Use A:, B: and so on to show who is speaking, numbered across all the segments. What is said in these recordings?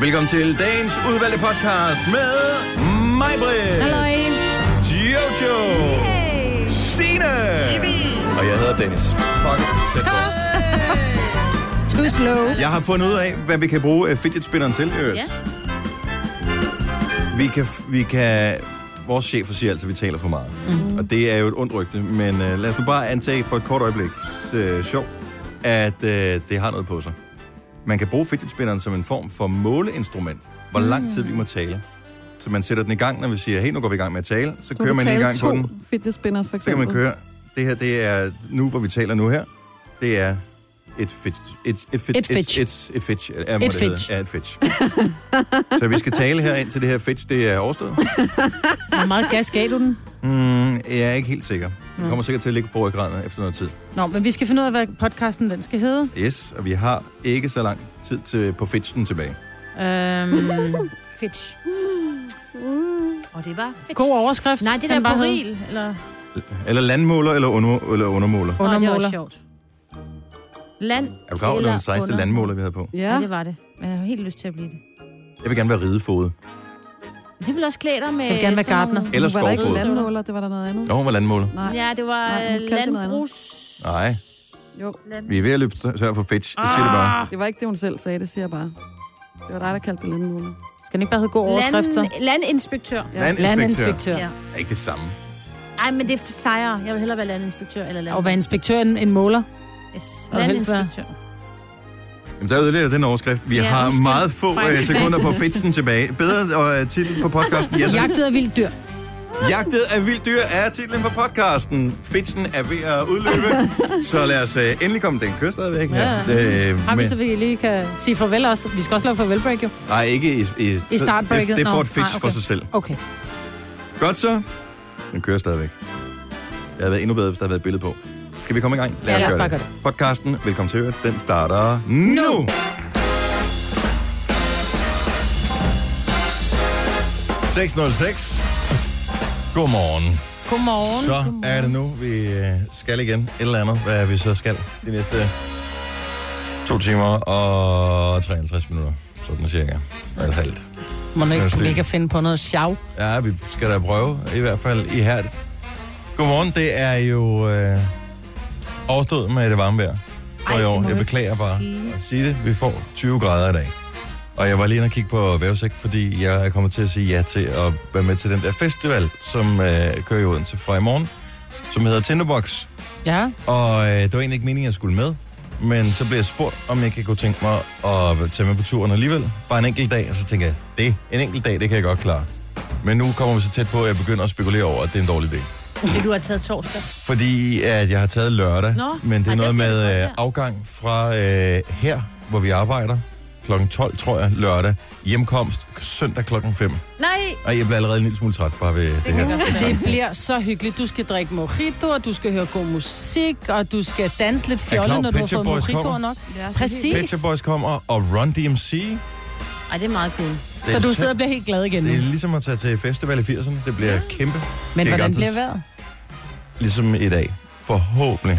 A: Velkommen til dagens udvalgte podcast med mig, Britt.
B: Halløj.
A: Jojo.
B: Hey.
A: Signe. Og jeg hedder Dennis. Fuck, tæt på.
B: Too slow.
A: Jeg har fundet ud af, hvad vi kan bruge øh, fidget spinneren til. Ja.
C: Ja.
A: Vi kan, vi kan... Vores chefer siger altid, at vi taler for meget. Mm. Og det er jo et ondt rygte, men øh, lad os nu bare antage for et kort øjeblik øh, sjov, at øh, det har noget på sig. Man kan bruge fidget spinneren som en form for måleinstrument, hvor lang tid vi må tale. Så man sætter den i gang, når vi siger, hey, nu går vi i gang med at tale. Så
D: Du
A: kører man en gang
D: to
A: på den.
D: fidget spinners, for
A: Så kan
D: eksempel.
A: man køre. Det her, det er nu, hvor vi taler nu her. Det er et fitch. Et, et, fit,
B: Et fitch.
A: Et, et, et fitch. Er, hvad
B: Et
A: det hedder.
B: fitch.
A: Ja, et fitch. så vi skal tale her ind til det her fitch, det er overstået.
B: Hvor meget gas gav du den?
A: Mm, jeg er ikke helt sikker. Det kommer sikkert til at ligge på ekranet efter noget tid.
B: Nå, men vi skal finde ud af, hvad podcasten den skal hedde.
A: Yes, og vi har ikke så lang tid til, på fitchen tilbage.
B: Øhm, Fitch.
C: Og det var fedt.
B: God overskrift.
C: Nej, det
B: Den
C: der
B: bare hed
C: boril, eller...
A: Eller landmåler eller, under, eller undermåler.
C: Åh, det var
B: Undermåler.
C: sjovt. Land
A: Er du klar over, at det var den sejeste landmåler, vi havde på?
C: Ja.
D: Ja.
C: det var det. Men jeg har helt lyst til at blive det.
A: Jeg vil gerne være ridefodet.
C: Det ville også klæde dig med...
B: Jeg vil gerne være
C: sådan
B: gartner.
C: nogle-
A: Eller
D: Nu var der ikke
A: skovfod.
D: landmåler, det var der noget andet.
A: Nå, hun var landmåler.
D: Nej.
C: Ja, det var
D: Nej,
C: Nej,
D: hun kaldte det noget andet.
C: landbrugs...
A: Nej,
D: Jo,
C: Land...
A: vi er ved at løbe tør for fitch. Jeg siger det bare.
B: Ah.
D: det var ikke det, hun selv sagde, det siger jeg bare. Det var dig, der kaldte det landmåler.
B: Skal den ikke bare hedde god overskrift, så?
C: Land... Landinspektør.
D: Ja.
A: Landinspektør.
C: Ja.
A: Er ikke det samme.
C: Ej, men det er sejere. Jeg vil hellere være landinspektør eller land...
B: Og hvad er inspektøren en måler?
C: Yes.
B: Og helst være-
C: Landinspektør.
A: Jamen, der ødelægger den overskrift. Vi ja,
C: Ja,
A: har
C: undskyld.
A: meget få
C: Fejl.
A: øh, sekunder på fitchen tilbage. Bedre øh, titel på podcasten. Jeg
B: Jagtet af vildt dyr.
A: Jagtet af vildt dyr er titlen på podcasten. Fitchen er ved at udløbe. så lad os øh, endelig komme den kører stadigvæk. Ja.
B: Ja.
A: Øh,
B: Har vi
A: men-
B: så vi lige kan sige farvel også? Vi skal også lave farvelbreak, jo.
A: Nej, ikke i... I,
B: I startbreaket?
A: Det, det
B: Nå,
A: får et fitch
B: nej,
A: for
B: okay.
A: sig selv.
B: Okay.
A: Godt så. Den kører stadigvæk. Det havde været endnu bedre, hvis der havde været et billede på. Skal vi komme i gang?
B: Ja, lad os
A: gøre
B: bare gøre
A: det. Podcasten, velkommen til øret, den starter nu. nu. Godmorgen.
B: Godmorgen.
A: Så er det nu, vi øh, skal igen. Et eller andet, hvad er vi så skal de næste to timer og 53 minutter. Sådan cirka. Og et halvt.
B: Må man
A: Lad os
B: ikke,
A: se.
B: vi kan finde på noget sjov.
A: Ja, vi skal da prøve, i hvert fald ihærdigt. Godmorgen, det er jo øh, overstået med det varme vejr.
C: Ej,
A: Ej,
C: det må
A: år.
C: du
A: Jeg
C: ikke
A: beklager bare
C: sige.
A: at sige det. Vi får 20 grader i dag. Og jeg var lige inde og kigge på vejrudsigt, fordi jeg er kommet til at sige ja til at være med til den der festival, som øh, kører i Odense fra i morgen, som hedder Tinderbox.
B: Ja.
A: Og øh, det var egentlig ikke meningen, at jeg skulle med. Men så blev jeg spurgt, om jeg kan kunne tænke mig at tage med på turen alligevel. Bare en enkelt dag, og så tænkte jeg, det, en enkelt dag, det kan jeg godt klare. Men nu kommer vi så tæt på, at jeg begynder at spekulere over, at det er en dårlig idé.
C: Det du har taget torsdag.
A: Fordi at jeg har taget lørdag,
C: Nå,
A: men det er
C: ej,
A: noget
C: der bliver det
A: med
C: godt,
A: øh,
C: ja.
A: afgang fra øh, her, hvor vi arbejder. Klokken 12, tror jeg, lørdag. Hjemkomst søndag klokken 5.
C: Nej!
A: Og jeg bliver allerede en lille smule træt bare ved det, det her.
C: Uh,
B: Det bliver så hyggeligt. Du skal drikke mojito, og du skal høre god musik, og du skal danse lidt
A: Er I klar over,
B: fjolle, når du har
A: Pet Shop
B: fået
A: Boys
B: mojitoer
A: kommer?
B: nok.
D: Ja, det er
B: Præcis.
A: Pet Shop Boys kommer, og Run DMC
C: Ej, det er meget cool.
B: Så du sidder og bliver helt glad igen.
A: Det er ligesom at tage til festival i 80'erne. Det bliver ja. kæmpe.
B: Men
A: det er
B: hvordan
A: garanteret.
B: bliver vejret?
A: Ligesom i dag. Forhåbentlig.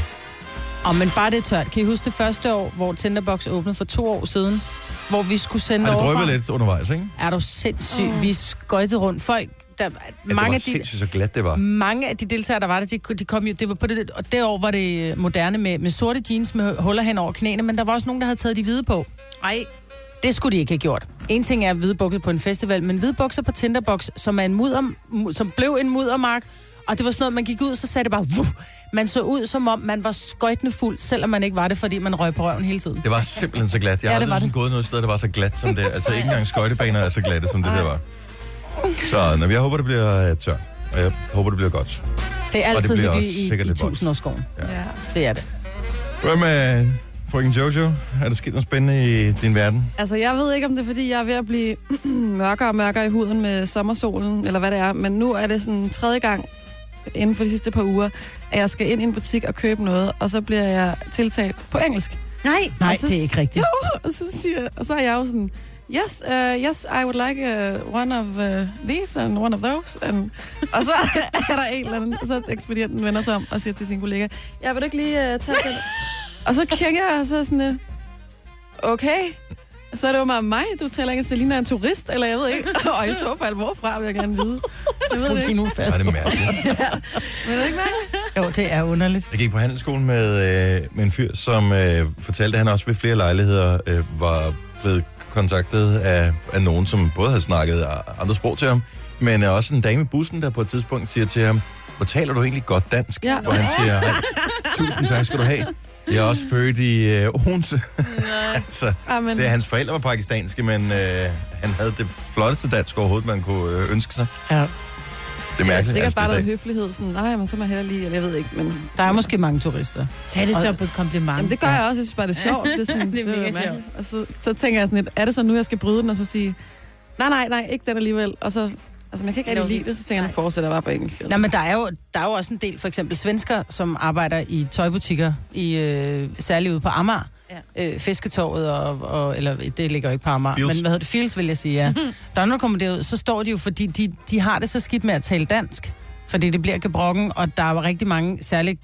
B: Og men bare det er tørt. Kan I huske det første år, hvor Tinderbox åbnede for to år siden? Hvor vi skulle sende
A: Har det
B: overfra?
A: drøbet lidt undervejs, ikke?
B: Er du sindssyg? Oh. Vi skøjtede rundt. Folk, der,
A: Ja, det
B: mange,
A: var
B: af de,
A: sindssygt så glat, det var.
B: mange af de deltagere, der var der, de, de kom jo, det var på det, og det år var det øh, moderne med, med sorte jeans med huller hen over knæene, men der var også nogen, der havde taget de hvide på.
C: Ej,
B: Det skulle de ikke have gjort. En ting er hvide bukser på en festival, men hvide bukser på Tinderbox, som, er en mudder, mu- som blev en muddermark, og det var sådan noget, man gik ud, så sagde det bare, Wuh! man så ud, som om man var skøjtende fuld, selvom man ikke var det, fordi man røg på røven hele tiden.
A: Det var simpelthen så glat. Jeg har
B: Ja,
A: aldrig
B: det var
A: nogensinde gået noget sted, der var så glat som det. Altså ikke engang skøjtebaner er så glatte, som det der var. Så når jeg håber, det bliver øh, tørt. Og jeg håber, det bliver godt.
B: Det er
A: det
B: altid
A: bliver
B: det
A: også
B: hyggeligt
A: sikkert
B: i, i
A: lidt voldsomt.
B: tusindårsskoven.
D: Ja.
B: Det er det.
A: Hvad med frøken Jojo? Er der sket noget spændende i din verden?
D: Altså, jeg ved ikke, om det er, fordi jeg er ved at blive mørkere og mørkere i huden med sommersolen, eller hvad det er, men nu er det sådan tredje gang inden for de sidste par uger, at jeg skal ind i en butik og købe noget, og så bliver jeg tiltalt på engelsk.
C: nej.
B: Nej,
D: Og så-
B: det er ikke rigtigt.
D: Jo, og så, siger, og så er jeg jo sådan, yes, uh, yes, I would like uh, one of uh, these and one of those. And, og så er der en eller anden, så ekspedienten vender sig om og siger til sin kollega, jeg vil du ikke lige uh, tage den? Og så kigger jeg og så er sådan, uh, okay. Så er det jo bare mig, du taler ikke, at Selina er en turist, eller jeg ved ikke. Og i så fald, hvorfra vil jeg gerne vide. Jeg ved det
B: Giv
D: ikke.
B: nu
A: Ej,
B: fast.
A: det er mærkeligt.
D: Men er det ikke mærkeligt?
B: Jo, det er underligt.
A: Jeg gik på handelsskolen med, øh, med en fyr, som øh, fortalte, at han også ved flere lejligheder øh, var blevet kontaktet af, af nogen, som både havde snakket a- andre sprog til ham, men øh, også en dame i bussen, der på et tidspunkt siger til ham, hvor taler du egentlig godt dansk?
D: Ja.
A: Hvor han siger, "Ej, tusind tak skal du have. Jeg er også født i øh, Odense. altså,
D: Ah, men,
A: det, hans forældre var pakistanske, men øh, han havde det flotteste dansk overhovedet, man kunne øh, ønske sig.
B: Ja.
A: Det er
D: det er
A: mærkeligt.
D: sikkert
A: altså,
D: bare
A: det,
D: noget høflighed. Sådan, nej, men så må jeg hellere lige, eller jeg ved ikke. Men,
B: Der er måske mange turister.
C: Tag det så på et kompliment.
D: jamen, det gør jeg også. Jeg synes bare, det er sjovt. Det er, sådan,
C: Det er
D: det er
C: mega
D: mærkeligt. Og så, så tænker jeg sådan lidt, er det så nu, jeg skal bryde den, og så sige, nej, nej, nej, ikke den alligevel. Og så, altså man kan ikke rigtig
C: Lovligt.
D: lide det, så tænker jeg, nu
C: Nej.
D: fortsætter jeg bare på engelsk.
B: Nej, men der er, jo, der er jo også en del, for eksempel svensker, som arbejder i tøjbutikker, i, øh, særligt ude på Amager.
C: Ja.
B: Ja. Øh, fisketorvet, og, og, eller det ligger jo ikke på Amager,
A: Fields.
B: Fields. men hvad hedder det? Fields, vil jeg sige, ja. der er når der kommer derud, så står de jo, fordi de, de har det så skidt med at tale dansk, fordi det bliver gebrokken, og der er jo rigtig mange særligt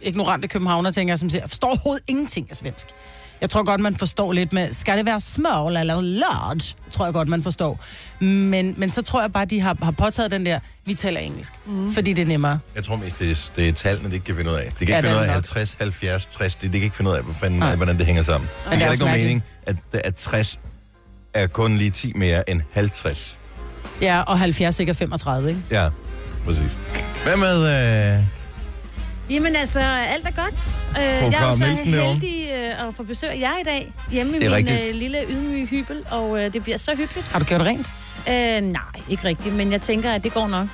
B: ignorante københavner, tænker jeg, som siger, "Jeg forstår overhovedet ingenting af svensk. Jeg tror godt, man forstår lidt med, skal det være small eller large, tror jeg godt, man forstår. Men, men så tror jeg bare, de har, har påtaget den der, vi taler engelsk, mm. fordi det er nemmere.
A: Jeg tror mest, det er, det er tallene, det ikke kan finde ud af. Det kan ikke
B: Ja,
A: ja,
B: det
A: finde
B: er
A: ud af
B: det nok.
A: 50, 70, 60. Det, det kan ikke finde ud af, hvad fanden,
B: Nej.
A: hvordan det hænger sammen. det
B: Men det er
A: giver
B: også
A: ikke nogen mening,
B: mærkeligt.
A: at, at 60 er kun lige 10 mere end 50.
B: Ja, og 70 ikke er 35, ikke?
A: Ja, præcis. Hvad med... Øh,
C: Jamen altså, alt er godt. Øh, jeg er
A: Karen
C: jo så
A: Nielsen derovre.
C: heldig øh, at få besøg af jer i dag hjemme i
A: Det er
C: min
A: rigtigt.
C: øh, lille ydmyge hybel, og øh, det bliver så hyggeligt.
B: Har du gjort rent?
C: Øh, nej, ikke rigtigt, men jeg tænker, at det går nok.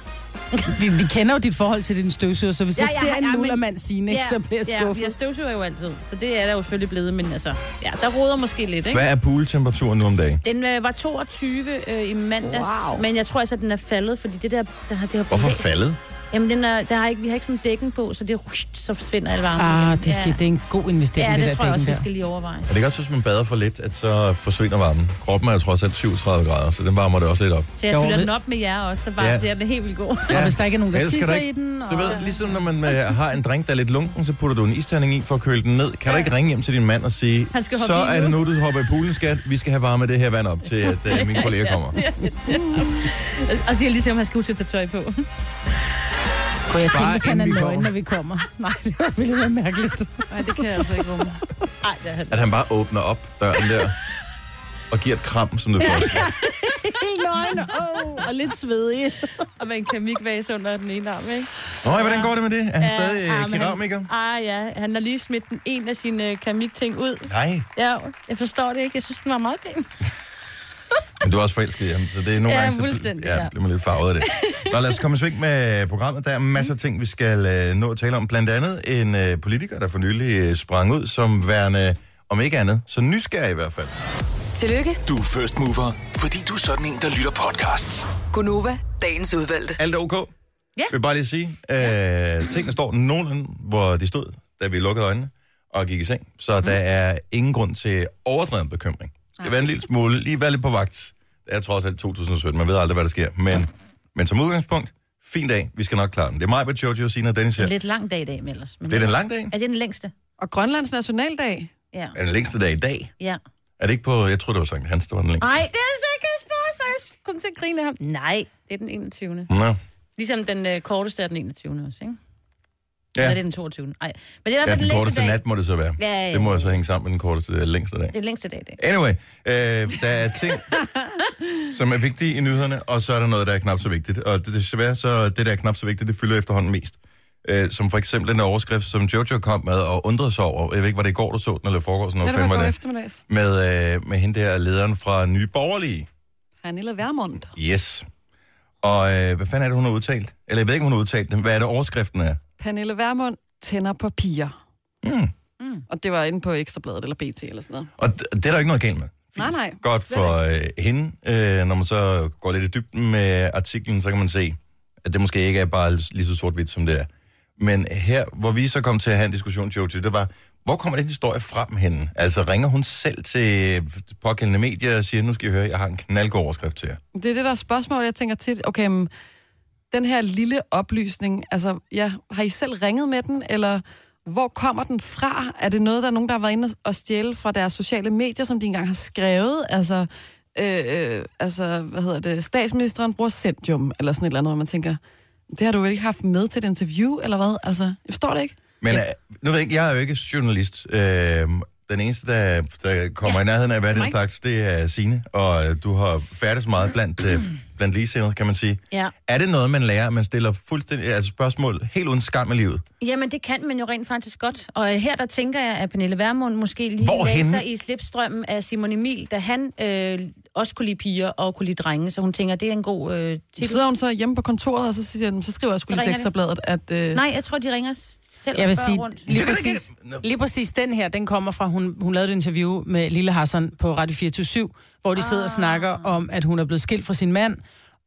B: Vi, vi kender jo dit forhold til din støvsuger, så hvis ja,
C: Ja,
B: jeg
C: ja,
B: ser
C: ja,
B: en
C: men-
B: nullermand sine, ja, så bliver jeg
C: ja,
B: skuffet.
C: jeg støvsuger jo altid, så det er der jo selvfølgelig blevet, men altså, ja, der roder måske lidt, ikke?
A: hvad er pooltemperaturen nu om dagen?
C: Den øh, var 22 øh, i mandags, wow. men jeg tror altså, at den er faldet, fordi det der, der har, det har
A: Hvorfor
C: bevæg-
A: faldet?
C: Jamen, den er, der har ikke, vi har ikke sådan en dækken på, så det rusht, så forsvinder al varmen.
B: Ah,
C: igen.
B: det, skal, ja. det er en god investering,
C: ja,
B: det,
C: det,
B: der
C: tror jeg også,
B: dækken
C: vi skal lige overveje.
A: Er det ikke også, hvis man bader for lidt, at så forsvinder varmen? Kroppen er jo trods alt 37 grader, så den varmer det også lidt op.
C: Så jeg
B: Jo,
C: fylder
B: det-
C: den op med jer også, så bare
A: Ja.
C: ja. bliver det helt vildt god.
B: der. Og hvis der ikke er nogen, der
A: Ellers skal
B: tisser
A: der
B: i den, og...
A: Du ved, ligesom når man øh, har en drink, der er lidt lunken, så putter du en isterning i for at køle den ned. Kan du ikke ringe hjem til din mand og sige,
C: Han skal hoppe
A: så
C: i
A: er
C: nu."
A: det nu, du hopper i poolen, skat. Vi skal have varmet det her vand op til, at øh, mine kolleger kommer.
C: og siger lige til ham, han skal huske at tage tøj på.
B: Kunne jeg tænke,
A: Bare
B: hvis han er
A: inden vi kommer.
B: nøgen, når vi kommer? Nej, det var vildt være mærkeligt.
D: Nej, det kan jeg altså ikke rumme.
C: Ej, det er han.
A: At han bare åbner op døren der, og giver et kram, som du får.
B: Helt nøgen, oh, og lidt svedig.
C: Og med en kamikvase under den ene arm, ikke?
A: Nå, ja, hvordan går det med det? Er han
C: Ja,
A: stadig
C: ah,
A: øh,
C: men
A: keramiker?
C: Han, ah ja, han har lige smidt den, en af sine øh, kamikting ud.
A: Nej,
C: Ja, jeg forstår det ikke. Jeg synes, den var meget pæn.
A: men du er også forelsket i ham, så det er nogle
C: Ja,
A: gange... så bl-
C: fuldstændig,
A: Ja,
C: ja.
A: bliver man lidt farvet af det. Nå, lad os komme i sving med programmet. Der er masser af ting, vi skal øh, nå at tale om. Blandt andet en øh, politiker, der for nylig øh, sprang ud som værende, om ikke andet, så nysgerrig i hvert fald.
E: Tillykke,
F: Du er first mover, fordi du er sådan en, der lytter podcasts.
E: Gunova, dagens udvalgte.
A: Alt er ok.
C: Ja.
A: Vil bare lige sige, øh, tingene står nogenlunde, hvor de stod, da vi lukkede øjnene og gik i seng. Så
C: Mhm.
A: mm. der er ingen grund til overdreven bekymring. Skal være en lille smule, lige være lidt på vagt. Det er trods alt 2017, man ved aldrig, hvad der sker. Men, men som udgangspunkt, fin dag, vi skal nok klare den. Det er mig, Britt, Jojo, Sina og Dennis her.
C: Ja. Lidt lang dag i dag, men ellers. Men
A: Det er den lange dag.
C: Er det den længste?
D: Og Grønlands nationaldag.
C: Ja.
A: Er den længste dag i dag?
C: ja.
A: Er det ikke på, jeg tror det var Sankt Hans, der var den længste.
C: Nej, det er så ikke spørge, så jeg skulle kun til at grine af ham. Nej, det er den 21.
A: Nå.
C: Ligesom den øh, korteste er den 21. også, ikke?
A: Ja,
C: Ja. Eller det er den 22. Nej, men det er i hvert
A: ja
C: fald
A: den
C: den, længste
A: korteste
C: dag.
A: nat må det så være.
C: Ja, ja, ja.
A: Det må jo så hænge sammen med den korteste, øh, længste dag.
C: Det er den længste dag i dag.
A: Anyway, øh, der er ting, som er vigtige i nyhederne, og så er der noget, der er knap så vigtigt. Og det, desværre, så det, der er knap så vigtigt, det fylder efterhånden mest. Øh, som for eksempel den der overskrift, som Jojo kom med og undrede sig over. Jeg ved ikke, var det i går, du så den, eller foregår sådan
D: Ja,
A: noget.
D: det var
A: fandme
D: godt
A: det.
D: eftermiddags.
A: Med, øh, med hende der, lederen fra Nye Borgerlige.
D: Pernille Vermund.
A: Yes. Og øh, hvad fanden er det, hun har udtalt? Eller jeg ved ikke, om hun har udtalt den. Hvad er det, overskriften er?
D: Pernille Vermund tænder på piger.
A: Mm.
D: Og det var inde på Ekstrabladet eller BT eller sådan noget.
A: Og d- det er der ikke noget galt med.
D: Nej, nej.
A: Godt
D: Slet
A: for øh, hende. Øh, når man så går lidt i dybden med artiklen, så kan man se, at det måske ikke er bare lige så sort-hvidt, som det er. Men her, hvor vi så kom til at have en diskussion, Jojo, det var, hvor kommer den historie frem henne? Altså ringer hun selv til pågældende medier og siger, nu skal I høre, jeg har en knaldgod overskrift til jer.
D: Det er det, der er spørgsmål, jeg tænker tit. Okay, men, den her lille oplysning, altså, ja, har I selv ringet med den, eller Hvor kommer den fra? Er det noget, der er nogen, der har været inde og stjæle fra deres sociale medier, som de engang har skrevet? Altså, øh, øh, altså hvad hedder det? Statsministeren bruger Centium, eller sådan et eller andet, hvor man tænker, det har du vel ikke haft med til et interview, eller hvad? Altså, jeg forstår det ikke.
A: Men øh, nu ved jeg ikke, jeg er jo ikke journalist. Øh, den eneste, der, der kommer ja. i nærheden af hvad den slags, det er Sine. Og øh, du har færdes meget blandt, øh, blandt ligesindede, kan man sige.
C: Ja.
A: Er det noget, man lærer, at man stiller fuldstændig, altså spørgsmål helt uden skam i livet?
C: Jamen, det kan man jo rent faktisk godt. Og øh, her der tænker jeg, at Pernille Vermund måske lige
A: Hvorhenne?
C: læser i slipstrømmen af Simon Emil, da han øh, også kunne lide piger og kunne lide drenge. Så hun tænker, det er en god øh,
D: Så
C: titel.
D: sidder hun så hjemme på kontoret, og så, siger, den- så skriver jeg sgu
C: Så
D: lige
C: ringer de.
D: sektorbladet, at... Øh,
C: Nej, jeg tror, de ringer s- selv
B: Jeg
C: og
B: vil
C: spørger
B: sige,
C: rundt.
B: lige
A: Det er da
B: præcis,
A: ikke- Nå.
B: lige præcis den her, den kommer fra, hun, hun lavede et interview med Lille Hassan på Radio 24 hvor de sidder og snakker om, at hun er blevet skilt fra sin mand,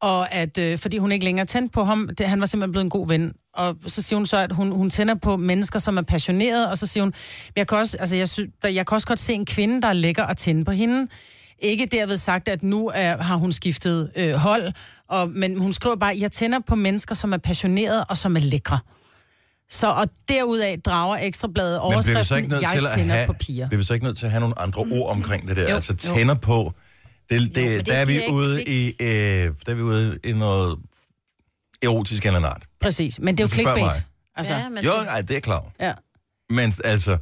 B: og at øh, fordi hun ikke længere tændte på ham, det, han var simpelthen blevet en god ven. Og så siger hun så, at hun, hun tænder på mennesker, som er passionerede, og så siger hun, "Men jeg kan, også, altså, jeg, sy, der, jeg kan også godt se en kvinde, der er lækker at tænde på hende. Ikke derved sagt, at nu er, har hun skiftet øh, hold, og, men hun skriver bare, jeg tænder på mennesker, som er passionerede og som er lækre. Så og derudaf drager ekstrabladet
A: Men bliver vi så
B: overskriften,
A: ikke nødt
B: jeg
A: til at
B: tænder
A: have,
B: på piger.
A: bliver vi så ikke nødt til at have nogle andre ord omkring det der?
B: Jo,
A: Jo, altså
B: jo.
A: tænder på. Det, det,
C: men det
A: der, er vi
C: giver ikke
A: ude i, øh, der er vi ude i noget erotisk eller noget. art.
B: Præcis, men det er jo
A: Hvis du spørger
B: clickbait. Altså,
C: Ja, man
A: Jo,
C: skal-
A: ej, det er klart.
B: ja.
A: Men altså,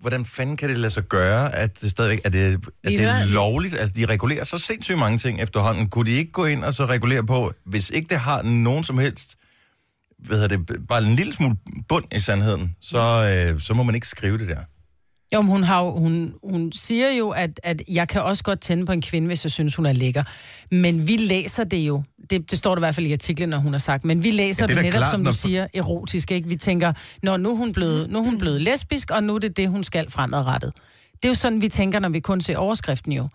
A: hvordan fanden kan det lade sig gøre, at det stadigvæk er det, at
C: Vi
A: det er
C: hører-
A: lovligt? Altså, de regulerer så sindssygt mange ting efterhånden. Kunne de ikke gå ind og så regulere på, hvis ikke det har nogen som helst, hvad hedder det, bare en lille smule bund i sandheden, så, øh, så må man ikke skrive det der.
B: Jo, men hun, har jo, hun, hun siger jo, at, at jeg kan også godt tænde på en kvinde, hvis jeg synes, hun er lækker. Men vi læser det jo. Det, det står der i hvert fald i artiklen, når hun har sagt. Men vi læser
A: Ja,
B: ja,
A: det er
B: det, det
A: da
B: netop, klart,
A: klart,
B: som du
A: når-
B: siger, erotisk. Ikke? Vi tænker, når nu er hun blevet, nu er hun blevet lesbisk, og nu er det det, hun skal fremadrettet. Det er jo sådan, vi tænker, når vi kun ser overskriften jo.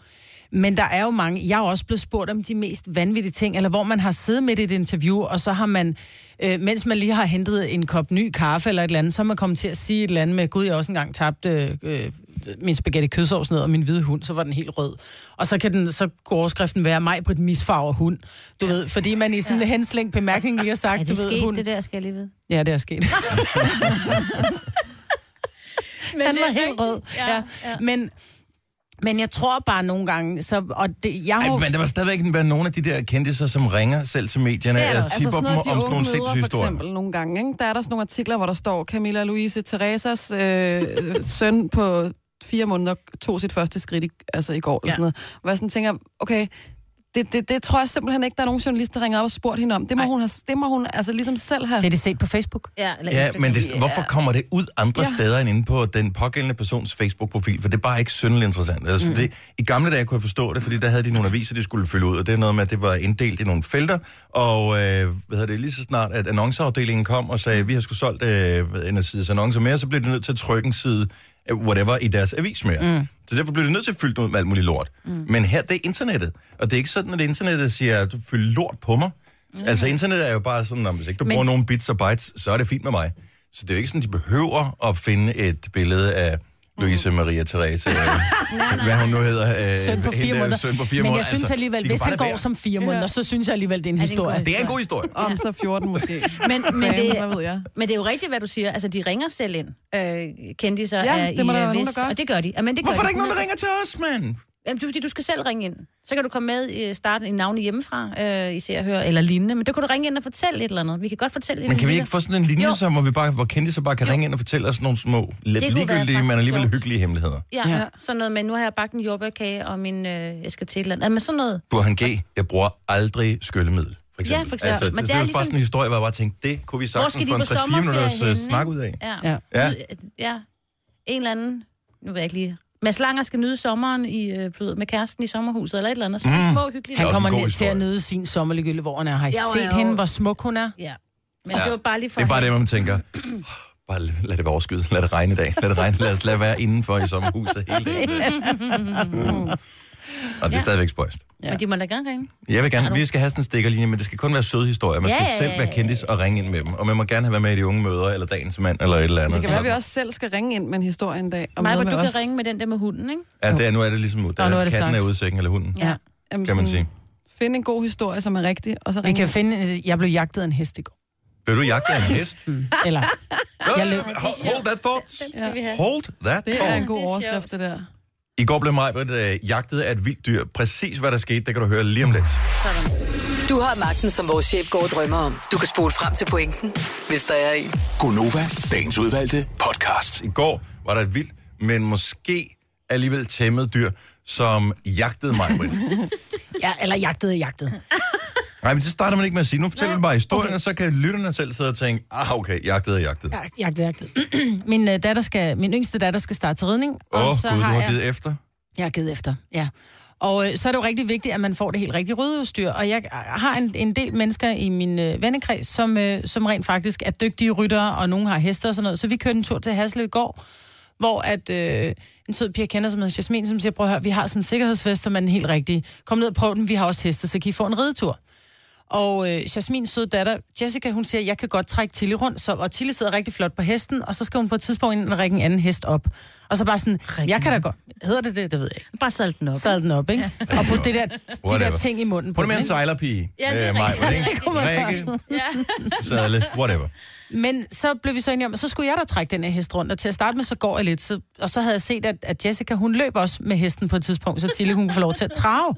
B: Men der er jo mange, jeg er også blevet spurgt om de mest vanvittige ting, eller hvor man har siddet med i et interview, og så har man, øh, mens man lige har hentet en kop ny kaffe eller et eller andet, så er man kommet til at sige et eller andet med, gud, jeg også engang tabte øh, min spaghetti kødsovs ned, og min hvide hund, så var den helt rød. Og så kan den, så kunne overskriften være, mig på et misfarver hund. Du ved, fordi man i sådan en henslængt bemærkning lige har sagt,
C: Er
B: du
C: det
B: ved,
C: sket,
B: hun...
C: det der, skal jeg lige vide.
B: Ja, det er sket.
C: Men
B: han var helt rød. Ja, ja. Men, men jeg tror bare nogle gange, så, og det, jeg har jo-
A: Ej, men der var stadigvæk være nogle af de der kendiser, som ringer selv til medierne
C: Det er der
A: og
C: også.
A: tipper dem om
D: Altså, de
A: sådan nogle sindssyge
D: for
A: historier.
D: eksempel nogle gange. Ikke? Der er der sådan nogle artikler, hvor der står, Camilla Louise Teresas øh, søn på fire måneder tog sit første skridt i, altså i går. Ja. Eller
C: Ja.
D: sådan noget. Hvor jeg sådan tænker, okay, det, det, det tror jeg simpelthen ikke, der er nogen journalist, der ringer op og spurgt hende om. Det må,
C: Nej.
D: hun, have, det må hun altså ligesom selv have.
B: det er det set på Facebook.
C: Ja, eller
A: Ja,
C: Instagram.
A: men det, hvorfor kommer det ud andre
D: Ja.
A: ja. steder end inde på den pågældende persons Facebook-profil? For det er bare ikke synderligt interessant. Altså, mm. det, I gamle dage kunne jeg forstå det, fordi der havde de nogle aviser, de skulle fylde ud, og det er noget med, at det var inddelt i nogle felter, og øh, hvad hedder det, lige så snart, at annonceafdelingen kom og sagde, vi har sgu solgt øh, hvad, en af sides annoncer mere, så blev de nødt til at trykke en side, øh, whatever, i deres avis mere. Mm. Så derfor blev de nødt til at fylde den ud med alt muligt lort. Mm. Men her, det er internettet, og det er ikke sådan, at internettet siger, du fylder lort på mig. Altså, internettet er jo bare sådan, at hvis ikke du bruger nogen bits og bytes, så er det fint med mig. Så det er jo ikke sådan, de behøver at finde et billede af Louise
C: Mm.
A: Maria Therese, øh, hvad hun nu hedder. Øh,
B: Søn på
A: hende
B: fire
A: der
B: måneder.
A: Søn på fire
B: men
A: måneder.
B: jeg synes
A: Altså,
B: alligevel,
A: de
B: hvis
A: kunne bare
B: han
A: lade
B: går
A: være.
B: som fire måneder, så synes jeg alligevel, det er en
C: Er det en god
B: historie.
A: Det er en god historie.
D: Om så 14 måske.
C: Men, men,
D: Fan,
C: det,
D: hvad ved jeg?
C: men det er jo rigtigt, hvad du siger. Altså, de ringer selv ind. Øh, kendte sig
D: Ja, det må der være nogen, der gør.
C: Og det gør de. Ja, men det gør
A: Hvorfor er
C: de.
A: der ikke nogen, der ringer til os, mand?
C: Jamen, det er fordi, du skal selv ringe ind. Så kan du komme med øh, i starten i navne hjemmefra, øh, især at høre, eller lignende. Men der kan du ringe ind og fortælle et eller andet. Vi kan godt fortælle et
A: Men kan vi
C: lille-
A: ikke få sådan en linje,
C: Jo.
A: som, hvor, vi bare, hvor kendte så bare kan ringe ind og fortælle os nogle små,
C: kunne
A: lidt
C: være
A: ligegyldige, men
C: faktisk
A: alligevel
C: sjovt.
A: hyggelige hemmeligheder?
C: Ja,
B: Ja.
C: ja, sådan noget med, nu har jeg bagt en jordbærkage, og min, øh, jeg skal til et eller andet. Men sådan noget.
A: Burhan G., jeg bruger aldrig skyllemiddel. For eksempel.
C: for eksempel.
A: Altså,
C: Men
A: det,
C: det
A: det
C: er
A: er jo bare
C: ligesom-
A: sådan en historie, hvor jeg bare tænkte, det kunne vi
C: Hvor
A: sagtens
C: skal
A: få
C: de
A: en
C: på
A: 3-4 minutters
C: sommerferie
A: øh,
C: henne?
A: snak ud af.
C: Ja.
B: Ja.
A: Ja.
C: Ja. ja. En eller anden, nu ved jeg ikke lige. Mads Langer skal nyde sommeren i, øh, du ved, med kæresten i sommerhuset, eller et eller andet. Så mm. små, hyggelige
B: Han
A: også en
B: kommer
A: god
B: ned til
A: historie.
B: at nyde sin sommerlegylle, hvor han er. Har I
C: Jo,
B: set
C: jo.
B: hende, hvor smuk hun er?
C: Ja. Men det var bare lige for...
A: Det er bare
C: at-
A: det, hvor man tænker, bare lad lad det være overskyet, lad det regne i dag, lad det regne, lad os lade være indenfor i sommerhuset hele dagen. Og det er
C: Ja.
A: stadigvæk spøjst.
C: Men de må da gerne ringe.
A: Jeg vil gerne, vi skal have sådan en stikkerlinje, men det skal kun være søde historier. Man
C: Ja,
A: skal
C: ja,
A: selv
C: ja,
A: være
C: ja,
A: kendis og ringe ind med dem. Og man må gerne have været med i de unge møder, eller dagens mand, eller et eller andet.
D: Det kan være, at vi også selv skal ringe ind med en historie en dag. Og
C: Maja,
D: møde
C: men du
D: med
C: kan
D: os.
C: ringe med den der med hunden, ikke?
A: Ja, det er, nu er det ligesom ud. Der,
B: Og nu
A: er
B: er det
A: katten
B: sagt.
A: er ude i sækken, eller hunden,
B: Ja.
D: Jamen,
A: kan man
D: sådan,
A: sige.
D: Finde en god historie, som er rigtig, og så
B: Vi
D: ringe.
B: kan finde, jeg blev jagtet af en hest i går.
A: Vil du jagte af en hest?
B: Eller, Jeg løb.
A: Hold- Hold that thought.
C: Den skal vi have.
A: Hold that
D: Det er en
A: thought.
D: god
C: Det er
D: overskrift, det der.
A: I går blev mig øh, jagtet af et vildt dyr. Præcis hvad der skete, det kan du høre lige om lidt.
E: Du har magten, som vores chef går og drømmer om. Du kan spole frem til pointen, hvis der er en.
F: Gonova, dagens udvalgte podcast.
A: I går var der et vildt, men måske alligevel tæmmet dyr, som jagtede mig. Britt.
B: Ja, eller jagtede, jagtede.
A: Nej, men det starter man ikke med at sige. Nu fortæller du bare historien, okay. og så kan lytterne selv sidde og tænke, ah, okay, jagtede og jagtede.
B: Jag- Jagtede, jagtede. min, øh, datter skal, min yngste datter skal starte til ridning.
A: Åh, oh, Gud, du har
B: jeg,
A: givet efter.
B: jeg har givet efter, ja. Og øh, så er det jo rigtig vigtigt, at man får det helt rigtige ryddeudstyr. Og jeg øh, har en, en del mennesker i min øh, vennekreds, som, øh, som rent faktisk er dygtige ryttere, og nogen har heste og sådan noget. Så vi kørte en tur til Haslev i går, hvor at, øh, en sød pige jeg kender, som hedder Jasmin, som siger, prøv at høre, vi har sådan en sikkerhedsvest, som er den helt rigtige. Kom ned og prøv den, vi har også heste, så kan I få en ridetur. Og øh, Jasmins søde datter, Jessica, hun siger, jeg kan godt trække Tilly rundt, så, og Tilly sidder rigtig flot på hesten, og så skal hun på et tidspunkt ind og række en anden hest op. Og så bare sådan, jeg kan da godt, hedder det det, det ved jeg ikke.
C: Bare salg den op.
B: Sadle den op, ikke? Og putte det der, de
A: Whatever.
B: der ting i munden på
A: Prøv det
B: den,
A: med en
B: ikke?
A: sejlerpige.
C: Ja, det er
A: mig,
C: rigtigt.
A: ikke? Rikke, sadle, whatever.
B: Men så blev vi så enige om, at så skulle jeg da trække den her hest rundt, og til at starte med, så går jeg lidt, så, og så havde jeg set, at, at Jessica, hun løb også med hesten på et tidspunkt, så Tilly, hun kunne få lov til at trave.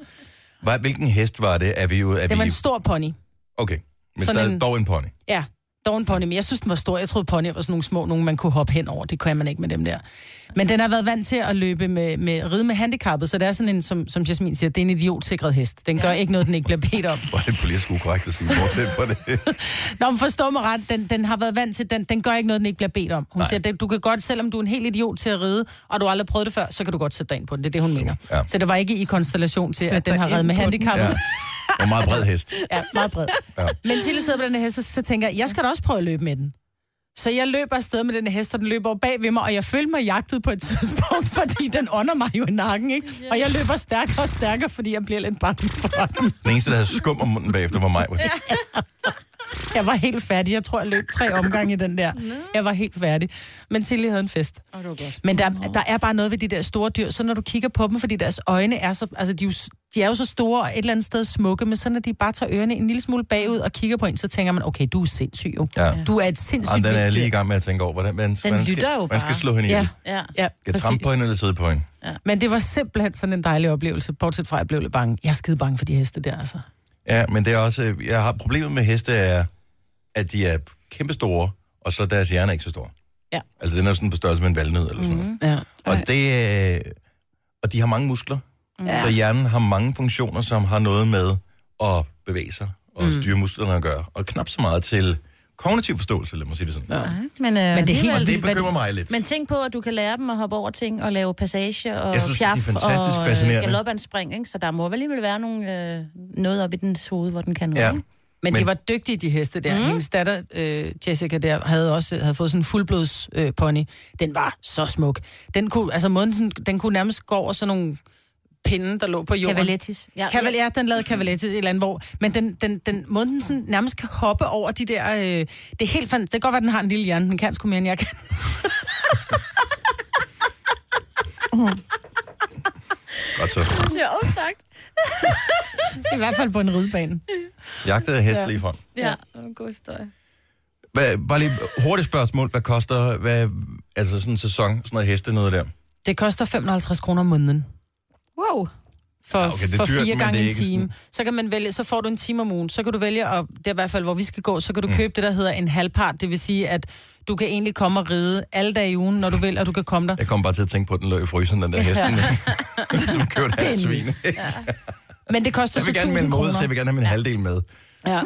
A: Hvad, hvilken hest var det? Er vi jo... Er
B: Det var
A: vi...
B: en stor pony.
A: Okay, men
B: Sådan
A: stadig
B: en-
A: dog en pony.
B: Ja, dog en pony, men jeg synes, den var stor. Jeg troede, ponyer var sådan nogle små, nogle man kunne hoppe hen over. Det kan man ikke med dem der. Men den har været vant til at løbe med, med ride med handicappet, så det er sådan en, som, som Jasmin siger, det er en idiotsikret hest. Den gør ikke noget, den ikke bliver bedt om.
A: Hvor er det politisk ukorrekt at sige bortset på det.
B: Nå, men forstå mig ret, den, den har været vant til, den, den gør ikke noget, den ikke bliver bedt om. Hun Nej. siger, det- du kan godt, selvom du er en helt idiot til at ride, og du aldrig har prøvet det før, så kan du godt sætte dig ind på den. Det er det, hun mener.
A: ja.
B: Så det var ikke i konstellation til,
D: Sæt
B: at den
D: dig
B: har reddet
D: ind
B: med
D: på den.
B: handicappet.
A: Ja. Og meget bred hest.
B: Ja, meget bred. Ja. Men Tilly sidder på den her hest, så, så tænker jeg, jeg skal da også prøve at løbe med den. Så jeg løber afsted med den her hest, og den løber over bag ved mig, og jeg følte mig jagtet på et tidspunkt, fordi den ånder mig jo i nakken, ikke? Og jeg løber stærkere og stærkere, fordi jeg bliver lidt bange for den.
A: Den eneste, der havde skum om munden bagefter, var mig. Ja.
B: Jeg var helt færdig. Jeg tror, jeg løb tre omgange i den der. Jeg var helt færdig. Men Tilly havde en fest.
C: Åh, det var godt.
B: Men der, der er bare noget ved de der store dyr, så når du kigger på dem, fordi deres øjne er så... Altså, de er jo, s- de er jo så store og et eller andet sted smukke, men så når de bare tager ørerne en lille smule bagud og kigger på en, så tænker man, okay, du er sindssyg jo.
A: Ja.
B: Du er et sindssygt
A: Jamen, den er
B: vildt
A: jeg lige i
B: dyr.
A: gang med at tænke over, hvordan man,
C: Den
A: man,
C: lytter
A: skal,
C: jo
A: man skal
C: bare.
A: slå hende i.
B: Ja.
A: Ja.
C: Ja.
B: Ja,
A: Jeg trampe på
B: præcis.
A: hende eller sidde på hende.
B: Men det var simpelthen sådan en dejlig oplevelse, bortset fra, at jeg blev lidt bange. Jeg er skide bange for de heste der, altså.
A: Ja, men det er også... øh, Jeg har problemet med heste er, at de er kæmpestore, og så er deres hjerne ikke så stor.
C: Ja.
A: Altså, den er jo sådan på størrelse med en valnød eller sådan noget.
B: Ja.
A: Og det... øh, Og de har mange muskler,
D: Ja.
A: så hjernen har mange funktioner, som har noget med at bevæge sig og styre musklerne at gøre. Og knap så meget til kognitiv forståelse, lad mig sige det sådan. Ja.
C: Men, øh,
B: Men det er helt
A: Og
B: vildt.
A: det bekymrer mig lidt.
C: Men tænk på, at du kan lære dem at hoppe over ting og lave passage og
A: Jeg synes, det er
C: pjaf
A: fantastisk
C: og
A: fascinerende.
C: galopandspring, ikke? Så der må vel alligevel være nogle, øh, noget op i dens hoved, hvor den kan noget.
A: Ja.
C: ikke?
B: Men, men
A: Men-
B: de var dygtige, de heste der. Mm. Hendes datter, øh, Jessica der, havde også havde fået sådan en fuldblods øh, pony. Den var så smuk. Den kunne, altså måden, sådan, den kunne nærmest gå over sådan nogle pinde, der lå på jorden.
C: Cavalettis. Ja,
B: Kaval, ja, den lavede Cavalettis et eller andet, hvor... Men den, den, den måde, den sådan, nærmest kan hoppe over de der... Øh, det er helt fandt. Det kan godt være, den har en lille hjerne. Den kan sgu mere, end jeg kan.
A: Godt så.
C: Ja, jo, tak.
B: I hvert fald på en ridebane.
A: Jagtede hest ja. lige frem.
C: Ja, en god historie.
A: Hvad, bare lige hurtigt spørgsmål. Hvad koster hvad, altså sådan en sæson, sådan noget heste noget der?
B: Det koster 55 kroner om måneden.
D: Wow.
B: for,
A: Ah,
B: ja,
A: okay,
B: okay,
A: det er
B: for
A: dyrt,
B: fire
A: men
B: gange
A: det er
B: en
A: ikke
B: time.
A: sådan-
B: Så, kan man vælge, så får du en time om ugen. Så kan du vælge, og det er i hvert fald, hvor vi skal gå, så kan du
A: Mm.
B: købe det, der hedder en halvpart. Det vil sige, at du kan egentlig komme og ride alle dage i ugen, når du vil, og du kan komme der.
A: Jeg kom bare til at tænke på, at den lå i fryseren, den der hesten. som kørte af svin.
B: Men det koster
A: Jeg
B: så
A: vil gerne med
B: 1000
A: en måde, så jeg
B: Altså, kroner.
A: vil gerne have min halvdel med.
B: Ja.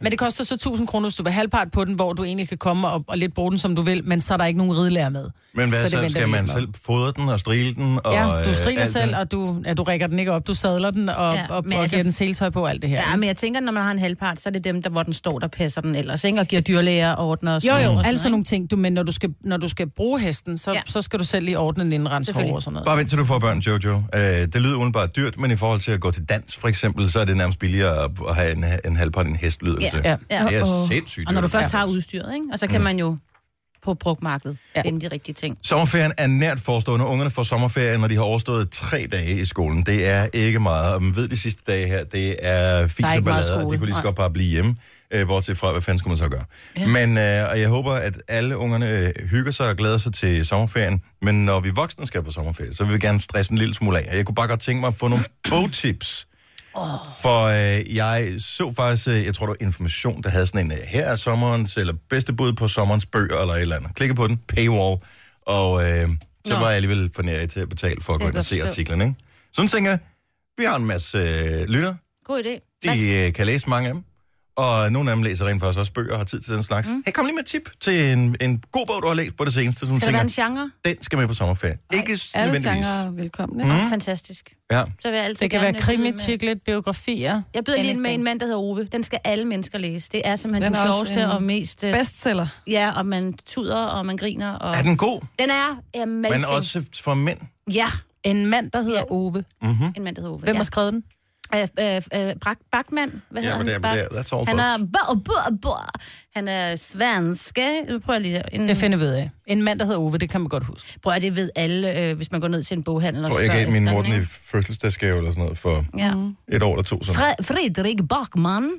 B: Men det koster så 1000 kroner, hvis du vil halvpart på den, hvor du egentlig kan komme og, og lidt bruge den, som du vil, men så er der ikke nogen ridelærer med.
A: Men hvad
B: det
A: så, så
B: venter
A: skal
B: vi
A: man
B: lidt med.
A: selv fodre den og strile den? Og,
B: Ja, du
A: øh,
B: striler
A: alt
B: selv,
A: det?
B: og du, ja, du rækker den ikke op, du sadler den og, ja,
C: Ja,
B: og, og
C: men
B: giver
C: altså-
B: den seletøj på og alt det her.
C: Ja,
B: ikke?
C: men jeg tænker, når man har en halvpart, så er det dem, der, hvor den står, der passer den ellers, ikke? Og giver dyrlæger og ordner og
B: Jo,
C: sådan
B: jo,
C: noget,
B: altså
C: ikke?
B: nogle ting, du, men når du skal, når du skal bruge hesten, så, ja.
C: Ja.
B: så skal du selv lige ordne den indrens hår
C: Selvfølgelig.
B: og sådan noget.
A: Bare vent til du får børn, Jojo. Øh, det lyder udenbart dyrt, men i forhold til at gå til dans, for eksempel, så er det nærmest billigere at- at have en, en halvpart end en hest, lyder det
C: Ja.
A: til.
B: Ja.
C: Ja.
A: Det er sindssygt
C: Og når du
A: dyrt. Mm.
C: først har udstyret, ikke? Og så kan man jo på brugmarkedet.
B: Ja.
C: Ja. Finde de rigtige ting.
A: Sommerferien er nært forestående. Ungerne får sommerferie, når de har overstået tre dage i skolen. Det er ikke meget. Og man ved de sidste dage her, det er fint
B: Der er
A: og
B: ikke meget
A: ballade, og de
B: skole.
A: kunne lige så
B: Nej.
A: godt bare blive hjemme. Øh, bortset fra, hvad fanden skulle man så gøre? Ja. Men øh, og jeg håber, at alle ungerne øh, hygger sig og glæder sig til sommerferien. Men når vi voksne skal på sommerferie, så vil vi gerne stresse en lille smule af. Og jeg kunne bare godt tænke mig at få nogle bogtips. For øh, jeg så faktisk, øh, jeg tror det var information, der havde sådan en, øh, her er sommerens, eller bedste bud på sommerens bøger, eller et eller andet. Klikke på den, paywall, og øh, så
C: Nå.
A: var jeg alligevel for nær til at betale for at gå
C: kan
A: ind og
C: jeg
A: se
C: godt forstå.
A: artiklen, ikke? Sådan tænker jeg, vi har en masse øh, lytter,
C: God idé. Hvad
A: de øh, kan læse mange af dem, og nogle af dem læser rent faktisk også bøger og har tid til den slags. Mm. Hey, kom lige med et tip til en, en god bog, du har læst på det seneste, som du
C: Skal der
A: tænker,
C: være en genre?
A: den skal med på sommerferie. Ej, Ikke s-
D: Alle
A: nødvendigvis.
D: sanger er velkomne.
C: Mm. Fantastisk.
A: Ja.
C: Så vil jeg altid
B: Det kan være
C: gerne byde med-
B: krimititlet, biografier.
C: Jeg byder lige ind med
B: Anything.
C: en mand, der hedder Ove. Den skal alle mennesker læse. Det er simpelthen
D: Den
C: den,
D: er også
C: sjoveste
D: en
C: og mest... øh,
D: Bestseller.
C: Ja, og man tuder, og man griner. Og...
A: Er den god?
C: den er amazing.
A: Men også for mænd.
C: Ja,
B: En mand, der hedder
C: Ja.
B: Ove.
A: Mhm.
C: en mand, der hedder Ove.
B: Hvem
C: ja.
B: har skrevet den?
C: Øh, øh, øh, Brak, Bachmann, hvad
A: Ja,
C: hedder
A: men det er-
C: han?
A: men det er- that's all
C: han er,
A: dogs.
C: bo, bo, bo. han er svenske. Nu prøver jeg lige en,
B: Det finder vi ud af. En mand, der hedder Ove, det kan man godt huske.
C: prøver det ved alle, øh, hvis man går ned til en boghandel. og
A: Jeg tror, jeg
C: spørger
A: gav min
C: efter den,
A: mor den i
C: ikke?
A: fødselsdagsgave eller sådan noget for
C: Ja.
A: et år eller to. Sådan.
C: Fre- Frederik Bachmann.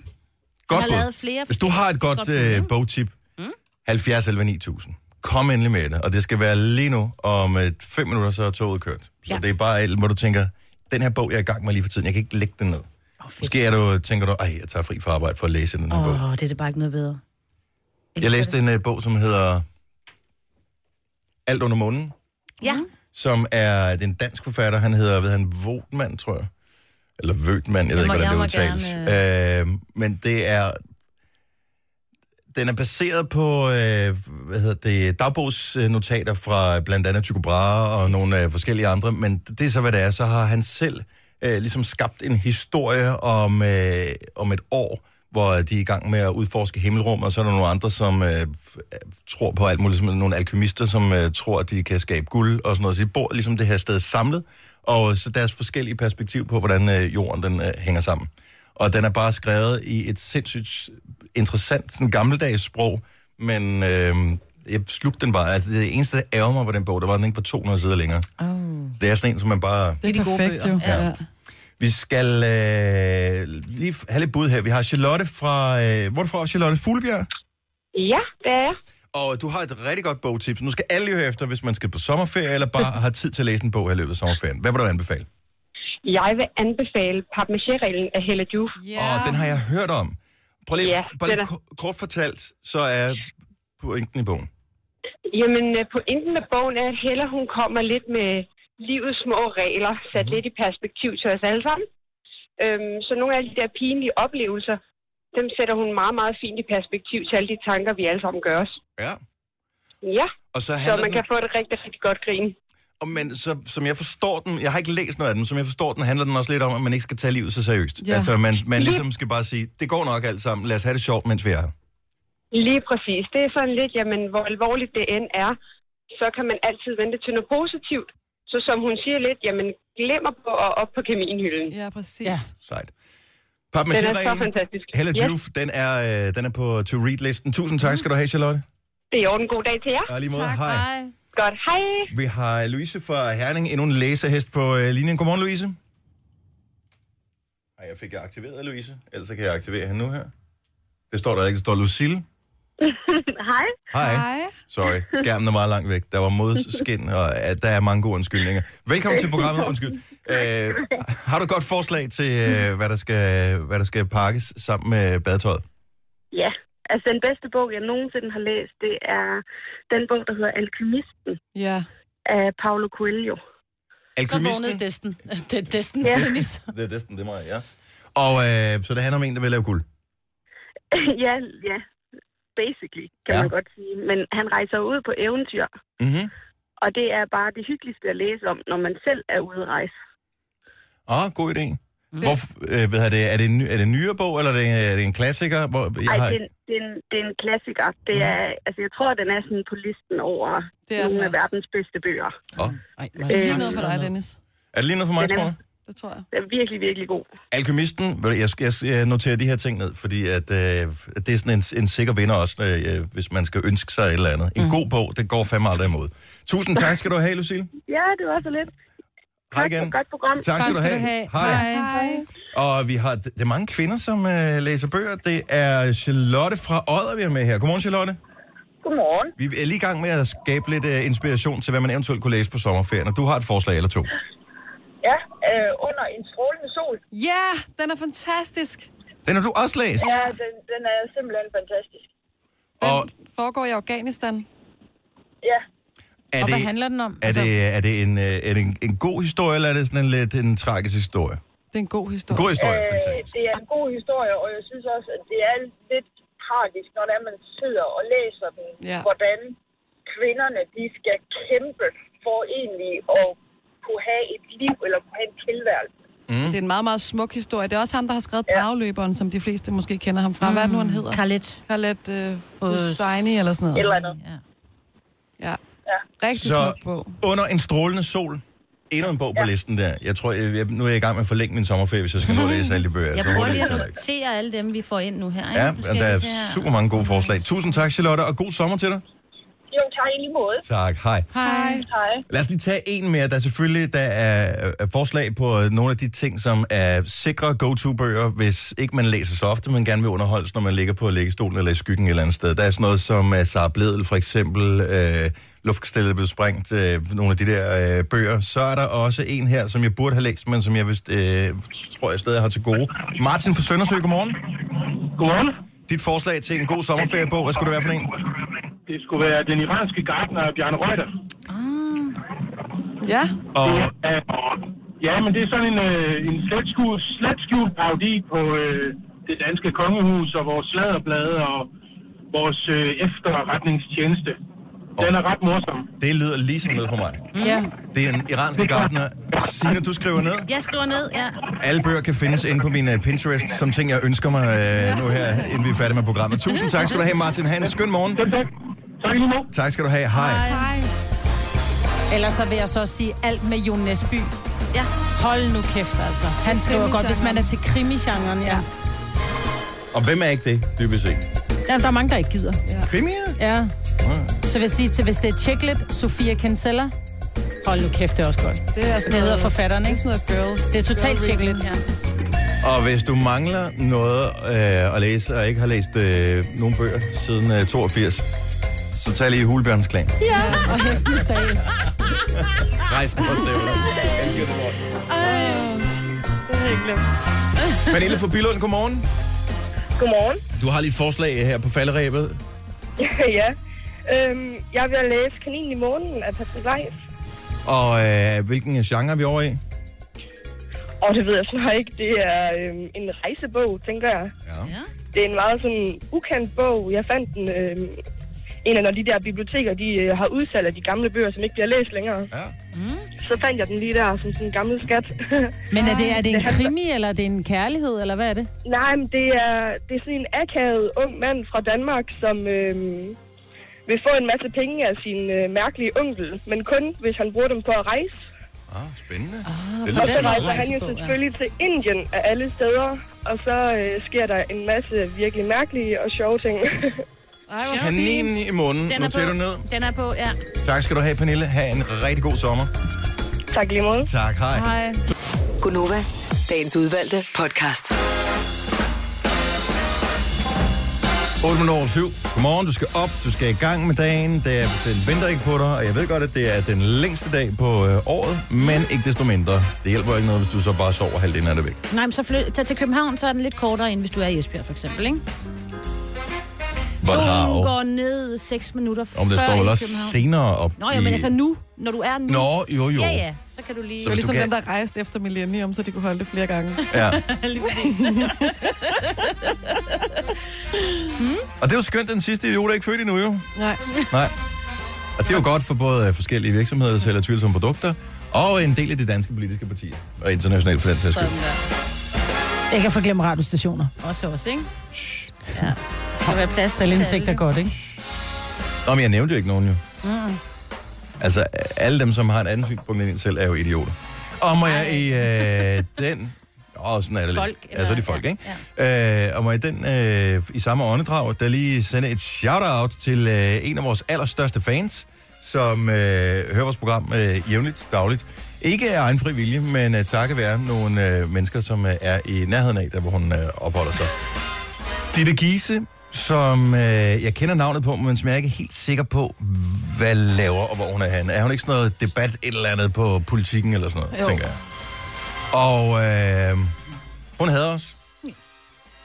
A: Godt
C: har
A: bud.
C: lavet flere
A: Hvis du har et godt,
C: godt bud,
A: øh,
C: ikke? Mm.
A: bogtip, 70 11 9000, kom endelig med det. Og det skal være lige nu, om øh, fem minutter, så er toget kørt. Så
C: Ja.
A: det er bare alt, hvor du tænker, den her bog, jeg er i gang med lige for tiden, jeg kan ikke lægge den ned. Måske er du, tænker du, ej, jeg tager fri fra arbejde for at læse den her
C: Åh,
A: bog.
C: oh, det er det bare ikke noget bedre.
A: Jeg læste en øh, bog, som hedder Alt under månen.
C: Ja,
A: som er det er en dansk forfatter. Han hedder, ved han, Votman, tror jeg. Eller Vøtman, jeg ved
C: Jeg
A: ikke,
C: må-
A: hvordan det
C: jeg
A: udtales.
C: må
A: Øh, men det er... Den er baseret på, øh, hvad hedder det, dagbogsnotater fra blandt andet Tycho Brahe og nogle øh, forskellige andre, men det er så, hvad det er. Så har han selv øh, ligesom skabt en historie om, øh, om et år, hvor de er i gang med at udforske himmelrum, og så er der nogle andre, som øh, tror på alt muligt, som nogle alkymister, som øh, tror, at de kan skabe guld og sådan noget. Så de bor ligesom det her sted samlet, og så deres forskellige perspektiv på, hvordan øh, jorden den øh, hænger sammen. Og den er bare skrevet i et sindssygt interessant, sådan gammeldags sprog, men øh, jeg slugte den bare. Altså, det eneste, der ærger mig ved den bog, der var den ikke på 200 sider længere. Oh. Det er sådan en, som man bare...
D: Det er
C: de gode
D: perfekt,
C: bøger.
D: jo.
A: Ja. Vi skal øh, lige f- have lidt bud her. Vi har Charlotte fra... Øh, hvor er du fra, Charlotte? Fuglebjerg?
G: Ja, det er jeg.
A: Og du har et rigtig godt bogtips. Nu skal alle jo høre efter, hvis man skal på sommerferie, eller bare har tid til at læse en bog her i løbet af sommerferien. Hvad vil du anbefale?
G: Jeg vil anbefale papmaché-reglen af Hella Juf.
A: Ja. Og den har jeg hørt om. Prøv lige,
G: Ja,
A: bare lige
G: den er-
A: ko- kort fortalt, så er pointen i bogen.
G: Jamen, øh, pointen med bogen er, at Hella hun kommer lidt med livets små regler, sat lidt i perspektiv til os alle sammen. Øhm, så nogle af de der pinlige oplevelser, dem sætter hun meget, meget fint i perspektiv til alle de tanker, vi alle sammen gør os.
A: Ja.
G: Ja,
A: Og så
G: så
A: handler
G: man
A: den,
G: kan få et rigtig, rigtig godt grin.
A: og men så, som jeg forstår den, jeg har ikke læst noget af den, som jeg forstår den, handler den også lidt om, at man ikke skal tage livet så seriøst. Ja.
D: Ja.
A: Altså, man, man ligesom skal bare sige, det går nok alt sammen, lad os have det sjovt, mens vi er her.
G: Lige præcis. Det er sådan lidt, jamen, hvor alvorligt det end er, så kan man altid vente til noget positivt. Så som hun siger lidt, jamen, glemmer på og op på kaminhylden.
D: Ja, præcis.
B: Ja.
D: Ja.
A: Sejt.
G: Den er så
A: Papmaché-reglen,
G: fantastisk.
A: Hella
G: Ja,
A: Juf, den, er, øh, den er på to-read-listen. Tusind tak skal du have, Charlotte.
G: det er en god dag til jer.
A: Og lige måde, hej.
G: Godt, hej.
A: Vi har Louise fra Herning, endnu en læserhest på øh, linjen. Godmorgen, Louise. Ej, jeg fik jeg aktiveret Louise, ellers så kan jeg aktivere hende nu her. Det står der ikke, det står Lucille.
G: Hej.
A: Hej.
D: Hej.
A: Sorry, skærmen er meget langt væk. Der var modskin, og øh, der er mange gode undskyldninger. Velkommen til programmet, undskyld. Øh, har du et godt forslag til, øh, hvad der, skal, hvad der skal pakkes sammen med badetøjet?
H: Ja, altså den bedste bog, jeg nogensinde har læst, det er den bog, der hedder Alkymisten
D: Ja.
H: af Paulo Coelho.
B: Så vågnede
A: Alkymisten?
B: Desten. Det er Desten.
H: Ja.
B: Disney.
A: Det er Desten, det er mig, ja. Og øh, så det handler om en, der vil lave guld.
H: ja, ja, basically, kan
A: Ja.
H: ja. man godt sige. Men han rejser ud på eventyr,
A: Mhm.
H: og det er bare det hyggeligste at læse om, når man selv er ude at rejse.
A: Åh, oh, god idé. Hvor, øh, hvad er, det, er, det en, ny- er det en nyere bog, eller er det, er det en klassiker? Hvor, jeg
H: Ej,
A: har,
H: det, er en- det, er en, det er en klassiker. Det er, altså, jeg tror, den er sådan på listen over
D: Det er den
H: nogle af
D: også.
H: verdens bedste bøger.
A: Åh.
B: Ej, hvor er
D: Det
B: det
D: er lige
B: langt
A: Øhm.
D: noget for dig,
B: sådan
D: Dennis.
A: er det lige noget for mig,
H: Den er-
A: tror jeg?
D: det tror jeg.
H: Den er virkelig, virkelig god.
A: Alkymisten, ved du, jeg, skal- jeg, skal- jeg noterer de her ting ned, fordi at, øh, at det er sådan en, en sikker vinder også, øh, hvis man skal ønske sig et eller andet. En mm. god bog, det går fandme aldrig imod. Tusind tak skal du have, Lucille.
H: Ja, det var så lidt.
A: Hej
H: Tak for
A: igen.
H: et Godt program.
A: Tak skal du have. Hej.
D: Hej.
A: Og vi har, det er mange kvinder, som øh, læser bøger. Det er Charlotte fra Odder, vi har med her. Godmorgen, Charlotte.
H: Godmorgen.
A: Vi er lige i gang med at skabe lidt øh, inspiration til, hvad man eventuelt kunne læse på sommerferien. Og du har et forslag eller to.
H: Ja, øh, under en strålende sol.
D: Ja, den er fantastisk.
A: Den har du også læst.
H: Ja, den, den er simpelthen fantastisk.
D: Den
A: Og-
D: og... foregår i Afghanistan.
H: Ja,
A: Er
B: Og hvad
A: det,
B: handler den om? Altså,
A: er det, er det, en, øh, er det en, en god historie, eller er det sådan en lidt en tragisk historie?
D: Det er en god historie.
A: God historie,
H: øh,
A: fantastisk.
H: det er en god historie, og jeg synes også, at det er lidt tragisk, når det er, man sidder og læser den,
D: Ja.
H: hvordan kvinderne de skal kæmpe for egentlig at kunne have et liv eller kunne have en tilværelse.
D: Det er en meget, meget smuk historie. Det er også ham, der har skrevet Drageløberen, som de fleste måske kender ham fra. Hvad er det nu, han hedder?
C: Carlet.
D: Khaled Mm. øh, Husseini eller sådan noget.
H: Eller andet.
C: Ja.
D: Ja.
H: Ja.
D: Rigtig
A: Så
D: smuk bog.
A: under en strålende sol, endnu en bog på listen der. Jeg tror, jeg, jeg, nu er jeg i gang med at forlænge min sommerferie, hvis jeg skal nå at læse alle de bøger.
C: Jeg
A: så
C: prøver
A: hurtigt
C: lige at
A: læser jeg Altså, ikke.
C: notere alle dem, vi får ind nu her.
A: Ja,
C: ikke? Nu skal
A: og der
C: jeg
A: er
C: se her.
A: super mange gode forslag. Tusind tak, Charlotte, og god sommer til dig.
H: Jo, tak i lige måde.
A: Tak, hej.
D: Hej.
H: Hej.
A: Lad os lige tage en mere. Der er selvfølgelig der er, er forslag på øh, nogle af de ting, som er sikre go-to-bøger, hvis ikke man læser så ofte, men gerne vil underholdes, når man ligger på lægestolen eller i skyggen et eller andet sted. Der er sådan noget som uh, Sara Bledel, for eksempel, øh, Luftkastellet blev sprængt, øh, nogle af de der øh, bøger. Så er der også en her, som jeg burde have læst, men som jeg vist, øh, tror, jeg stadig har til gode. Martin fra Søndersø, godmorgen.
I: Godmorgen.
A: Dit forslag til en god sommerferiebog, hvad skulle det være for en?
I: Det skulle være den iranske gartner af Bjarne Reuter.
D: Ja.
A: Og
I: Ja, ja, men det er sådan en, øh, en slet skjult, slet skjult parodi på øh, det danske kongehus og vores sladderblade og vores øh, efterretningstjeneste. Den er ret morsom.
A: det lyder ligesom noget for mig.
B: Ja.
A: Det er en iransk gartner. Signe, du skriver ned.
C: Jeg skriver ned, ja.
A: Alle bøger kan findes inde på min øh, Pinterest, som ting, jeg ønsker mig øh, nu her, inden vi er færdige med programmet. Tusind tak skal du have, Martin Hans. Skøn morgen.
I: Den, den. Tak lige nu.
A: Tak skal du have. Hej.
B: Ellers så vil jeg så sige alt med Jon Nesby.
C: ja.
B: Hold nu kæft, altså. Han skriver godt, hvis man er til krimi-genren, ja.
A: Og hvem er ikke det, dybest set?
B: ja. Der er mange, der ikke gider.
A: Krimier?
B: Ja. Så vil jeg sige til, hvis det er Checklet, Sofia Kinsella. Hold nu kæft, det er også godt.
D: Det er
B: Det hedder forfatteren,
D: Det er
B: ikke?
D: sådan noget girl.
B: Det er totalt
D: girl reading.
B: Checklet, ja.
A: Og hvis du mangler noget øh, at læse, og ikke har læst øh, nogen bøger siden øh, 82, så tag lige Hulbjørns Klan.
B: Og hestens dag.
A: Rejsen på stævler. Pernille fra Bilund, godmorgen.
H: Godmorgen.
A: Du har lige et forslag her på falderæbet.
H: ja. Øhm, jeg vil læse Kaninen i månen af Patrick Leif.
A: Og øh, hvilken genre er vi over i?
H: Og det ved jeg snart ikke. Det er øhm, en rejsebog, tænker jeg.
A: Ja.
H: Det er en meget sådan ukendt bog. Jeg fandt den øhm, en af når de der biblioteker, de øh, har udsalg af de gamle bøger, som ikke bliver læst længere.
A: ja.
H: Så fandt jeg den lige der som sådan en gammel skat.
B: Men er det, er det en krimi, eller er det en kærlighed, eller hvad er det?
H: Nej, men det er, det er sådan en akavet ung mand fra Danmark, som øhm, vil få en masse penge af sin øh, mærkelige onkel, men kun hvis han bruger dem på at rejse.
A: Ah, spændende. Ah,
H: Og så
B: den
H: rejser
B: måde.
H: han jo
B: Rejsebog, ja.
H: selvfølgelig til Indien af alle steder, og så øh, sker der en masse virkelig mærkelige og sjove ting.
D: Ej, hvor
A: Kaninen
D: fint.
A: i munden.
C: Den
A: Nu
C: er på.
A: tager du ned.
C: Den er på, ja.
A: Tak skal du have, Pernille. Ha' en rigtig god sommer.
H: tak lige måde.
A: Tak, hej.
D: Hej.
E: Gunova, dagens udvalgte podcast.
A: 8 minutter over 7. Godmorgen, du skal op, du skal i gang med dagen. Det er, den venter ikke på dig, og jeg ved godt, at det er den længste dag på øh, året, men
C: Mm.
A: ikke desto mindre. Det hjælper ikke noget, hvis du så bare sover halvdelen af det væk.
C: Nej, men så flyt, tag til København, så er den lidt kortere, end hvis du er i Esbjerg, for eksempel, ikke? Solen
A: Hvor
C: går ned 6 minutter før
A: Om det står
C: i
A: vel også
C: København.
A: senere op
C: Nå, ja, men altså nu, når du er nu.
A: Nå, jo, jo.
C: Ja, ja, så kan du lige...
A: Så
D: Det var
A: hvis
D: ligesom
A: du kan-
D: den, der rejste efter Millennium, så de kunne holde det flere gange.
A: Ja. og det er jo skønt, den sidste idiot er ikke født endnu, jo.
D: Nej.
A: Nej. Og det er jo godt for både øh, forskellige virksomheder, der sælger tvivlsomme produkter, og en del af de danske politiske partier, og internationalt for den sags skyld.
B: Jeg kan forglemme radiostationer.
C: Også os, ikke? Ja. Der skal være plads til
B: Selvindsigt er
C: alle.
B: godt, ikke?
A: Nå, men jeg nævnte jo ikke nogen, jo. Mm. Altså, alle dem, som har en anden synspunkt end en selv, er jo idioter. Og må jeg i øh, den... Åh, sådan er det lidt.
C: Folk,
A: ja, så er
C: eller-
A: det folk,
C: ja,
A: ikke? Ja. Øh, og må jeg i den, øh, i samme åndedrag, der lige sende et shout-out til øh, en af vores allerstørste fans, som øh, hører vores program øh, jævnligt, dagligt. Ikke af egen fri vilje, men øh, takket være nogle øh, mennesker, som øh, er i nærheden af, der hvor hun øh, opholder sig. Ditte Giese, som øh, jeg kender navnet på, men som jeg ikke er helt sikker på, hvad laver og hvor hun er henne. Er hun ikke sådan noget debat et eller andet på politikken eller sådan noget, jo.
D: Jo.
A: tænker jeg. Og øh, hun havde os.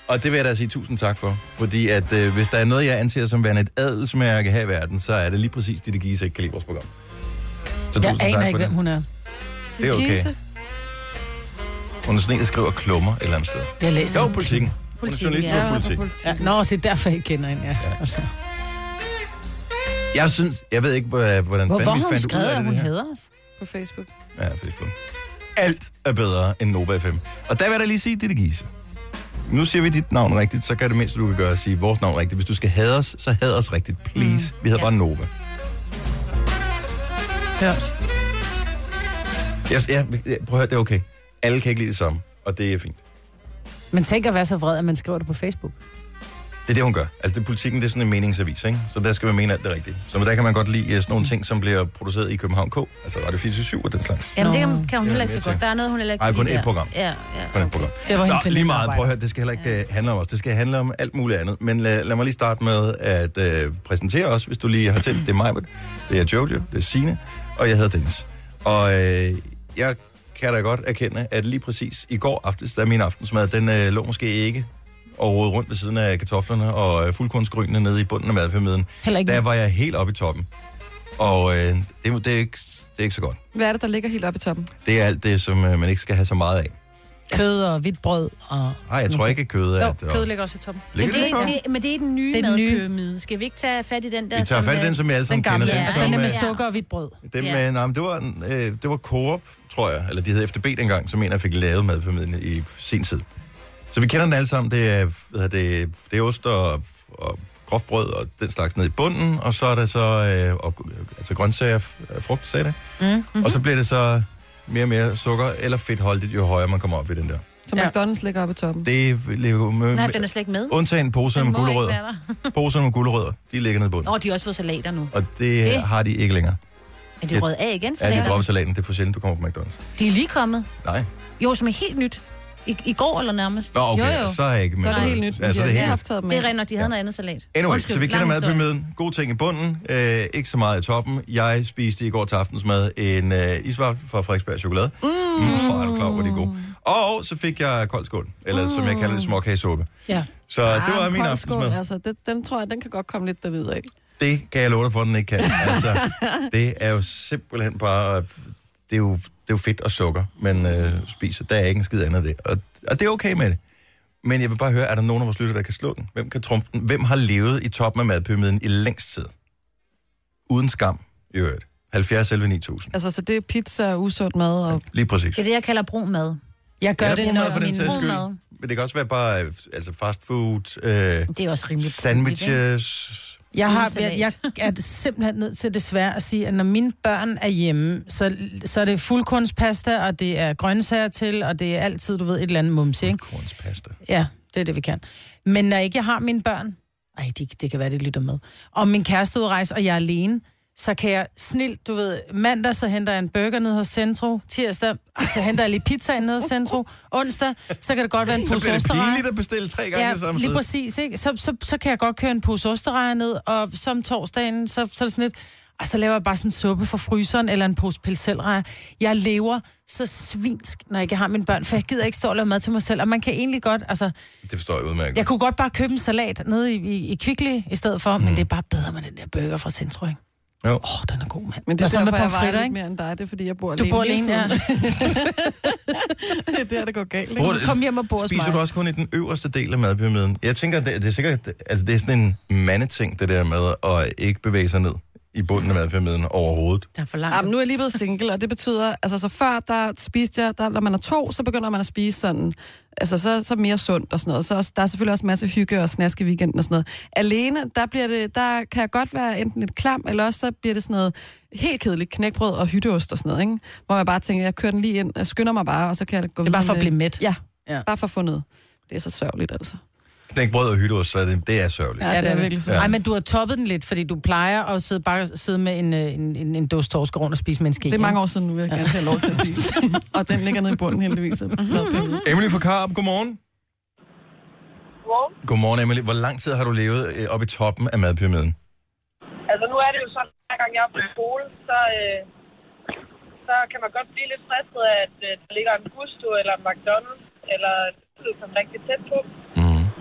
A: Og det vil jeg da sige tusind tak for. Fordi at øh, hvis der er noget, jeg anser som værende et adelsmærke her i verden, så er det lige præcis Ditte Giese, ikke kan lide vores program. Så
B: Jeg
A: tusind tak
B: aner
A: for
B: ikke,
A: det.
B: hvem hun er.
A: Det er okay.
D: Skise.
A: Hun er sådan en, der skriver klummer et eller andet sted.
B: Jeg læser.
A: Jo, politikken. Hun er
C: Politikken,
A: journalist
C: ja.
A: ja, politik.
B: Ja, nå, det er derfor, jeg kender hende, ja. Altså.
A: Jeg synes, jeg ved ikke, hvor- hvordan
C: Hvor, hvor
A: fanden
C: har
A: vi
C: hun
A: fandt ud
C: skrevet,
A: af
C: at
A: det,
C: hun
A: det her.
C: hedder os?
D: På Facebook.
A: Ja, Facebook. Alt er bedre end Nova FM. Og der vil jeg da lige sige, det Gise. Nu siger vi dit navn rigtigt, så kan det mindste, du kan gøre, at sige vores navn rigtigt. Hvis du skal have os, så have os rigtigt, please. Mm. Vi hedder ja. bare Nova.
B: Hørt.
A: Jeg, jeg, jeg, prøv at høre, det er okay. Alle kan ikke lide det samme, og det er fint.
B: Men tænk at være så vred, at man skriver det på Facebook.
A: Det er det, hun gør. Altså, det, politikken det er sådan en meningsavis, ikke? Så der skal man mene alt det rigtige. Så der kan man godt lide øh, sådan nogle ting, som bliver produceret i København K. Altså Radio 427 og den slags.
C: Jamen, det
B: Nå.
C: kan, kan hun heller ikke
A: jeg
C: så godt.
A: tænker.
C: Der er noget, hun heller ikke
A: Ej,
C: kan
A: kun
C: lide
A: ét
C: der.
A: program.
C: Ja, ja.
A: På det program.
B: Det var
A: Nå,
B: hendes
A: lige meget. Prøv at
B: familiearbejde.
A: høre, det skal heller ikke ja. handle om os. Det skal handle om alt muligt andet. Men øh, lad, lad mig lige starte med at øh, præsentere os, hvis du lige har tændt. Det er mig, det er Jojo, det er Sine og jeg hedder Dennis. Og øh, jeg kan da godt erkende, at lige præcis i går aftes, da min aftensmad, den øh, lå måske ikke og rode rundt ved siden af kartoflerne og øh, fuldkornsgrynene nede i bunden af madpyramiden.
B: Heller ikke
A: Der var jeg helt oppe i toppen. Og øh, det, det, er ikke, det er ikke så godt.
D: Hvad er det, der ligger helt oppe i toppen?
A: Det er alt det, som øh, man ikke skal have så meget af.
B: kød og hvidt brød og...
A: Nej, jeg tror ikke, at kødet er...
B: Jo, kød ligger også i toppen.
C: Men
A: Ligger
C: det,
A: det,
C: er,
A: det,
C: det, men det er den nye
B: Det er den nye.
C: madpyramide. Skal vi ikke tage fat i den der?
A: Vi tager
C: som
A: fat i
C: er-
A: den, som jeg alle sammen
B: Den gamle,
A: kender.
B: ja.
A: Den,
B: altså
A: som,
B: den er med
A: øh,
B: sukker og hvidt brød.
A: Dem,
C: Ja.
A: ja. nej, men det var, øh, det var Coop, tror jeg, eller de hed FDB dengang, som en, jeg fik lavet madformidlende i sin tid. Så vi kender den alle sammen. Det er, hvad hedder det, det er ost og, og groft brød og den slags ned i bunden, og så er der så øh, og, altså grøntsager, f- øh, frugt, sagde det. Mm-hmm. Og så bliver det så mere og mere sukker eller fedtholdigt, jo højere man kommer op i den der.
D: Så
B: Ja.
D: McDonald's ligger oppe i toppen.
A: Det lever med,
C: Nej, den er slet ikke med.
A: undtagen poserne
C: Den
A: med
C: må ikke
A: gulerødder.
C: være der.
A: Poserne med gulerødder, de ligger nede i bunden.
C: Nå, de har også fået salater nu.
A: Og det, det,
C: Det-
A: har de ikke længere.
C: Er de
A: Ja.
C: røget af igen?
A: Ja, de
C: salater?
A: dropper salaten. Det er for sjældent, du kommer på McDonald's.
C: de er lige kommet.
A: Nej.
C: Jo, som er helt nyt. I, I går eller nærmest.
A: Nå, okay,
C: Jo, jo.
A: så er jeg ikke med.
D: Så er det
A: på
D: helt nyt.
A: Ja, så er altså, det
D: de
A: helt
D: har
A: nyt.
D: haft taget
C: Det
D: med.
C: er rent nok, de havde noget andet salat.
A: Anyway, så vi kender
C: lang historie.
A: madpyramiden. Gode ting i bunden. Øh, ikke så meget i toppen. Jeg spiste i går til aftensmad en øh, isvaffel fra Frederiksberg Chokolade. Mm. Mm, så er du klar, hvor de er gode. Og så fik jeg kold skål, eller mm. som jeg kalder det, småkagesuppe.
B: Ja.
A: Så ja, det var
D: Ah,
A: min
D: kold skål,
A: aftensmad.
D: Altså, det, den tror jeg, den kan godt komme lidt dervidere, ikke?
A: Det kan jeg love dig for, den ikke kan. Altså, det er jo simpelthen bare... Det er jo, det er jo fedt og sukker, man øh, spiser. Der er ikke en skid andet af det. Og, og det er okay med det. Men jeg vil bare høre, er der nogen af vores lytter, der kan slå den? Hvem kan trumfe den? Hvem har levet i toppen af madpyramiden i længst tid? Uden skam, i øvrigt. 70 11 9000.
D: Altså, så det er pizza og usund mad og
A: Lige præcis.
C: Det er det, jeg kalder brun mad.
B: Jeg gør
A: Ja,
B: det,
A: brun
B: når
A: mad for den
B: min
A: sags
B: mor...
A: skyld.
C: brun mad.
A: Men det kan også være bare øh, altså fast food, øh,
C: Det er også rimelig brunligt,
A: sandwiches,
B: Jeg, har,
C: Uden
B: jeg, jeg er simpelthen nødt til desværre at sige, at når mine børn er hjemme, så, så er det fuldkornspasta, og det er grøntsager til, og det er altid, du ved, et eller andet mums, ikke?
A: kornspasta.
B: Ja, det er det, vi kan. Men når ikke jeg har mine børn, ej, de, det kan være, de lytter med, og min kæreste er ude at rejse, og jeg er alene, så kan jeg snilt, du ved, mandag, så henter jeg en burger ned hos Centro, tirsdag, så henter jeg lige pizzaen ned hos Centro, onsdag, så kan det godt være en
A: Så
B: pose
A: bliver det
B: osterrejer.
A: pinligt at bestille tre gange
B: Ja,
A: det samme
B: lige
A: sted.
B: præcis, ikke? Så, så, så kan jeg godt køre en pose osterrejer ned, og som torsdagen, så, så er det sådan lidt, og så laver jeg bare sådan en suppe fra fryseren, eller en pose pelselrejer. Jeg lever så svinsk, når jeg ikke har mine børn, for jeg gider ikke stå og lave mad til mig selv, og man kan egentlig godt, altså,
A: Det forstår jeg udmærket.
B: jeg kunne godt bare købe en salat nede i, i, i Kvickly i stedet for, mm. men det er bare bedre med den der burger fra Centro, ikke?
A: Jo.
B: Åh, oh, den er god, mand.
D: Men det er
B: Og så med
D: derfor, jeg vejer
B: pomfritter,
D: lidt
B: ikke?
D: mere end dig. Det er, fordi jeg bor
B: Du
D: alene.
B: bor
D: hele
B: alene, ja.
D: tiden. det er der, det går galt. Ikke?
A: Bor-
B: Kom hjem og bor hos
A: Spiser
B: mig.
A: du også kun i den øverste del af madpyramiden? Jeg tænker, det, det er sikkert, altså det er sådan en mandeting, det der med at ikke bevæge sig ned i bunden af madpyramiden overhovedet.
C: Der er for langt.
D: Ja, Ah, men nu er jeg lige blevet single, og det betyder, altså så før der spiste jeg, der, når man er to, så begynder man at spise sådan, altså så, så mere sundt og sådan noget. Så også, der er selvfølgelig også masse hygge og snask i weekenden og sådan noget. Alene, der, bliver det, der kan jeg godt være enten lidt klam, eller også så bliver det sådan noget helt kedeligt knækbrød og hytteost og sådan noget, ikke? Hvor jeg bare tænker, jeg kører den lige ind, jeg skynder mig bare, og så kan jeg gå
B: Det er bare
D: videre
B: for
D: med-
B: at blive mæt.
D: Ja,
B: Ja.
D: ja, bare for at få noget. Det er så sørgeligt, altså.
A: Knæk brød og hytteost, så er det, det er sørgeligt.
D: Ja, det er virkelig
B: Nej, men du har toppet den lidt, fordi du plejer at sidde, bare sidde med en, øh, en, en, en dåse torsk rundt og spise med en ske.
D: Det er mange
B: ikke?
D: år siden, nu vil jeg gerne have lov til at sige. og den ligger nede i bunden heldigvis.
B: Mhm.
A: Emily fra Karup, godmorgen.
H: Godmorgen.
A: Godmorgen, Emily. Hvor lang tid har du levet øh, oppe i toppen af madpyramiden?
H: Altså nu er det jo sådan, hver gang jeg er på skole, så, øh, så kan man godt blive lidt stresset af, at øh, der ligger en gusto eller en McDonald's eller en som er rigtig tæt på.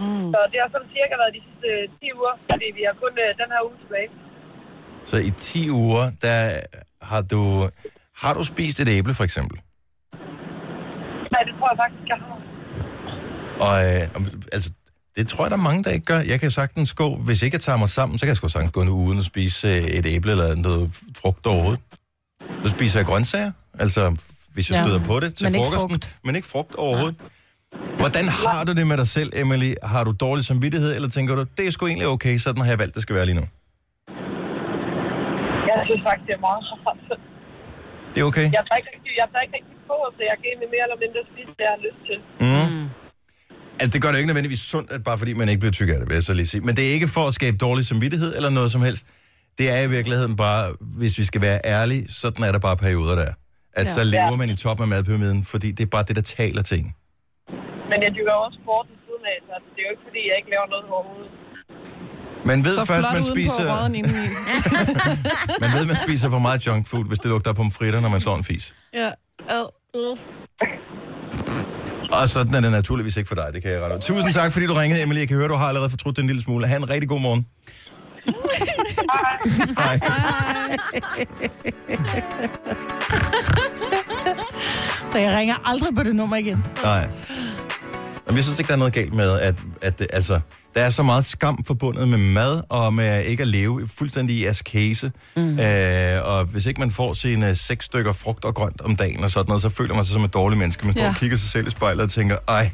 H: Mm. Så det har sådan cirka været de sidste øh, 10 uger, fordi vi har kun øh, den her uge tilbage.
A: Så i 10 uger, der har du... Har du spist et æble, for eksempel?
H: Nej, det tror jeg faktisk, jeg har.
A: Og øh, om- altså, det tror jeg, der er mange, der ikke gør. Jeg kan sagtens gå, hvis ikke jeg tager mig sammen, så kan jeg sgu sagtens gå en uge uden at spise øh, et æble eller noget frugt overhovedet. Så spiser jeg grøntsager, altså hvis jeg
B: Ja.
A: støder på det til
B: Men ikke
A: frokosten,
B: frugt.
A: men ikke frugt overhovedet. Hvordan har du det med dig selv, Emily? Har du dårlig samvittighed, eller tænker du, det er sgu egentlig okay, sådan har jeg valgt, det skal være lige nu?
H: Jeg synes faktisk, det er meget rart.
A: Det er okay?
H: Jeg tager ikke rigtig, jeg tager ikke rigtig på, så jeg kan egentlig mere eller mindre spise, hvad jeg har lyst til.
A: Altså, det gør det jo ikke nødvendigvis sundt, at bare fordi man ikke bliver tyk af det, vil jeg så lige sige. Men det er ikke for at skabe dårlig samvittighed eller noget som helst. Det er i virkeligheden bare, hvis vi skal være ærlige, sådan er der bare perioder, der er. At ja. så lever man i toppen af madpyramiden, fordi det er bare det, der taler til en.
H: Men jeg dyrker jo også sport ved siden af, så det er jo ikke fordi, jeg ikke laver noget overhovedet.
A: Man ved
D: Så
A: først,
D: flot
A: man
D: udenpå og
A: spiser,
D: rådden indeni.
A: man ved, man spiser for meget junk food, hvis det lugter af pomfritter, når man slår en fis.
D: Ja.
A: Og sådan er det naturligvis ikke for dig, det kan jeg rette ud. Tusind tak, fordi du ringede, Emily. Jeg kan høre, du har allerede fortrudt den en lille smule. Ha' en rigtig god morgen. Hej.
B: Så jeg ringer aldrig på det nummer igen.
A: Nej. Men jeg synes ikke, der er noget galt med, at, at det- altså, der er så meget skam forbundet med mad, og med ikke at leve fuldstændig i askese.
B: Mhm.
A: Mm. Øh, og hvis ikke man får sine seks stykker frugt og grønt om dagen og sådan noget, så føler man sig som et dårligt menneske. Man står
D: Ja.
A: og kigger sig selv i spejlet og tænker, ej,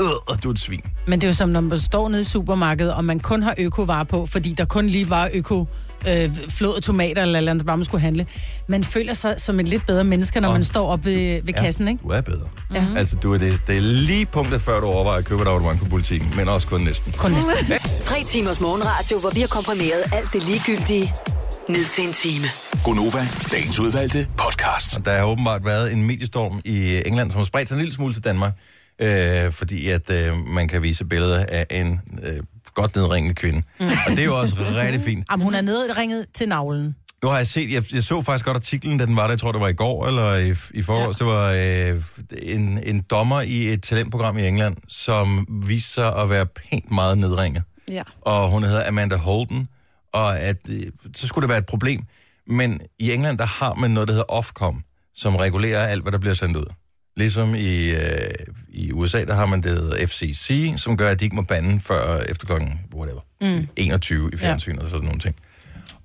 A: øh, du er et svin.
B: Men det er jo som, når man står nede i supermarkedet, og man kun har økovarer på, fordi der kun lige var øko øh, flåede tomater eller eller andet, hvad man skulle handle. Man føler sig som et lidt bedre menneske, når
A: Og-
B: man står op ved, ved kassen, ikke? Mhm.
A: Du er bedre. Mm. Altså, du er det, det er lige punktet, før du overvejer at købe et abonnement på politikken, men også kun næsten.
B: Kun næsten.
E: Tre timers morgenradio, hvor vi har komprimeret alt det ligegyldige ned til en time.
F: Gonova, dagens udvalgte podcast.
A: Og der har åbenbart været en mediestorm i England, som har spredt sig en lille smule til Danmark, øh, fordi at øh, man kan vise billeder af en øh, godt nedringende kvinde. Og det er jo også rigtig fint.
B: Jamen, hun er nedringet til navlen.
A: Nu har jeg set, jeg, jeg så faktisk godt artiklen, da den var der, jeg tror det var i går eller i, i forgårs, ja. det var øh, en, en dommer i et talentprogram i England, som viste sig at være pænt meget nedringet
D: ja.
A: og hun hedder Amanda Holden, og at øh, så skulle det være et problem. Men i England, der har man noget, der hedder Ofcom, som regulerer alt, hvad der bliver sendt ud. Ligesom i, øh, i USA, der har man det der hedder FCC, som gør, at de ikke må bande før efter klokken whatever, mm. 21 i fjernsynet og sådan nogle ting.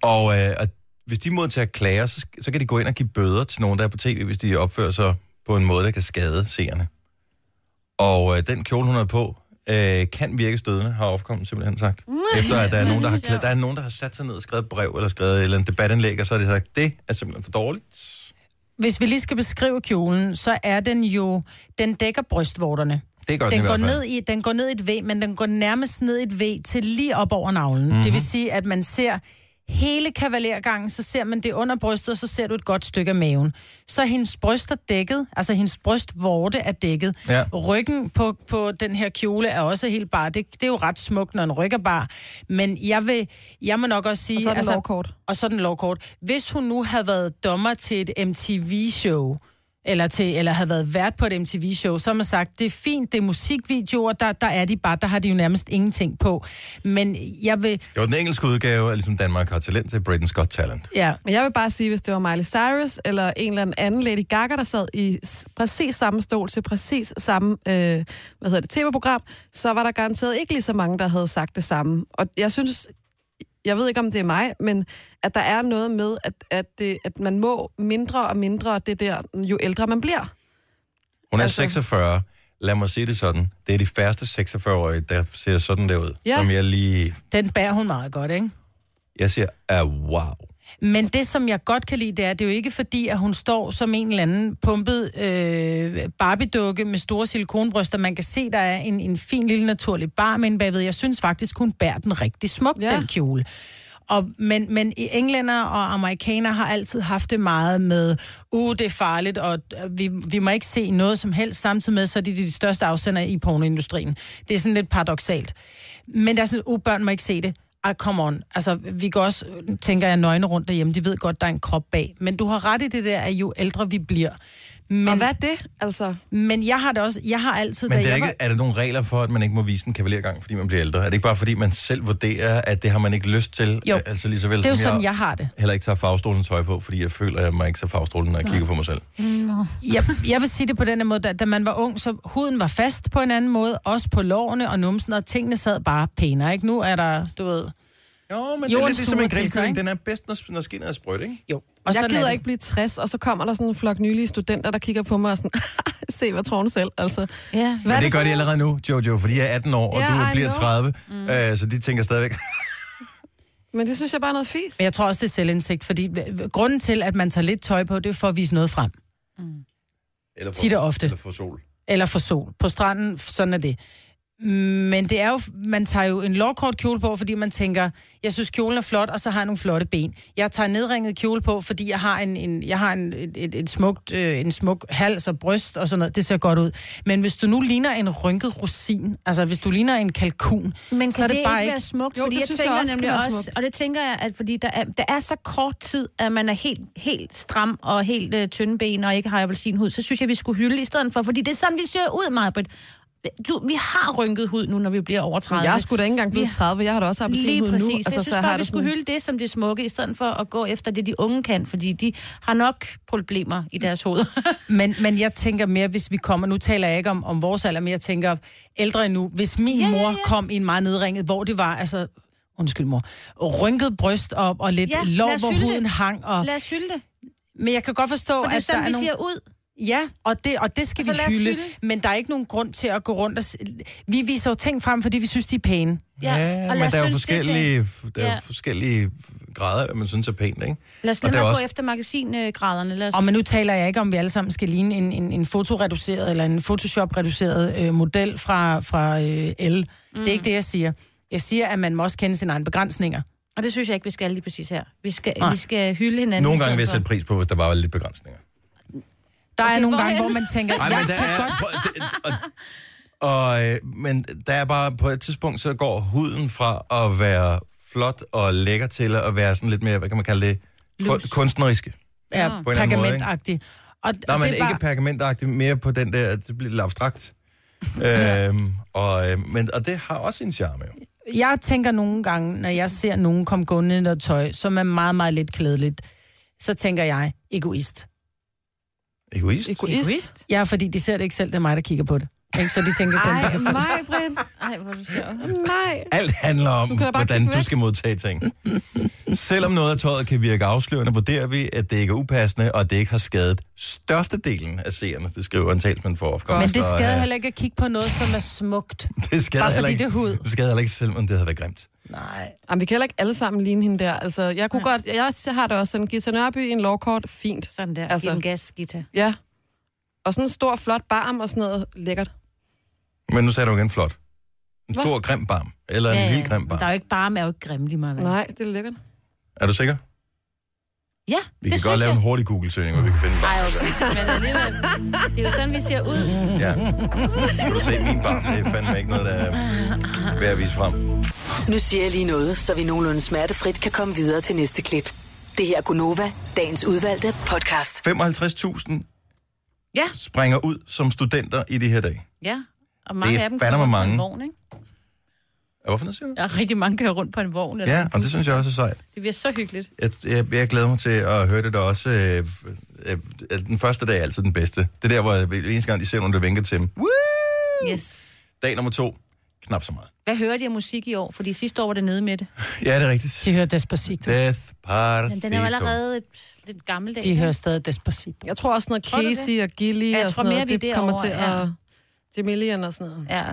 A: Og, øh, og hvis de modtager klager, så, sk- så kan de gå ind og give bøder til nogen, der er på tv, hvis de opfører sig på en måde, der kan skade seerne. Og øh, den kjole, hun har på, øh, kan virke stødende, har opkommet simpelthen sagt. Efter at der er, nogen, der, har, klæ- der er nogen, der har sat sig ned og skrevet et brev, eller skrevet et eller andet debatindlæg, og så har de sagt, det er simpelthen for dårligt.
B: Hvis vi lige skal beskrive kjolen, så er den jo... Den dækker brystvorterne.
A: Det gør den,
B: Den
A: i
B: går,
A: hvert fald.
B: ned i, den går ned i et V, men den går nærmest ned i et V til lige op over navlen.
A: Mhm.
B: Mm-hmm. Det vil sige, at man ser hele kavalergangen, så ser man det under brystet, og så ser du et godt stykke af maven. Så er hendes bryst er dækket, altså hendes brystvorte er dækket.
A: Ja.
B: Ryggen på, på den her kjole er også helt bar. Det, det er jo ret smukt, når en ryg er bar. Men jeg, vil, jeg må nok også sige...
D: så er den lovkort.
B: altså, Og så er den lovkort. Hvis hun nu havde været dommer til et MTV-show, eller, til, eller havde været vært på et MTV-show, så har man sagt, det er fint, det er musikvideoer, der, der er de bare, der har de jo nærmest ingenting på. Men jeg vil...
A: Det var den engelske udgave, af ligesom Danmark har talent til Britain's Got Talent.
B: Ja,
D: Men jeg vil bare sige, hvis det var Miley Cyrus eller en eller anden Lady Gaga, der sad i s- præcis samme stol til præcis samme øh, hvad hedder det, tv-program, så var der garanteret ikke lige så mange, der havde sagt det samme. Og jeg synes, jeg ved ikke, om det er mig, men at der er noget med, at, at, det, at man må mindre og mindre det der, jo ældre man bliver.
A: Hun er
D: Altså-
A: 46. Lad mig sige det sådan. Det er de færreste 46-årige, der ser sådan der ud.
B: Ja.
A: Som jeg lige...
B: Den bærer hun meget godt, ikke?
A: Jeg siger, ah, wow.
B: Men det, som jeg godt kan lide, det er, det er jo ikke fordi, at hun står som en eller anden pumpet øh, Barbie-dukke med store silikonbryster. Man kan se, der er en, en fin lille naturlig barm inde bagved. Jeg synes faktisk, hun bærer den rigtig smuk, ja.
D: Ja.
B: den kjole. Og, men, men i englænder og amerikaner har altid haft det meget med, uh, det er farligt, og øh, vi, vi må ikke se noget som helst, samtidig med, så er de de største afsender i pornoindustrien. Det er sådan lidt paradoxalt. Men der er sådan, uh, børn må ikke se det. Ej, come on. Altså, vi går også, tænker jeg, nøgne rundt derhjemme. De ved godt, der er en krop bag. Men du har ret i det der, at jo ældre vi bliver. Men,
D: Og hvad er det, altså?
B: men jeg har det også, jeg har altid...
A: Men
B: da
A: det er,
B: jeg
A: ikke,
B: var-
A: er der nogle regler for, at man ikke må vise en kavalergang, fordi man bliver ældre? Er det ikke bare, fordi man selv vurderer, at det har man ikke lyst til?
B: Jo.
A: Altså lige så vel,
B: Det er jo
A: som
B: sådan, jeg har det.
A: heller ikke tager fagstrålende tøj på, fordi jeg føler, at jeg mig ikke så fagstrålende, når jeg kigger på mig selv.
B: Jeg, jeg vil sige det på den her måde, da, da man var ung, så huden var fast på en anden måde, også på lårene og numsen, og tingene sad bare pænere, ikke? Nu er der, du ved...
A: Jo, men
B: Jo,
A: jo, det er
B: en
A: lidt ligesom
B: suger
A: en
B: til sig,
A: grillkylling.
B: ikke?
A: Den er bedst, når, når skinnet er sprødt, ikke?
B: Jo,
D: Og jeg
B: og sådan er
D: gider
B: det.
D: ikke blive 60, og så kommer der sådan en flok nylige studenter, der kigger på mig og sådan, se, hvad tror hun selv, altså.
C: Ja.
D: Hvad
A: Men det gør de
D: for noget?
A: allerede nu, Jojo, fordi jeg er 18 år, og
D: Ja,
A: du
D: I
A: bliver
D: know.
A: 30. Mm. Øh, så de tænker stadigvæk,
D: Men det synes jeg bare er noget fis.
B: Men jeg tror også, det er selvindsigt, fordi øh, grunden til, at man tager lidt tøj på, det er for at vise noget frem.
A: eller for,
B: Tit og ofte.
A: Eller for sol.
B: Eller for sol. På stranden, sådan er det. Men det er jo, man tager jo en lårkort kjole på, fordi man tænker, jeg synes kjolen er flot, og så har jeg nogle flotte ben. Jeg tager nedringet kjole på, fordi jeg har en, en jeg har en, et, et, et smukt, øh, en smuk hals og bryst og sådan noget. Det ser godt ud. Men hvis du nu ligner en rynket rosin, altså hvis du ligner en kalkun,
C: Men kan
B: så er det,
C: det
B: bare
C: ikke være
B: ikke...
C: smukt?
D: Jo,
C: Jo, fordi
D: det
C: jeg
D: synes
C: tænker
D: jeg
C: jeg
D: også
C: også
D: kan
C: nemlig
D: være
C: også,
D: smukt.
C: og det tænker jeg, at fordi der er, der er så kort tid, at man er helt, helt stram og helt øh, tynde ben og ikke har appelsinhud, så synes jeg, vi skulle hylde i stedet for, fordi det er sådan, vi ser ud, Marbet. Du, vi har rynket hud nu, når vi bliver over 30.
D: Jeg skulle da ikke engang blive
C: Vi-
D: 30, jeg har da også
C: Lige
D: appelsinhud nu.
C: præcis. Nu, altså, jeg
D: jeg
C: synes bare,
D: har
C: vi
D: det
C: skulle
D: sådan-
C: hylde det som det smukke, i stedet for at gå efter det, de unge kan, fordi de har nok problemer i deres hoved.
B: Men, men jeg tænker mere, hvis vi kommer... Nu taler jeg ikke om, om vores alder, men jeg tænker ældre endnu. Hvis min ja,
C: ja,
B: mor
C: ja.
B: kom i en meget nedringet, hvor det var... altså Undskyld, mor. Rynket bryst op og lidt ja,
C: Ja, lad
B: lov,
C: os
B: hvor
C: hylde det.
B: huden hang. Og,
C: Lad os hylde det,
B: men jeg kan godt forstå,
C: for det er jo
B: at der
C: sådan,
B: er
C: vi
B: nogle...
C: ser ud.
B: Ja, og det, og det skal
C: Så
B: vi
C: lad os
B: hylde,
C: hylde.
B: Men der er ikke nogen grund til at gå rundt og... s- Vi viser jo ting frem, fordi vi synes, de er pæne.
A: Ja, ja
C: og lad
A: men
C: os
A: der er jo
C: synes, det er
A: forskellige,
C: pænt.
A: der er
C: Ja.
A: jo forskellige grader, at man synes er pænt, ikke?
C: Lad os
A: Og
C: lade
A: der er
C: mig
A: også-
C: gå efter magasingraderne. Lad os...
B: Og men nu taler jeg ikke om, at vi alle sammen skal ligne en, en, en fotoreduceret eller en Photoshop-reduceret øh, model fra, fra øh, L. Mm. Det er ikke det, jeg siger. Jeg siger, at man må også kende sine egne begrænsninger.
C: Og det synes jeg ikke, vi skal lige præcis her. Vi skal,
B: Nej.
C: vi skal hylde hinanden.
A: Nogle
C: i
A: gange
C: stedet
A: vil jeg
C: for.
A: sætte pris på, hvis der bare var lidt begrænsninger.
B: Der okay, er
C: Okay,
B: nogle gange,
C: hvorhen?
B: hvor man tænker,
A: Nej, men der er... Prøv, det, og, og, øh, men der er bare... På et tidspunkt, så går huden fra at være flot og lækker til at være sådan lidt mere, hvad kan man kalde det? Kun, kunstneriske.
B: ja,
A: på en anden måde, ikke?
B: pergamentagtig. Og,
A: Nej,
B: og
A: men
B: det er
A: ikke
B: bare,
A: pergamentagtigt, mere på den der, det bliver lidt abstrakt. øhm, og, øh, men, og det har også en charme, jo.
B: jeg tænker nogle gange, når jeg ser nogen komme gående i noget tøj, som er meget, meget lidt klædeligt, så tænker jeg, egoist.
A: Egoist.
D: Egoist.
B: Ja, fordi de ser det ikke selv, det er mig, der kigger på det. Ikke? Så de tænker kun på
D: Ej,
B: sig selv.
D: mig, Britt.
C: Ej, hvor er du sjov.
D: Nej.
A: Alt handler om,
D: kan da bare
A: hvordan
D: kigge
A: du
D: væk.
A: skal modtage ting. Selvom noget af tøjet kan virke afslørende, vurderer vi, at det ikke er upassende, og at det ikke har skadet størstedelen af seerne. Det skriver en talsmand for Ofcom.
B: Men det
A: Så,
B: skader
A: øh,
B: heller ikke at kigge på noget, som er smukt.
A: det skader
B: bare fordi
A: heller ikke,
B: det er hud.
A: Det skader heller ikke, selvom det havde været grimt.
B: Nej.
D: Jamen, vi kan heller ikke alle sammen ligne hende der. Altså, jeg kunne godt... Jeg har det også sådan, Gita Nørby i en lovkort, fint.
C: Sådan der.
D: Altså.
C: Altså. En gas, Gita.
D: Ja. Og sådan en stor, flot barm og sådan noget lækkert.
A: Men nu sagde du igen flot. En
D: Hvad?
A: stor grim barm. Eller en lille grim
C: Men Der er
A: barm.
C: jo ikke bare med, er jo ikke grimme lige meget. vel?
D: Nej, det er lækkert.
A: Er du sikker?
C: Ja,
A: Vi kan
C: det
A: godt
C: synes
A: lave
C: jeg.
A: en hurtig Google-søgning, hvor vi kan finde barm.
C: Ej, jo, men alligevel, det er jo sådan, vi ser ud.
A: Ja. Kan du se min barm? Det er fandme ikke noget, der er værd at vise frem.
E: Nu siger jeg lige noget, så vi nogenlunde smertefrit kan komme videre til næste klip. Det her er Gunova, dagens udvalgte podcast.
A: 55.000
C: Ja.
A: springer ud som studenter i de her dage.
C: Ja, og mange
A: Det er
C: af dem
A: fandme
C: kører
A: mange.
C: på en vogn, ikke?
A: Ja, Hvorfor det siger du?
C: Ja, rigtig mange kører rundt på en vogn. Eller
A: Ja,
C: en
A: og
C: bus.
A: det synes jeg også er sejt.
C: Det bliver så hyggeligt.
A: Jeg, jeg, jeg glæder mig til at høre det der også. Øh, øh, øh, den første dag er altid den bedste. Det er der, hvor jeg, hver eneste gang de ser nogen, der vinker til dem. Woo!
C: Yes.
A: Dag nummer to. knap så meget.
C: Hvad hører de af musik i år? Fordi sidste år var det nede med det.
A: Ja, det er rigtigt.
B: De hører Despacito.
A: Death Party.
C: Men den er jo allerede et, lidt gammeldags.
B: De hører stadig Despacito.
D: Jeg tror også noget
C: Tror du det?
D: Casey og Gilly
C: Ja, jeg
D: og
C: tror
D: sådan noget,
C: mere, vi er
D: det kommer til
C: derovre, ja.
D: at... Jamilian og sådan noget.
C: Ja,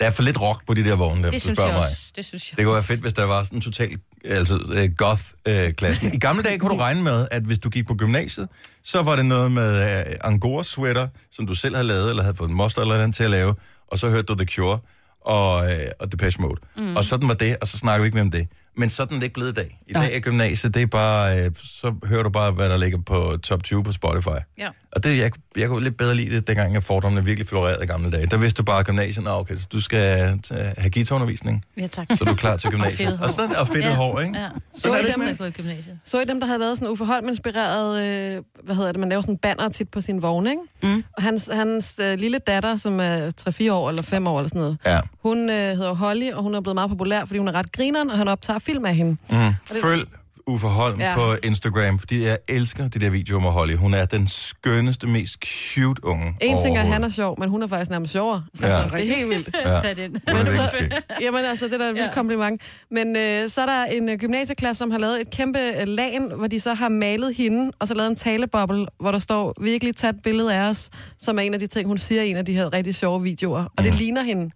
A: Der er for lidt rock på de der vogne, der,
C: det
A: hvis du
C: synes
A: spørger
C: jeg
A: mig.
C: også. Det synes jeg
A: Det kunne være
C: også.
A: fedt, hvis der var sådan en total altså, øh, goth-klasse. I gamle dage kunne du regne med, at hvis du gik på gymnasiet, så var det noget med øh, angora-sweater, som du selv havde lavet, eller havde fået en moster eller et eller andet til at lave, og så hørte du The Cure og, øh, og Depeche Mode. Mm. Og sådan var det, og så snakker vi ikke mere om det. Men sådan er det ikke blevet i dag. I dag er gymnasiet, det er bare, øh, så hører du bare, hvad der ligger på top 20 på Spotify.
C: Ja.
A: Og det, jeg, jeg kunne lidt bedre lide det, dengang at fordommene virkelig florerede i gamle dage. Der vidste du bare, at gymnasiet, "Nå, okay, så du skal øh, have guitarundervisning.
C: Ja, tak.
A: Så du er klar til gymnasiet.
C: Og fedt hår.
A: og, sådan, og fedtet
C: Ja.
A: hår, ikke?
C: Ja.
A: Så er det
C: dem,
A: sådan,
C: der går i gymnasiet.
D: Så I dem, der havde lavet sådan en Uffe Holm-inspireret, øh, hvad hedder det, man laver sådan en banner tit på sin vogn, ikke? Mm. Og hans, hans øh, lille datter, som er 3-4 år eller 5 år eller sådan noget,
A: Ja.
D: hun øh, hedder Holly, og hun er blevet meget populær, fordi hun er ret grineren, og han optager film af hende.
A: Mm. Følg Uffe Holm ja.
D: Ja.
A: på Instagram, fordi jeg elsker de der videoer med Holly. Hun er den skønneste, mest cute unge
D: En ting er, at han er
A: overhovedet.
D: sjov, men hun er faktisk nærmest sjovere. Altså,
A: Ja.
D: Det er helt vildt.
A: Ja.
C: Sat ind.
A: Hun er
D: Men
A: virkelig
D: så-
A: skæg.
D: Jamen altså, det er da et vildt
C: Ja.
D: kompliment. Men øh, så er der en øh, gymnasieklasse, som har lavet et kæmpe øh, lagen, hvor de så har malet hende, og så lavet en taleboble, hvor der står, virkelig tag et billede af os, som er en af de ting, hun siger i en af de her rigtig sjove videoer. Og det ligner hende.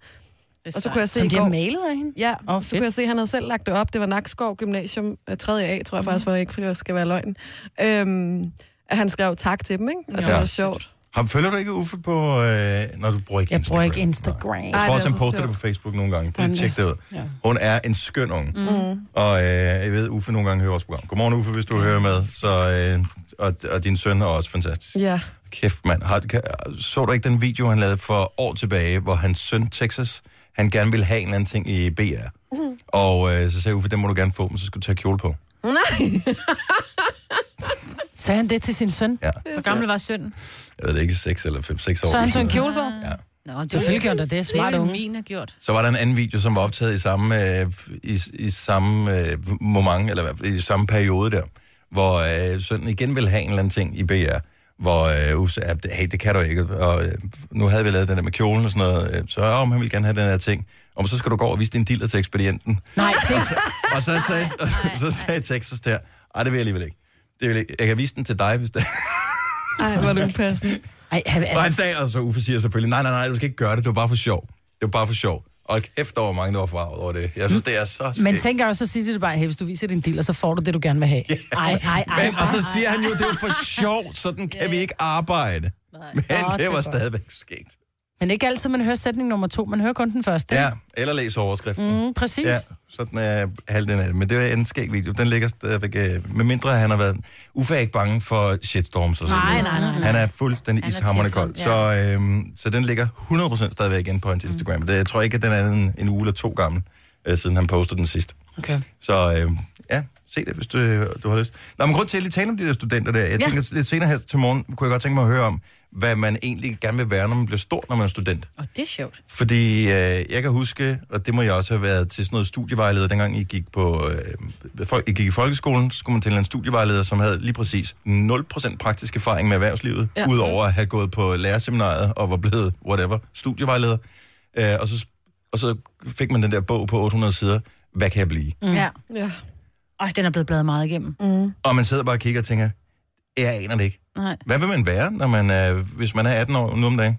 D: Og så kunne jeg se
B: Mm.
D: i
B: Som de har
D: går,
B: malet af hende?
D: Ja,
B: Åh,
D: oh, så
B: fedt.
D: kunne jeg se, at han havde selv lagt det op. Det var Nakskov Gymnasium, øh, 3. A, tror jeg faktisk, for ikke, for det skal være løgn. Øhm, at han skrev tak til dem, ikke? Og det
A: Ja.
D: var sjovt.
A: Ham følger du ikke Uffe på, øh, når du bruger ikke
B: Jeg
A: Instagram?
B: bruger ikke Instagram.
A: Jeg
D: Ej,
A: tror
D: det
A: også,
D: er
A: han
D: så
A: poster det
D: sjovt.
A: på Facebook nogle gange. Prøv lige at
B: Jamen,
A: tjekke det ud.
B: ja.
A: Hun er en skøn unge. Mm. Og øh, jeg ved, Uffe nogle gange hører vores program. Godmorgen, Uffe, hvis du hører med. Så, øh, og, og din søn er også fantastisk.
D: Ja.
A: Kæft, mand. Har, kan, så du ikke den video, han lavede for år tilbage, hvor hans søn, Texas, han gerne ville have en eller anden ting i BR. Mm. Og øh, så sagde Uffe, den må du gerne få, men så skal du tage kjole på.
B: Sagde han det til sin søn?
A: Ja.
C: Hvor gammel var sønnen?
A: Jeg ved det ikke, 6 eller 5, 6 år.
B: Så han så
A: siden.
B: en kjole på?
C: Nå, det
B: Selvfølgelig gjorde han da det. Smart
C: Smart
B: unge.
C: min har gjort.
A: så var der en anden video, som var optaget i samme, øh, i, i samme øh, moment, eller i hvert fald i samme periode der, hvor øh, sønnen igen ville have en eller anden ting i BR, hvor øh, Uffe sagde, "Ja, hey, det kan du ikke, og øh, nu havde vi lavet den der med kjolen og sådan noget, øh, så om han ville gerne have den her ting, om så skal du gå over og vise din dealer til ekspedienten.
B: Nej, det er
D: Altså-
A: Og så sagde, og, så sagde Texas der, ej, det vil jeg alligevel ikke. Det vil jeg, ikke. jeg kan vise den til dig, hvis det
D: Ej, hvor er det upassende.
B: Ej, han,
A: Og
B: han,
A: han sagde, og så Uffe siger selvfølgelig, nej, nej, nej, du skal ikke gøre det, det var bare for sjov. Det var bare for sjov. Og kæft, der var mange, der var farvet over det. Jeg synes, det er så skægt.
B: men tænk også, så siger du bare, hey, hvis du viser din deal, og så får du det, du gerne vil have. Ej, ej, ej.
A: Men, og så siger han jo, det var for sjov, sådan kan vi ikke arbejde. Men
B: Nå, det
A: det var
B: var-
A: stadigvæk skægt.
B: Men ikke altid, man hører sætning nummer to. Man hører kun den første.
A: Ja, eller læs overskriften.
B: Mm, præcis.
A: Ja,
B: Ja.
A: sådan er halvdelen af det. Men det er en skæg video. Den ligger stadigvæk, øh, med mindre han har været... Uffe er ikke bange for shitstorms og sådan
C: Nej,
A: noget.
C: nej, nej, nej.
A: Han er fuldstændig
C: Mm. Han er
A: ishammerende
C: teflon,
A: kold. Så, øhm, så den ligger 100% stadigvæk inde på hans
C: Mm.
A: Instagram. Det, jeg tror ikke, at den er en, en uge eller to gammel, øh, siden han postede den sidst.
B: Okay.
A: Så øh, ja, se det, hvis du, øh, du har lyst. Nå, men grund til, at jeg lige taler om de der studenter der, jeg ja.
C: Ja.
A: tænker lidt senere her til morgen, kunne jeg godt tænke mig at høre om, hvad man egentlig gerne vil være, når man bliver stor, når man er student.
C: Og det er sjovt.
A: Fordi øh, jeg kan huske, og det må jeg også have været til sådan noget studievejleder, dengang I gik, på, øh, folk, I gik i folkeskolen, så skulle man til en eller anden studievejleder, som havde lige præcis 0% praktisk erfaring med erhvervslivet, ja.
D: Ja.
A: udover at have gået på lærerseminariet og var blevet, whatever, studievejleder. Øh, og, så, og så fik man den der bog på 800 sider, hvad kan jeg blive?
C: Mm. Ja.
D: Ja.
C: Ej, den er blevet bladret meget igennem. Mm.
A: Og man sidder bare og kigger og tænker, jeg aner det ikke.
C: Nej.
A: Hvad vil man være, når man, øh, hvis man er 18 år nu om dagen?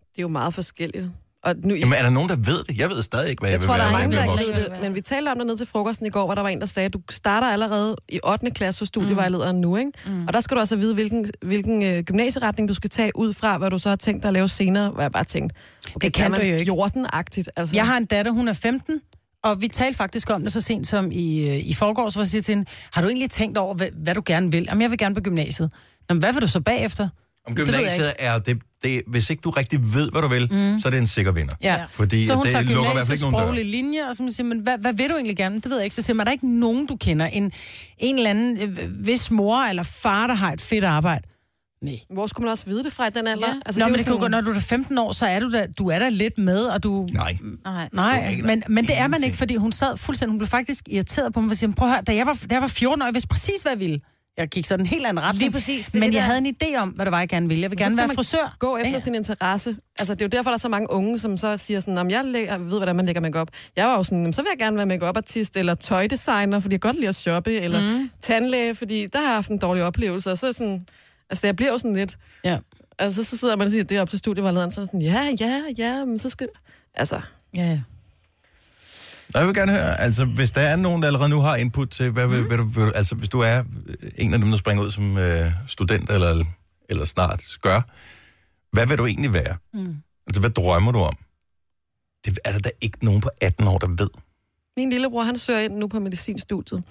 D: Det er jo meget forskelligt. Og nu,
A: Jamen, er der nogen, der ved det? Jeg ved stadig ikke, hvad jeg,
D: Jeg
A: vil
D: tror, der
A: være,
D: er
A: når jeg
D: mange,
A: bliver
D: der ikke
A: voksen.
D: ved det, men vi talte om det ned til frokosten i går, hvor der var en, der sagde, at du starter allerede i 8. klasse hos studievejlederen nu, ikke? Mm. Og der skal du altså vide, hvilken, hvilken øh, gymnasieretning du skal tage ud fra, hvad du så har tænkt dig at lave senere, hvor jeg bare tænkte, okay,
B: Det kan du jo ikke.
D: 14-agtigt. Altså.
B: Jeg har en datter, hun er 15, og vi talte faktisk om det så sent som i, øh, i forgårs, hvor jeg siger til hende, har du egentlig tænkt over, hvad, hvad du gerne vil? Jamen, jeg vil gerne på gymnasiet. Jamen, hvad vil du så bagefter?
A: Om
B: Det ved jeg
A: gymnasiet er det, det, hvis ikke du rigtig ved, hvad du vil, mm. så er det en sikker vinder.
B: Ja.
A: Fordi
B: så hun
A: det
B: tager
A: lukker i hvert fald
B: gymnasiet,
A: ikke nogen
B: sproglig
A: døre.
B: linje, og så man siger, men hvad, hvad vil du egentlig gerne? Det ved jeg ikke. Så siger man, er der ikke nogen, du kender? En, en eller anden, øh, hvis mor eller far, der har et fedt arbejde? Nej.
D: Hvor skulle man også vide det fra i den alder?
C: Ja.
B: Nå,
D: er
B: men
D: jo
B: det kan jo
D: sådan-
B: godt, når du er 15 år, så er du da, du er der lidt med, og du...
A: Nej.
C: Nej.
A: Det
B: Nej,
A: er
B: men, men det er man
A: ingenting.
B: ikke, fordi hun sad fuldstændig, hun blev faktisk irriteret på mig, og siger, prøv at høre, da jeg var, da jeg var 14 år, jeg vidste præcis, hvad jeg ville. Jeg Jeg gik sådan en helt anden retning.
C: Lige præcis, det er
B: Men
C: det,
B: jeg
C: der-
B: havde en idé om, hvad det var, jeg gerne ville. Jeg vil
D: Så
B: gerne
D: skal
B: være
D: man
B: frisør.
D: Gå efter
B: Ja.
D: ja. sin interesse. Altså, det er jo derfor, der er så mange unge, som så siger sådan, om jeg lægger, ved, hvordan man lægger makeup. Jeg var jo sådan, "Jamen, så vil jeg gerne være makeup artist eller tøjdesigner, fordi jeg godt lide at shoppe, eller mm. tandlæge, fordi der har jeg haft en dårlig oplevelse. Og så er sådan, altså, jeg bliver jo sådan lidt...
B: Ja.
D: Altså, så sidder man og siger, det er op til studievejlederen, så er jeg sådan, ja, ja, ja, men så skal... Altså,
B: Ja, ja.
A: Nå, Jeg vil gerne høre, altså hvis der er nogen, der allerede nu har input til, hvad
B: Mm.
A: vil, vil, du, vil, altså hvis du er øh, en af dem, der springer ud som øh, student eller, eller snart gør, hvad vil du egentlig være? Mm. Altså hvad drømmer du om? Det er der da ikke nogen på 18 år, der ved.
D: Min lillebror, han søger ind nu på medicinstudiet.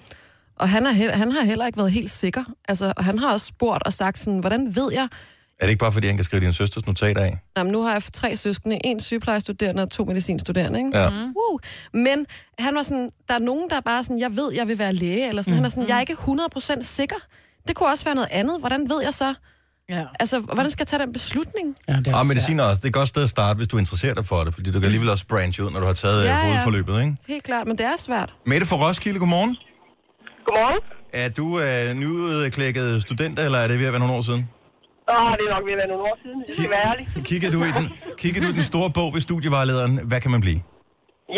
D: Og han, er, he- han har heller ikke været helt sikker. Altså, og han har også spurgt og sagt sådan, hvordan ved jeg?
A: Er det ikke bare fordi, han kan skrive din søsters notater af?
D: Jamen, nu har jeg tre søskende, en sygeplejestuderende og to medicinstuderende, ikke?
A: Ja.
D: Wow. Men han var sådan, der er nogen, der er bare sådan, jeg ved, jeg vil være læge, eller sådan. Han er sådan, jeg er ikke 100% sikker. Det kunne også være noget andet. Hvordan ved jeg så?
B: Ja.
D: Altså, hvordan skal jeg tage den beslutning?
B: ja det er
A: Og
B: svært.
A: Ah,
B: Mm.
A: medicin er også det er et godt sted at starte, hvis du interesserer dig for det, fordi du kan alligevel også branche ud, når du har taget
D: Ja,
A: ja,
D: ja.
A: hovedforløbet, ikke?
D: Helt klart, men det er svært.
A: Mette fra Roskilde, godmorgen.
H: Godmorgen.
A: Er du øh, nyudklækket student, eller er det ved at være nogle år siden?
H: Åh, det er nok ved at være nogle år siden, hvis jeg skal være ærlig.
A: Kigger du i den, kigger du i den store bog ved studievejlederen, hvad kan man blive?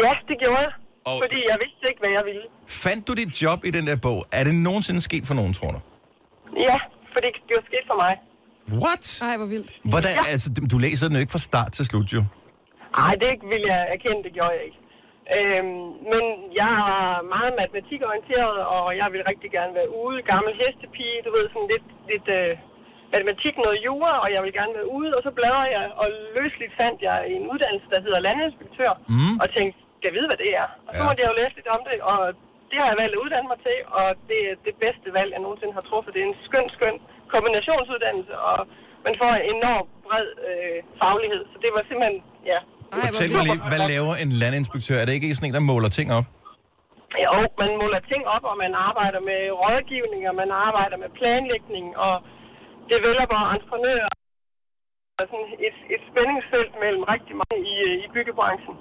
H: Ja, det gjorde jeg.
A: Og-
H: Fordi jeg vidste ikke, hvad jeg ville.
A: Fandt du dit job i den der bog? Er det nogensinde sket for nogen, tror du?
H: Ja, for det, det var sket for mig.
A: What?
D: Ej, hvor vildt.
A: Hvordan, altså, du læser den jo ikke fra start til slut, jo.
H: Nej, det vil jeg erkende, det gjorde jeg ikke. Øhm, men jeg er meget matematikorienteret, og jeg vil rigtig gerne være ude. Gammel hestepige, du ved, sådan lidt, lidt øh, matematik, noget jura, og jeg vil gerne være ude. Og så bladrer jeg, og løsligt fandt jeg en uddannelse, der hedder landinspektør, mm. og tænkte, jeg ved, hvad det er. Og så
A: Ja.
H: ja. måtte jeg jo læse lidt om det, og det har jeg valgt at uddanne mig til, og det er det bedste valg, jeg nogensinde har truffet. Det er en skøn, skøn kombinationsuddannelse, og man får en enorm bred øh, faglighed. Så det var simpelthen, ja,
D: Ej, hvor
A: Fortæl mig lige, hvad laver en landinspektør? Er det ikke sådan en, der måler ting op?
C: Mm.
H: Jo, man måler ting op, og man arbejder med rådgivning, og man arbejder med planlægning, og developer og entreprenører. Og sådan et, et spændingsfelt mellem rigtig mange i, øh, i byggebranchen.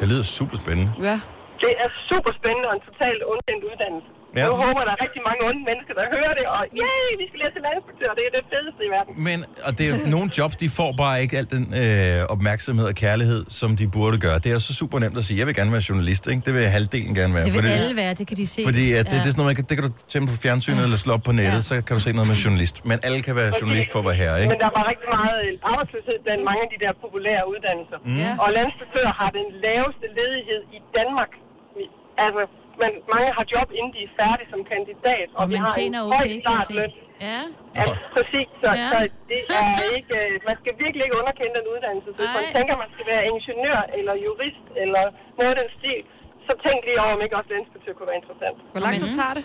A: Det lyder super spændende.
D: Ja.
H: Det er super spændende og en totalt undvendt uddannelse.
A: Ja.
H: Ja. Jeg håber, der er rigtig mange onde mennesker, der hører det, og yay, vi skal lære til landinspektør, det er det fedeste i verden.
A: Men, og det er jo nogle jobs, de får bare ikke al den øh, opmærksomhed og kærlighed, som de burde gøre. Det er jo så super nemt at sige, jeg vil gerne være journalist, ikke? Det vil halvdelen gerne være.
C: Det vil
A: fordi,
C: alle være, det kan de se.
A: Fordi at det, det er sådan noget, man kan, det kan du tænde på fjernsynet eller slå op på nettet, så kan du se noget med journalist. Men alle kan være journalist for at være herre, ikke?
H: Men der var rigtig meget øh, arbejdsløshed blandt mange af de der populære uddannelser.
A: Mhm.
H: Mm. Og landinspektører har den laveste ledighed i Danmark. Vi- Altså, man, mange har job, inden de er færdige som kandidat. Og,
C: og
H: vi
C: man
H: har
C: tjener
H: en høj
C: okay, kan jeg se.
H: startløn.
C: Ja.
H: Ja, præcis. Så,
C: Ja.
H: ja. så det er ikke, øh, man skal virkelig ikke underkende den uddannelse. Så hvis man
C: Nej.
H: tænker, man skal være ingeniør eller jurist eller noget af den stil, så tænk lige over, om ikke også landinspektør kunne være interessant.
D: Hvor lang tid tager det?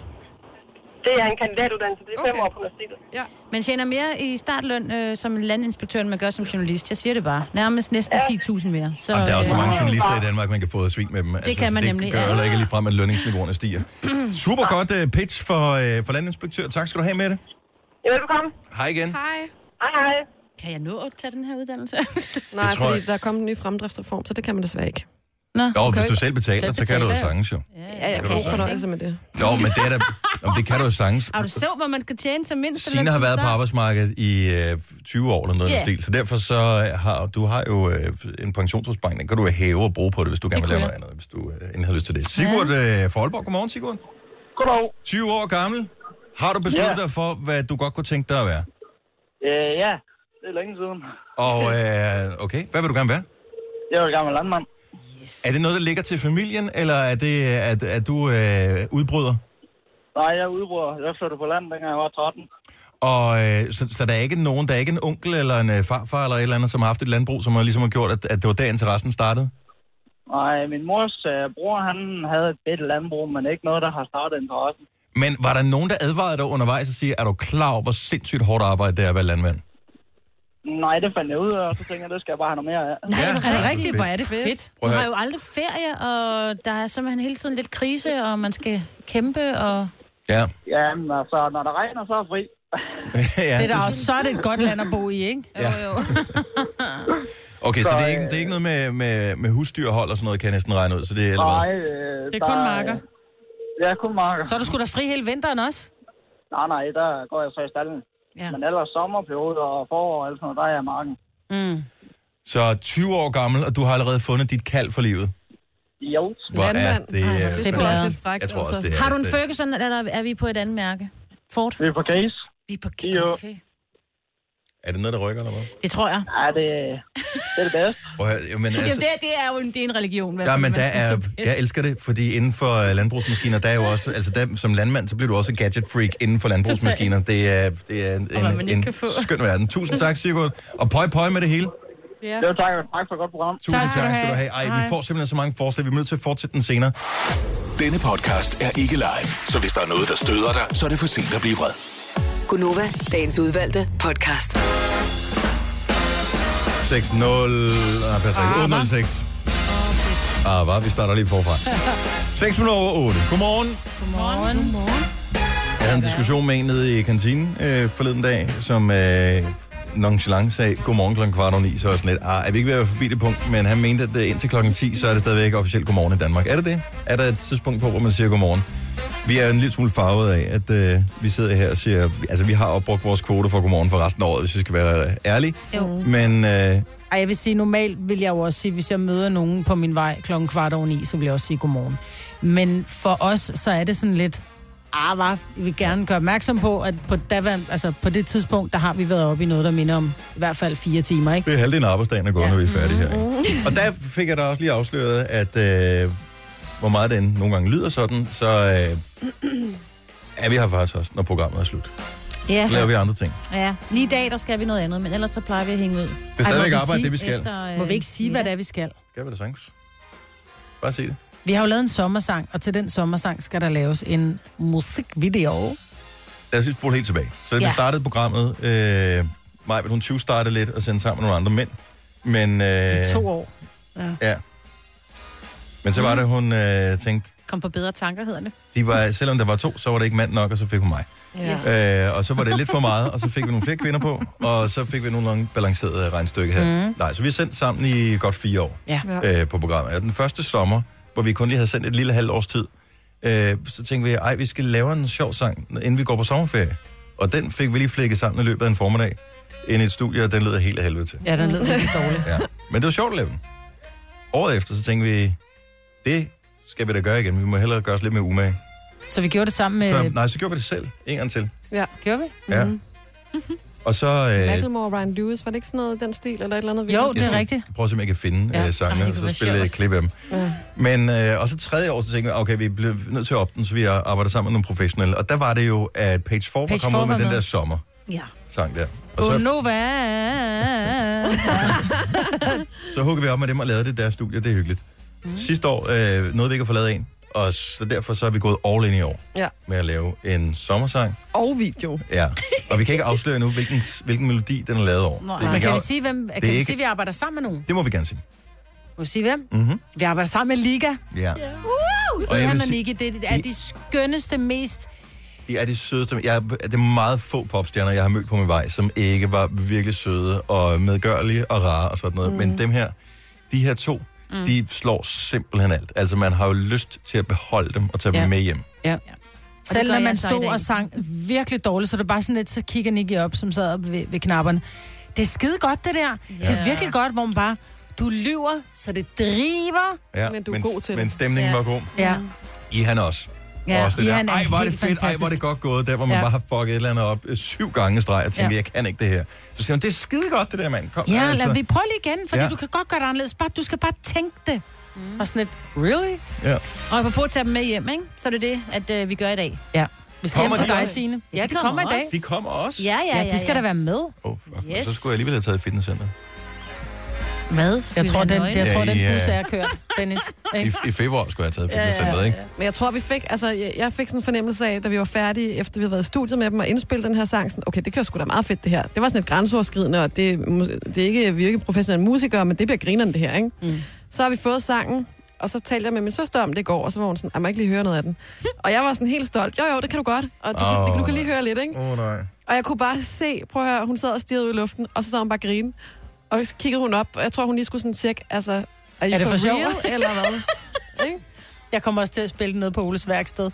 H: Det er en kandidatuddannelse. Det er okay. fem
D: Okay.
H: år på universitetet.
C: Man tjener mere i startløn øh, som landinspektør, end man gør som journalist. Jeg siger det bare. Nærmest næsten 10.000 mere. Så,
A: Og der er også så
C: øh,
A: mange journalister i Danmark, man kan få svin med dem. Det
C: kan man
A: det
C: nemlig,
A: gør
C: ja.
A: heller ikke lige frem, at lønningsniveauerne stiger. Super godt uh, pitch for, uh, for landinspektør. Tak skal du have med det.
H: Ja, velbekomme.
A: Hej igen.
D: Hej.
H: Hej, hej.
C: øh, Kan jeg nå at tage den her uddannelse?
D: Nej,
A: tror
D: fordi
A: jeg-
D: der er kommet en ny fremdriftsreform, så det kan man desværre ikke.
C: Nå,
A: Jo,
D: Okay.
A: hvis du selv betaler, så kan du jo sange, jo.
D: Ja, jeg
A: kan
D: kan
A: du
D: ikke
A: sige.
D: fornøjelse med det.
A: Jo, men det, er da, Nå, men det kan du jo sange.
C: Har du så, hvor man skal tjene som mindst?
A: Sina har været på arbejdsmarkedet i øh, 20 år eller noget yeah.
C: Ja.
A: stil, så derfor så har du har jo øh, en pensionsopsparing, den kan du hæve og bruge på det, hvis du gerne vil lave noget andet, hvis du øh, ikke har lyst til det. Sigurd øh, fra Aalborg, godmorgen Sigurd.
J: Goddag.
A: 20 år gammel. Har du besluttet
J: Ja.
A: dig for, hvad du godt kunne tænke dig at være?
J: Øh, ja, det er længe siden.
A: Og øh, okay, hvad vil du gerne være?
J: Jeg var gammel landmand.
A: Er det noget, der ligger til familien, eller er det, at, at du øh, udbryder?
J: Nej, jeg er udbruger. Jeg flyttede på land, dengang jeg var 13.
A: Og øh, så, så der er ikke nogen, der er ikke en onkel eller en øh, farfar eller et eller andet, som har haft et landbrug, som har, ligesom har gjort, at, at det var der interessen startede?
J: Nej, min mors øh, bror, han havde et bitte landbrug, men ikke noget, der har startet interessen.
A: Men var der nogen, der advarede dig undervejs og siger, er du klar over, hvor sindssygt hårdt arbejde det er at være landmand?
J: Nej, det fandt jeg ud af, og så tænkte jeg, det skal jeg bare have noget mere af.
C: Nej,
A: Ja,
C: ja, er
A: det
C: det
A: er
C: rigtigt?
A: fedt.
C: Hvor er det fedt.
A: Prøv
C: Du
A: at
C: har
A: høre.
C: jo aldrig ferie, og der er simpelthen hele tiden lidt krise, og man skal kæmpe, og...
A: Ja.
J: Ja, men altså, når der regner, så er jeg fri.
A: ja
B: Det er da
A: så-
B: også så er det et godt land at bo i, ikke?
A: Ja.
B: Jo, jo.
A: Okay, så, øh, det, er ikke, det er ikke noget med, med, med husdyrhold og sådan noget, kan jeg næsten regne ud, så det er eller hvad?
J: Nej, øh,
B: Det er kun marker.
J: Ja, kun marker.
B: Så er du sgu da fri hele vinteren også.
J: Nej, nej, der går jeg så i stallen.
C: Ja.
J: Men ellers sommerperioder og forår og alt sådan noget, der er jeg i marken.
B: Mm.
A: Så 20 år gammel, og du har allerede fundet dit kald for livet.
J: Jo.
A: Hvor er
C: Landmand.
A: det,
C: Ej, hvor er
A: øh,
C: det
A: spændende.
C: bladret.
A: Jeg tror også, det er.
C: altså. Har du en
A: det-
C: Ferguson, eller er vi på et andet mærke? Ford?
J: Vi er på case.
C: Vi er på case, okay.
A: Er det noget, der rykker, eller hvad?
C: Det tror jeg.
J: Ja, det, det er det bedste.
A: Prøv at høre, jamen,
C: Altså, Jamen,
A: altså,
C: det, er- det er jo en, det er en religion. hvad
A: Ja, men
C: man
A: der
C: skal
A: er,
C: sige.
A: jeg elsker det, fordi inden for øh, landbrugsmaskiner, der er jo også, altså der, som landmand, så bliver du også gadget-freak inden for landbrugsmaskiner. Det er, det er en,
C: hvad man
A: en,
C: ikke
A: en
C: kan få.
A: skøn verden. Tusind tak, Sigurd, og pøj pøj med det hele.
D: Ja.
J: Jo, tak, og tak for et godt program.
A: Tusind tak, tak skal du have. Ej, vi
J: Hej.
A: får simpelthen så mange forslag, vi er nødt til at fortsætte den senere.
F: Denne podcast er ikke live, så hvis der er noget, der støder dig, så er det for sent at blive vred.
E: Gunova, dagens udvalgte podcast.
A: 6-0, ah, passer ikke, 806. Ah, hvad? Vi starter lige forfra. 6 minutter over 8. Godmorgen.
B: Godmorgen. Godmorgen.
A: Jeg havde en diskussion med en nede i kantinen øh, forleden dag, som øh, nonchalant sagde, godmorgen klokken kvart over ni, så er jeg sådan lidt, ah, er vi ikke ved at være forbi det punkt, men han mente, at det, indtil klokken 10, så er det stadigvæk officielt godmorgen i Danmark. Er det det? Er der et tidspunkt på, hvor man siger godmorgen? Vi er en lille smule farvet af, at øh, vi sidder her og siger, altså vi har opbrugt vores kvote for godmorgen for resten af året, hvis vi skal være ærlige.
B: Jo.
A: Men øh,
B: Ej, jeg vil sige, normalt vil jeg jo også sige, hvis jeg møder nogen på min vej klokken kvart over ni, så vil jeg også sige godmorgen. Men for os, så er det sådan lidt, ah, hvad? Vi vil gerne gøre opmærksom på, at på, daværende, altså på det tidspunkt, der har vi været oppe i noget, der minder om i hvert fald fire timer, ikke?
A: Det er halvdelen af arbejdsdagen er gået, ja. Mm-hmm. når vi er færdige her. Ikke? Og der fik jeg da også lige afsløret, at øh, hvor meget den nogle gange lyder sådan, så øh, er vi her faktisk også, når programmet er slut.
C: Ja.
A: Så laver vi andre ting.
C: Ja, lige i dag, der skal vi noget andet, men ellers så plejer vi at hænge ud. øh,
A: Det er stadigvæk arbejde, det vi skal.
B: Må vi ikke sige, hvad det er, vi skal?
A: Skal vi da sangs? Bare se det.
B: Vi har jo lavet en sommersang, og til den sommersang skal der laves en musikvideo.
A: Lad os lige spole helt tilbage. Så ja.
B: Ja.
A: vi startede programmet, øh, Maja, hun 20 startede lidt og sendte sammen med nogle andre mænd. Men, øh,
B: I to år. Ja.
A: Ja. Men så var det, hun øh, tænkte,
C: Kom på bedre tanker, hedder det.
A: de var, selvom der var to, så var det ikke mand nok, og så fik hun mig.
C: Yes.
A: Øh, og så var det lidt for meget, og så fik vi nogle flere kvinder på, og så fik vi nogle balanceret regnstykke her. Mm.
B: Mm.
A: Nej, så vi har sendt sammen i godt fire år
B: Ja.
A: øh, på programmet. Og den første sommer, hvor vi kun lige havde sendt et lille halvt års tid, øh, så tænkte vi, ej, vi skal lave en sjov sang, inden vi går på sommerferie. Og den fik vi lige flækket sammen i løbet af en formiddag ind i et studie, og den lød af helt af helvede til.
B: Ja, den lød virkelig dårlig.
A: Ja. Men det var sjovt at lave den. Året efter, så tænkte vi, det skal vi da gøre igen. Vi må hellere gøre os lidt mere umage.
B: Så vi gjorde det sammen med...
A: Så, nej, så gjorde vi det selv. En gang til.
D: Ja.
B: Gjorde vi?
A: Ja. Og så... Øh,
D: Macklemore og Ryan Lewis, var det ikke sådan noget den stil, eller et eller andet?
B: Jo, det
A: Jeg
B: er
A: skal
B: rigtigt.
A: prøve at se, om jeg kan finde ja.
D: Ja.
A: øh,
D: Ej,
A: sangene, og
D: det kunne
A: så
D: være
A: spille et
D: sjovt.
A: klip af dem.
D: Ja.
A: Men, øh, og så tredje år, så tænkte jeg, okay, vi blev nødt til at opne, så vi arbejder sammen med nogle professionelle. Og der var det jo, at Page 4 var
B: Page
A: kommet
B: Four
A: ud med
B: var
A: den
B: med.
A: der sommer
C: Ja.
A: sang der. Og
B: Og
A: så,
B: Nova.
A: så hugger vi op med dem og lavede det der studie, det er hyggeligt. Mm. Sidste år øh, nåede vi ikke at få lavet en, og så derfor så er vi gået all in i år
D: Ja.
A: med at lave en sommersang.
D: Og video.
A: Ja, og vi kan ikke afsløre nu, hvilken, hvilken melodi den er lavet over.
B: Nej,
A: man
B: kan, kan vi
A: af-
B: sige, hvem,
A: det er
B: kan vi
A: ikke-
B: sige, at vi arbejder sammen med nogen?
A: Det må vi gerne sige.
B: Må vi sige hvem?
A: Mm-hmm.
B: Vi arbejder sammen med Liga.
A: Ja.
B: Uh,
A: Og jeg
B: han
A: vil
B: og
A: sige-
B: Nicky, det er de skønneste, mest...
A: De er de sødeste. Jeg, det er meget få popstjerner, jeg har mødt på min vej, som ikke var virkelig søde og medgørlige og rare og sådan noget. Mm. Men dem her, de her to, mm. de slår simpelthen alt. Altså, man har jo lyst til at beholde dem og tage ja.
B: Ja.
A: dem med hjem.
B: Ja. Selv
C: gør
B: når
C: jeg
B: man
C: så i
B: stod
C: dag.
B: og sang virkelig dårligt, så det er bare sådan lidt, så kigger Nicky op, som sad oppe ved, ved knapperne. Det er skide godt, det der. Ja. Det er virkelig godt, hvor man bare, du lyver, så det driver.
A: Ja,
B: Men du er god til
A: Men
B: det.
A: stemningen
B: Ja.
A: ja. var god.
B: Ja.
A: I han også. Ja, også det
B: Ihan
A: der.
B: er
A: Ej, hvor er det
B: helt
A: fedt, fantastisk. ej, hvor er det
B: fantastisk.
A: godt gået, der hvor man
B: Ja.
A: bare har fucket et eller andet op øh, syv gange i streg, og tænker, ja.
B: Ja.
A: jeg kan ikke det her. Så siger hun, det er skide godt det der, mand. Kom, altså."
B: Ja, lad, vi prøver lige igen, fordi
A: Ja.
B: ja. du kan godt gøre det anderledes. Bare, du skal bare tænke det. Mm. Og sådan et, really?
A: Ja.
C: Og apropos at tage dem med hjem, ikke? så er det det, at øh, vi gør i dag.
B: Ja. Vi skal
A: Kommer
B: hjem til
A: de
B: dig,
A: også?
B: Signe.
C: Ja, de kommer også.
A: De kommer også.
C: Ja, ja, ja.
B: Ja, de skal da være med.
A: Oh, fuck.
C: Yes.
A: Så skulle jeg alligevel have taget i fitnesscenteret.
C: Hvad?
B: Jeg tror, den, jeg tror,
A: Ja,
B: den
A: ja.
B: bus er kørt, Dennis.
A: I, I februar skulle jeg have taget fitnesscenteret, ikke?
D: Men jeg tror, vi fik, altså, jeg, jeg fik sådan en fornemmelse af, da vi var færdige, efter vi havde været i studiet med dem og indspillet den her sang, sådan, okay, det kører sgu da meget fedt, det her. Det var sådan et grænseoverskridende, og det, er mus- det er ikke virke professionelle musikere, men det bliver grinerne, det her, ikke? Mm. Så har vi fået sangen, og så talte jeg med min søster om det i går, og så var hun sådan, "Ej, må jeg ikke lige høre noget af den. Og jeg var sådan helt stolt, jo jo, det kan du godt, og du, oh,
A: Åh,
D: kan, du kan lige
A: nej.
D: høre lidt, ikke?
A: Åh, oh, nej.
D: Og jeg kunne bare se, prøv at høre, hun sad og stirrede ud i luften, og så sad hun bare og grine. Og så kiggede hun op, og jeg tror, hun lige skulle sådan tjekke, altså, er, I
B: Er det for sjov?
D: real, eller hvad? Ikke?
B: Jeg kommer også til at spille den nede på Oles værksted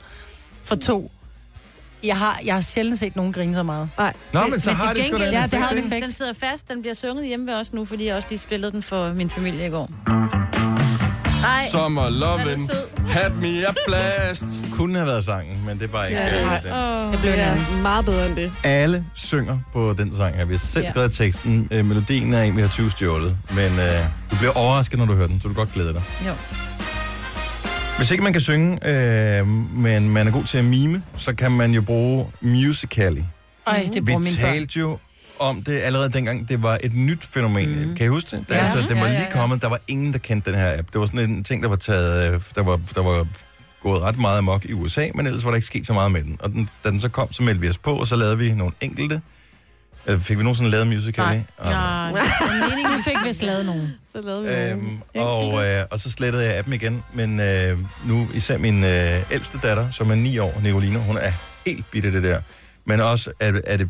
B: for to Jeg har, jeg har sjældent set nogen grine så meget.
D: Nej.
A: Nå, men så
C: til
A: har det sgu da en
C: ja, det
A: effekt,
C: har en
A: ikke?
C: effekt. Den sidder fast, den bliver sunget hjemme ved os nu, fordi jeg også lige spillede den for min familie i går. Nej,
A: Summer
C: Den
A: lovin',
C: er sød.
A: have me a blast. Kunne have været sangen, men det er bare ikke
D: Ja,
A: ja,
D: nej.
A: den.
D: Det blev ja, meget bedre end det.
A: Alle synger på den sang her. Vi har selv
C: Ja.
A: skrevet teksten. Øh, melodien er en, vi har 20 stjålet. Men øh, du bliver overrasket, når du hører den, så du kan godt glæde dig.
C: jo.
A: Hvis ikke man kan synge, øh, men man er god til at mime, så kan man jo bruge Musical.ly.
B: Ej, det
A: Vi
B: bruger mine børn.
A: talte jo om det allerede dengang, det var et nyt fænomen. Mm. Kan I huske det? Der,
B: Ja.
A: altså, det var
B: Ja, ja,
A: lige
B: ja.
A: kommet, der var ingen, der kendte den her app. Det var sådan en ting, der var, taget, øh, der var, der var gået ret meget amok i USA, men ellers var der ikke sket så meget med den. Og den, da den så kom, så meldte vi os på, og så lavede vi nogle enkelte. Øh, Fik vi nogensinde lavet Ah, musical?
B: Nej.
A: ikke? Og-
C: Nej, meningen vi fik vist lavet nogen.
D: Så lavede vi
A: Øhm,
D: noget.
A: og, øh, og så slettede jeg appen igen, men øh, nu især min øh, ældste datter, som er 9 år, Nicoline, hun er helt bitte det der. Men også, er, det- er det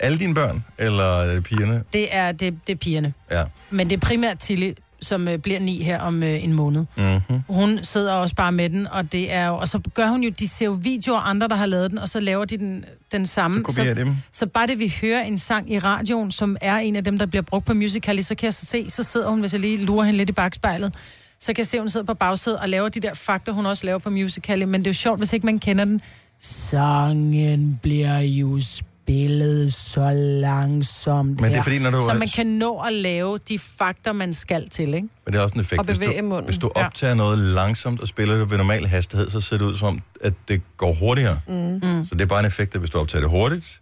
A: alle dine børn, eller er det pigerne?
B: Det er, det, det er pigerne.
A: Ja.
B: Men det er primært Tilly, som øh, bliver ni her om øh, en måned.
A: Mm-hmm.
B: Hun sidder også bare med den, og det er jo, og så gør hun jo, de ser jo videoer af andre, der har lavet den, og så laver de den, den samme.
A: Så kopierer dem.
B: så bare det, vi hører en sang i radioen, som er en af dem, der bliver brugt på Musical.ly, så kan jeg så se, så sidder hun, hvis jeg lige lurer hende lidt i bagspejlet, så kan jeg se, at hun sidder på bagsædet og laver de der fakta, hun også laver på Musical.ly, men det er jo sjovt, hvis ikke man kender den. Sangen bliver jo spillet så langsomt
A: Men det er
B: her.
A: fordi, når du-
B: Så man kan nå at lave de fakta, man skal til, ikke?
A: Men det er også en effekt.
D: Og bevæge
A: hvis, du,
D: munden.
A: hvis du
B: Ja.
A: optager noget langsomt og spiller det ved normal hastighed, så ser det ud som, om, at det går hurtigere. Mm. Så det er bare en effekt, at hvis du optager det hurtigt,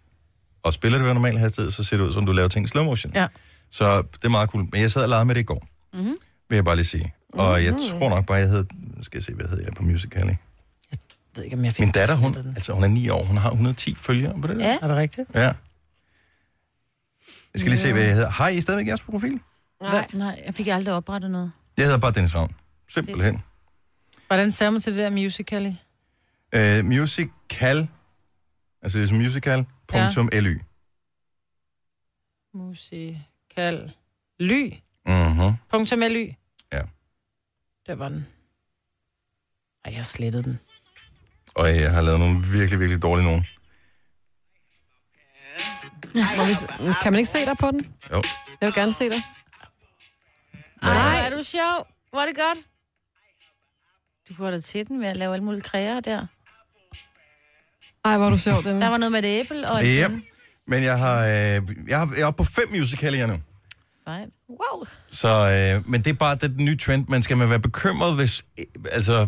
A: og spiller det ved normal hastighed, så ser det ud som, om du laver ting i slow motion.
B: Ja.
A: Så det er meget cool. Men jeg sad og legede med det i går, mm-hmm. vil jeg bare lige sige. Og jeg
D: Mm-hmm.
A: tror nok bare, jeg hed... nu Skal jeg se, hvad hed jeg på Musical.ly?
B: Jeg ved ikke, om jeg fik
A: Min datter, hun,
B: slettet den.
A: altså, hun er 9 år. Hun har 110 følgere på det der.
C: Ja.
B: Er det rigtigt?
A: Ja. Jeg skal lige se, hvad jeg hedder. Har I stadigvæk jeres profil?
D: Nej.
C: Nej, jeg fik aldrig oprettet noget.
A: Jeg hedder bare Dennis Ravn. Simpelthen.
B: Hvordan ser man til det der musical
A: Uh, musical, altså det er som musical.ly.
B: Musical. Ly.
A: Mhm.
B: Punktum ly.
A: Ja.
B: Der var den. Ej, jeg slettede den.
A: Og jeg har lavet nogle virkelig, virkelig dårlige nogen.
D: Må vi se- Kan man ikke se dig på den?
A: Jo.
D: Jeg vil gerne se dig.
C: Nej, er du sjov? Var det godt? Du går da til den ved at lave alle mulige kræger der.
D: Ej, hvor er du sjov, den.
C: Der var noget med et æble og et
A: Yep. Men jeg har, øh, jeg har jeg er oppe på fem musicalier nu.
C: Sejt.
D: Wow.
A: Så, øh, men det er bare den nye trend. Man skal man være bekymret, hvis... Øh, altså,
C: At
A: jeg ved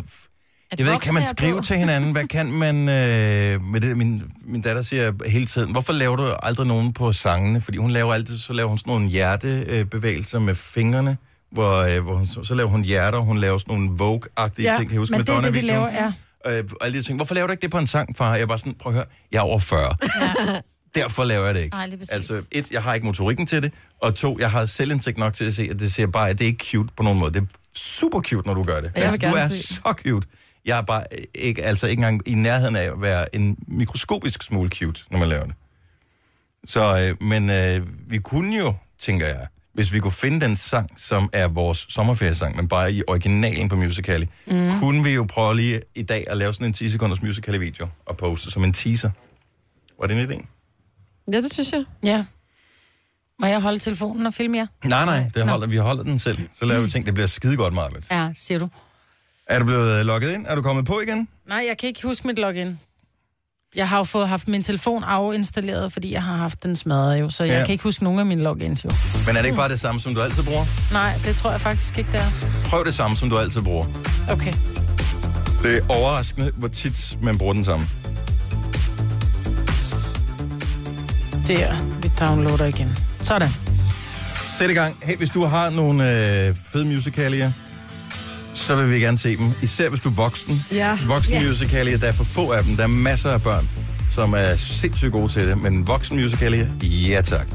A: ikke,
C: voksne
A: kan man
C: er
A: skrive
C: på.
A: til hinanden? Hvad kan man... Øh, med det, min, min datter siger hele tiden, hvorfor laver du aldrig nogen på sangene? Fordi hun laver altid, så laver hun sådan nogle hjertebevægelser med fingrene, hvor, øh, hvor hun, så, så laver hun hjerter, hun laver sådan nogle Vogue-agtige ting. Kan I huske
B: men det er det, de
A: Madonna-videoen?
B: laver, ja.
A: øh, og alle de ting. Hvorfor laver du ikke det på en sang, far? Jeg var sådan, prøv at høre, jeg er over 40. Derfor laver jeg det ikke.
C: Nej, lige præcis.
A: altså, et, jeg har ikke motorikken til det, og to, jeg har selvindsigt nok til at se, at det ser bare, at det er ikke cute på nogen måde. Det er super cute, når du gør det.
D: vil
A: altså, du
D: gerne
A: er
D: se.
A: så cute. Jeg er bare øh, ikke, altså ikke engang i nærheden af at være en mikroskopisk smule cute, når man laver det. Så, øh, men øh, vi kunne jo, tænker jeg, hvis vi kunne finde den sang, som er vores sommerferiesang, men bare i originalen på Musical.ly, mm. kunne vi jo prøve lige i dag at lave sådan en 10-sekunders Musical.ly-video og poste som en teaser. Var det en idé?
D: Ja, det synes jeg.
B: Ja. Må jeg holde telefonen og filme jer?
A: Nej, nej, det holder, vi holder den selv. Så laver vi ting, det bliver skide godt, Marvind.
B: Ja, siger du.
A: Er du blevet øh, logget ind? Er du kommet på igen?
B: Nej, jeg kan ikke huske mit login. Jeg har jo fået haft min telefon afinstalleret, fordi jeg har haft den smadret jo, så jeg
A: Ja.
B: ja. kan ikke huske nogen af mine logins jo.
A: Men er det ikke bare det samme, som du altid bruger?
B: Nej, det tror jeg faktisk ikke, det er.
A: Prøv det samme, som du altid bruger.
B: Okay.
A: Det er overraskende, hvor tit man bruger den samme.
B: Der, vi downloader igen. Sådan.
A: Sæt i gang. Hey, hvis du har nogle øh, fede musicalier, så vil vi gerne se dem. Især hvis du er voksen.
D: Ja.
A: Voksen
D: Ja.
A: musicalier, der er for få af dem. Der er masser af børn, som er sindssygt gode til det. Men voksen musicalier, ja tak.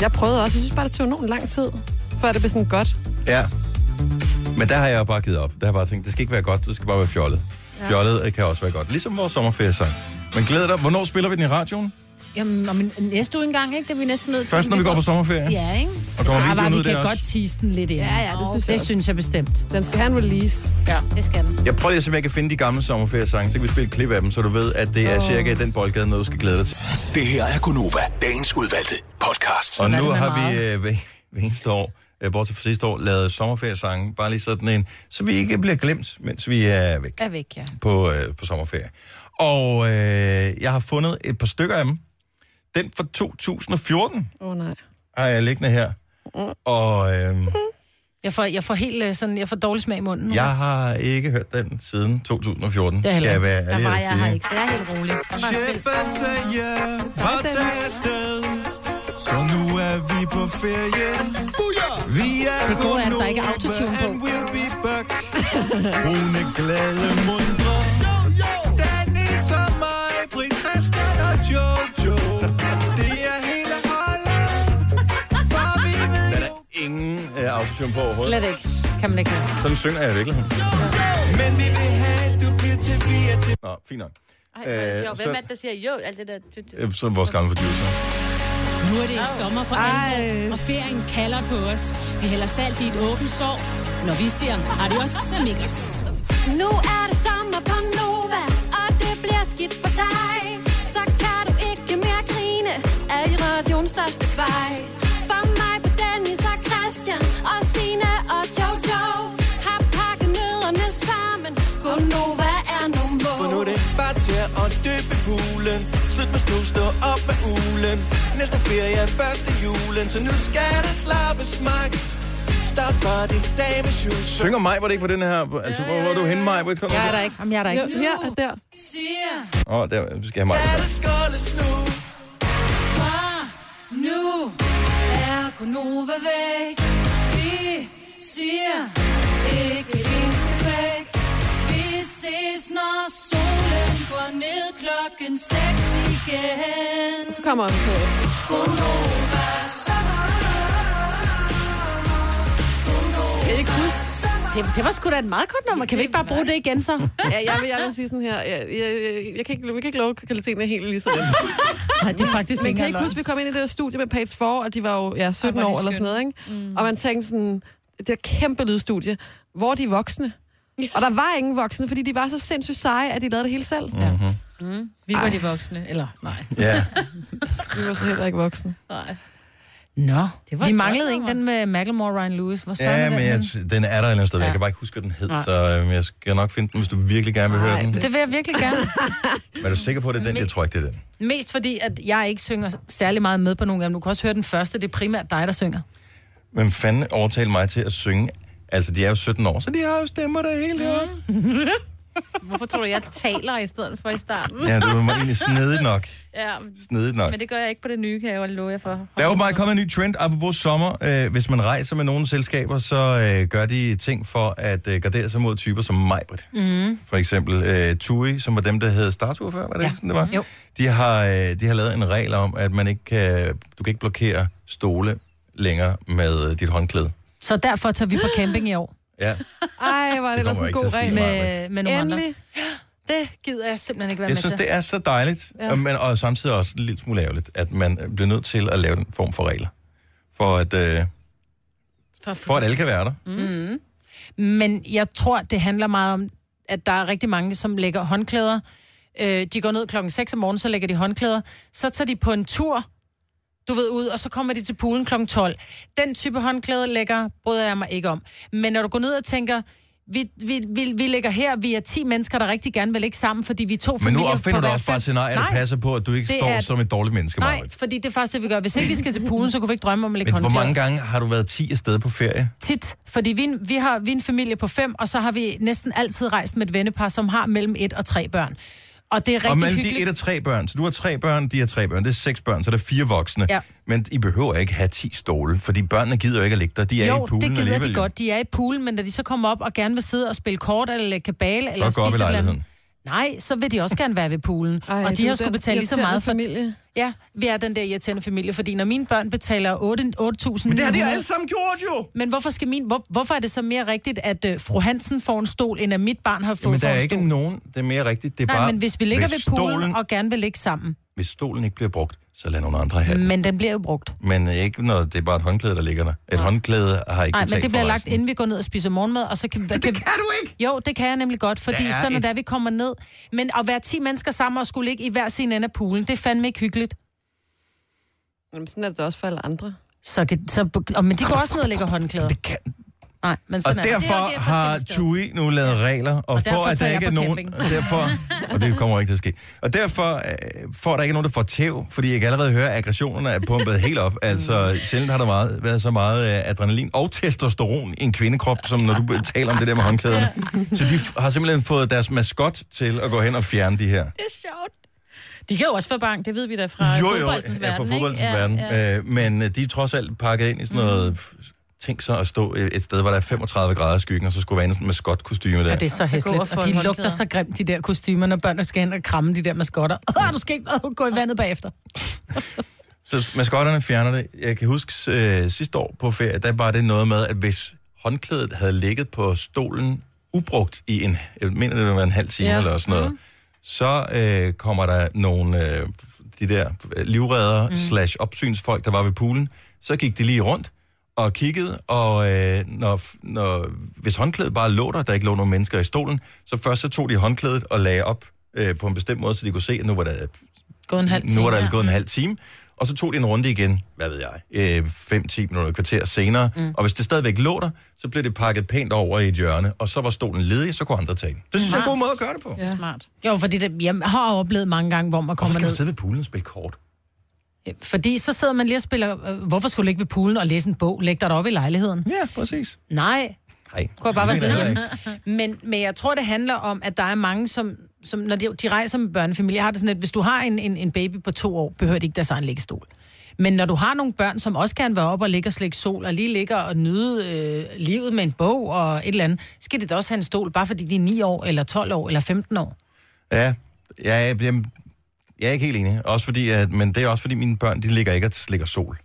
D: Jeg prøvede også. Jeg synes bare, det tog nogen lang tid, før det blev sådan godt.
A: Ja. Men der har jeg jo bare givet op. Der har jeg bare tænkt, det skal ikke være godt, det skal bare være fjollet. Ja. Fjollet øh, kan også være godt. Ligesom vores sommerferiesang. Men glæder dig. Hvornår spiller vi den i radioen?
C: Jamen, om en, næste uge engang, ikke? Det er vi næsten nødt til.
A: Først, når vi går på sommerferie.
C: Ja, ikke?
A: Og kommer
B: Ah,
A: videoen
B: var,
A: ud
B: vi
A: der
B: kan
A: også?
B: godt tease den lidt ind. Ja,
D: ja, det synes jeg
B: Det
D: også.
B: synes jeg bestemt.
D: Den skal have en release.
B: Ja,
C: det skal den.
A: Jeg prøver lige at se, om jeg kan finde de gamle sommerferiesange, så kan vi spille et klip af dem, så du ved, at det er cirka i den boldgade, noget du skal glæde dig til.
F: Det her er Gunova, dagens udvalgte podcast.
A: Og nu har vi øh, hver, hver eneste år, øh, bortset fra sidste år, lavet sommerferiesange, bare lige sådan en, så vi ikke bliver glemt, mens vi er væk
C: Er væk, ja.
A: på, øh, på sommerferie. Og øh, jeg har fundet et par stykker af dem. Den fra 2014
D: Åh oh, nej.
A: har jeg liggende her. Og øh,
B: Jeg får, jeg får helt øh, sådan, jeg får dårlig smag i munden. nu.
A: jeg har ikke hørt den siden 2014.
B: Det er heller
A: skal jeg
B: ikke.
A: være
B: Der
A: ærlig
C: var
A: at
C: jeg
A: sige.
C: her ikke, så jeg er helt rolig. Der var spil.
K: Chefen sagde og tag afsted. Så nu er vi på ferie. Vi er
B: Det gode er, at der ikke er
K: Gonova,
B: autotune på.
K: and we'll be back. Brune, glade, mundre. Dennis og mig, Britt, Christian og Jojo. Det er hele holdet. For vi ved
A: Der er ingen øh, autotune på overhovedet.
B: Slet ikke. Kan man ikke.
A: Sådan synger jeg i virkeligheden.
K: Men vi vil have, at du bliver til, vi er til.
A: Nå, fint nok.
C: Ej, hvor er det
A: Øh,
C: sjovt.
A: så-
C: Hvem er det, der siger jo? Alt det der... tyt, tyt.
A: Øh, Så er vores gamle producer.
L: Nu er det sommer for alvor, og ferien kalder på os. Vi hælder salt i et åbent sår, når vi siger adios amigos.
M: Nu er det sommer på Nova, og det bliver skidt for dig. Så kan du ikke mere grine af i radioens største fej. For mig på Dennis og Christian, og Sine og Jojo, har pakket nødderne sammen. Gå Nova er nu mål.
K: For nu er det bare til at døbe hulen Slut med snu, stå op med ulen Næste ferie første julen Så nu skal det slappes max Start bare din dag med shoes
A: Synger mig, var det ikke på den her? Altså, hvor, hvor er du henne, mig? Hvor
B: Jeg er der ikke. Jamen, jeg er der ikke.
D: Jo, her og der.
L: Siger
A: Åh, oh, der skal jeg have mig.
K: skåles nu.
L: far, nu er Gunova væk. Vi siger ikke et eneste kvæk. Vi ses, når solen går ned klokken 6 igen.
D: Så kommer vi på.
L: Gunova, sommer.
B: Kan I ikke huske? Det, det var sgu da et meget godt nummer. Kan vi ikke bare bruge det igen så?
D: Ja, jeg vil, jeg vil sige sådan her. Jeg, jeg, jeg, jeg kan ikke, vi kan ikke love, at kvaliteten er helt lige sådan.
B: Nej, det er faktisk
D: Men
B: ikke
D: kan I ikke
B: engang
D: huske, at vi kom ind i det der studie med Page 4, og de var jo ja, 17
B: Ej, hvor er de
D: år eller sådan noget, ikke? Mm. Og man tænkte sådan, det der kæmpe lydstudie, hvor er de voksne? Og der var ingen voksne, fordi de var så sindssygt seje, at de lavede det hele selv. Ja.
A: Mhm.
C: Mm. Vi var de voksne, eller nej.
A: Ja.
D: Vi var så heller ikke voksne.
C: Nej.
B: Nå,
C: det
B: Vi manglede ikke den med Macklemore og Ryan Lewis. Hvor sådan
A: Ja,
B: er den?
A: men
B: henne?
A: jeg, den er der et eller andet sted. Jeg kan bare ikke huske, hvad den hed, så øhm, jeg skal nok finde den, hvis du virkelig gerne vil høre den.
B: Det vil jeg virkelig gerne.
A: Men er du sikker på, at det er den? Jeg tror ikke, det er den.
B: Mest fordi, at jeg ikke synger særlig meget med på nogen af dem. Du kan også høre den første. Det er primært dig, der synger.
A: Men fanden overtalte mig til at synge. Altså, de er jo 17 år, så de har jo stemmer der helt her.
C: Hvorfor tror du, jeg taler i stedet for i starten?
A: Ja, du var egentlig snedig nok.
C: Ja,
A: Snedigt nok.
C: men det gør jeg ikke på det nye, kan jeg jo love jer for.
A: Der er jo bare kommet en ny trend, apropos sommer. Øh, hvis man rejser med nogle selskaber, så øh, gør de ting for at øh, gardere sig mod typer som Majbrit.
K: Mm.
A: For eksempel øh, TUI, som var dem, der havde Startur før, var det ja. ikke sådan, det var?
K: Jo.
A: De har, øh, de har lavet en regel om, at man ikke kan, du kan ikke blokere stole længere med øh, dit håndklæde.
B: Så derfor tager vi på camping i år.
A: Ja,
D: Ej, var det,
A: Det
D: ellers
A: kommer
D: en
A: ikke til
D: god
A: at ske
D: regel.
A: meget,
B: Med, med nogle
D: Endelig.
B: andre. Det gider jeg simpelthen ikke være
A: jeg
B: med
A: synes,
B: til.
A: det er så dejligt,
B: Ja.
A: ja. men, og samtidig også en lille smule ærgerligt, at man øh, bliver nødt til at lave den form for regler. For at, øh, for at alle kan være der.
B: Mm. Men jeg tror, det handler meget om, at der er rigtig mange, som lægger håndklæder. Øh, de går ned klokken 6 om morgenen, så lægger de håndklæder. Så tager de på en tur, du ved, ud, og så kommer de til poolen klokken 12. Den type håndklæder lægger, bryder jeg mig ikke om. Men når du går ned og tænker, vi, vi, vi, vi ligger her, vi er 10 mennesker, der rigtig gerne vil ligge sammen, fordi vi er to
A: Men nu
B: familier
A: opfinder
B: på
A: du
B: hver
A: også bare
B: fem.
A: et scenarie, der
B: Nej,
A: passer på, at du ikke
B: det
A: står
B: er-
A: som et dårligt menneske,
B: Nej,
A: Maja.
B: fordi det er faktisk det, vi gør. Hvis ikke vi skal til poolen, så kunne vi ikke drømme om at lægge
A: Men hvor
B: håndklæder.
A: mange gange har du været 10 afsted på ferie?
B: Tit, fordi vi, er en- vi, har, vi er en familie på fem, og så har vi næsten altid rejst med et vennepar, som har mellem et og tre børn. Og det er rigtig
A: og mellem
B: hyggeligt.
A: de et og tre børn, så du har tre børn, de har tre børn, det er seks børn, så der er fire voksne.
B: Ja.
A: Men I behøver ikke have 10 stole, fordi børnene gider jo ikke at ligge der. De er
B: jo,
A: i poolen
B: det gider
A: alligevel.
B: de godt. De er i poolen, men når de så kommer op og gerne vil sidde og spille kort eller lægge kabale eller
A: Så gå op i
B: spise et eller andet-
A: lejligheden.
B: Nej, så vil de også gerne være ved poolen. Ej, og
D: du
B: de
D: er
B: har skulle
D: den
B: betale lige så
D: irriterende
B: meget for...
D: familie.
B: Ja, vi er den der irriterende familie, fordi når mine børn betaler 8 8.000... Men
A: det har de alle sammen gjort jo!
B: Men hvorfor, skal min, hvor, hvorfor er det så mere rigtigt, at uh, fru Hansen får en stol, end at mit barn har fået
A: Men der
B: får
A: er
B: en
A: ikke
B: stol?
A: nogen, det er mere rigtigt. Det er
B: Nej,
A: bare,
B: men hvis vi ligger ved poolen
A: stolen-
B: og gerne vil ligge sammen,
A: hvis stolen ikke bliver brugt, så lad nogle andre have den.
B: Men den bliver jo brugt.
A: Men ikke noget, det er bare et håndklæde, der ligger der. Et håndklæde har ikke
B: Nej, men
A: betalt
B: det
A: for
B: bliver lagt,
A: rejsen.
B: inden vi går ned og spiser morgenmad, og så kan... Det kan, kan
A: du ikke!
B: Jo, det kan jeg nemlig godt, fordi
A: Der er
B: sådan,
A: et-
B: at da vi kommer ned... Men at være 10 mennesker sammen og skulle ligge i hver sin ende af poolen, det er fandme ikke hyggeligt.
D: Jamen, sådan er det også for alle andre.
B: Så, kan, så og, men de går også ned og lægger håndklæder. Det
A: kan...
B: Nej, men
A: Og
B: sådan er det.
A: derfor,
B: Det er jo
A: har
B: skal det stå.
A: Tui nu lavet regler, og,
B: Og
A: for
B: derfor
A: at der
B: tager jeg
A: ikke er
B: på
A: nogen...
B: camping.
A: Og, derfor, og det kommer ikke til at ske. Og derfor øh, får der ikke nogen, der får tæv, fordi jeg kan allerede høre, at aggressionerne er pumpet helt
B: Mm.
A: op. Altså, sjældent har der meget, været så meget øh, adrenalin og testosteron i en kvindekrop, som når du taler om det der med håndklæderne. Så de f- har simpelthen fået deres maskot til at gå hen og fjerne de her.
C: Det er sjovt. De kan jo også få bank, det ved vi da fra
A: jo, jo,
C: fodboldens
A: ja,
C: verden.
A: fra
C: ikke?
A: fodboldens verden. Ja, ja. Øh, men øh, de er trods alt pakket ind i sådan noget...
B: Mm.
A: f- Tænk så at stå øh, et et sted, hvor der er 35 grader i skyggen, og så skulle være en sådan maskot kostume der.
B: Ja, det er så hæsligt.
C: og få
B: Og de
C: en
B: lugter
C: håndklæde.
B: så grimt, de der kostymer, når børnene skal hen og kramme de der maskotter. Åh, du skal ikke åh, gå i vandet bagefter.
A: Så maskotterne fjerner det. Jeg kan huske øh, sidste år på ferie, der var det noget med, at hvis håndklædet havde ligget på stolen ubrugt i en, jeg mener det var en halv time
K: Ja.
A: ja. eller sådan noget, så øh, kommer der nogle, øh, de der livredder
K: Mm.
A: mm. slash opsynsfolk, der var ved poolen, så gik de lige rundt og kiggede, og øh, når, når, hvis håndklædet bare lå der, der ikke lå nogen mennesker i stolen, så først så tog de håndklædet og lagde op øh, på en bestemt måde, så de kunne se, at nu var der
B: Gå en halv time.
A: nu er der
B: ja.
A: ja. gået en halv time. Og så tog de en runde igen, hvad ved jeg, 5-10 minutter, et kvarter senere. Mm. Og hvis det stadigvæk lå der, så blev det pakket pænt over i et hjørne, og så var stolen ledig, så kunne andre tage den. Det synes jeg er en god måde at gøre det på.
B: Ja. Smart. Jo, fordi det, jeg har oplevet mange gange, hvor man
A: Hvorfor
B: kommer
A: skal man
B: ned.
A: sidde ved poolen og spille kort?
B: Fordi så sidder man lige og spiller, øh, hvorfor skulle du ligge ved poolen og læse en bog? Læg dig op i lejligheden.
A: Ja, præcis.
B: Nej,
A: Nej.
B: kunne jeg bare være
A: Det mener jeg
B: blevet hjemme. men, men jeg tror, det handler om, at der er mange, som, som når de, de rejser med børnefamilier, har det sådan, at hvis du har en, en, en baby på to år, behøver det ikke deres egen liggestol. Men når du har nogle børn, som også gerne vil op og ligge og slække sol, og lige ligger og nyde øh, livet med en bog og et eller andet, skal det da også have en stol, bare fordi de er 9 år, eller 12 år, eller 15 år.
A: Ja, jeg, jeg, jeg, jeg er ikke helt enig. Også fordi, at, men det er også fordi, mine børn, de ligger ikke og slikker sol.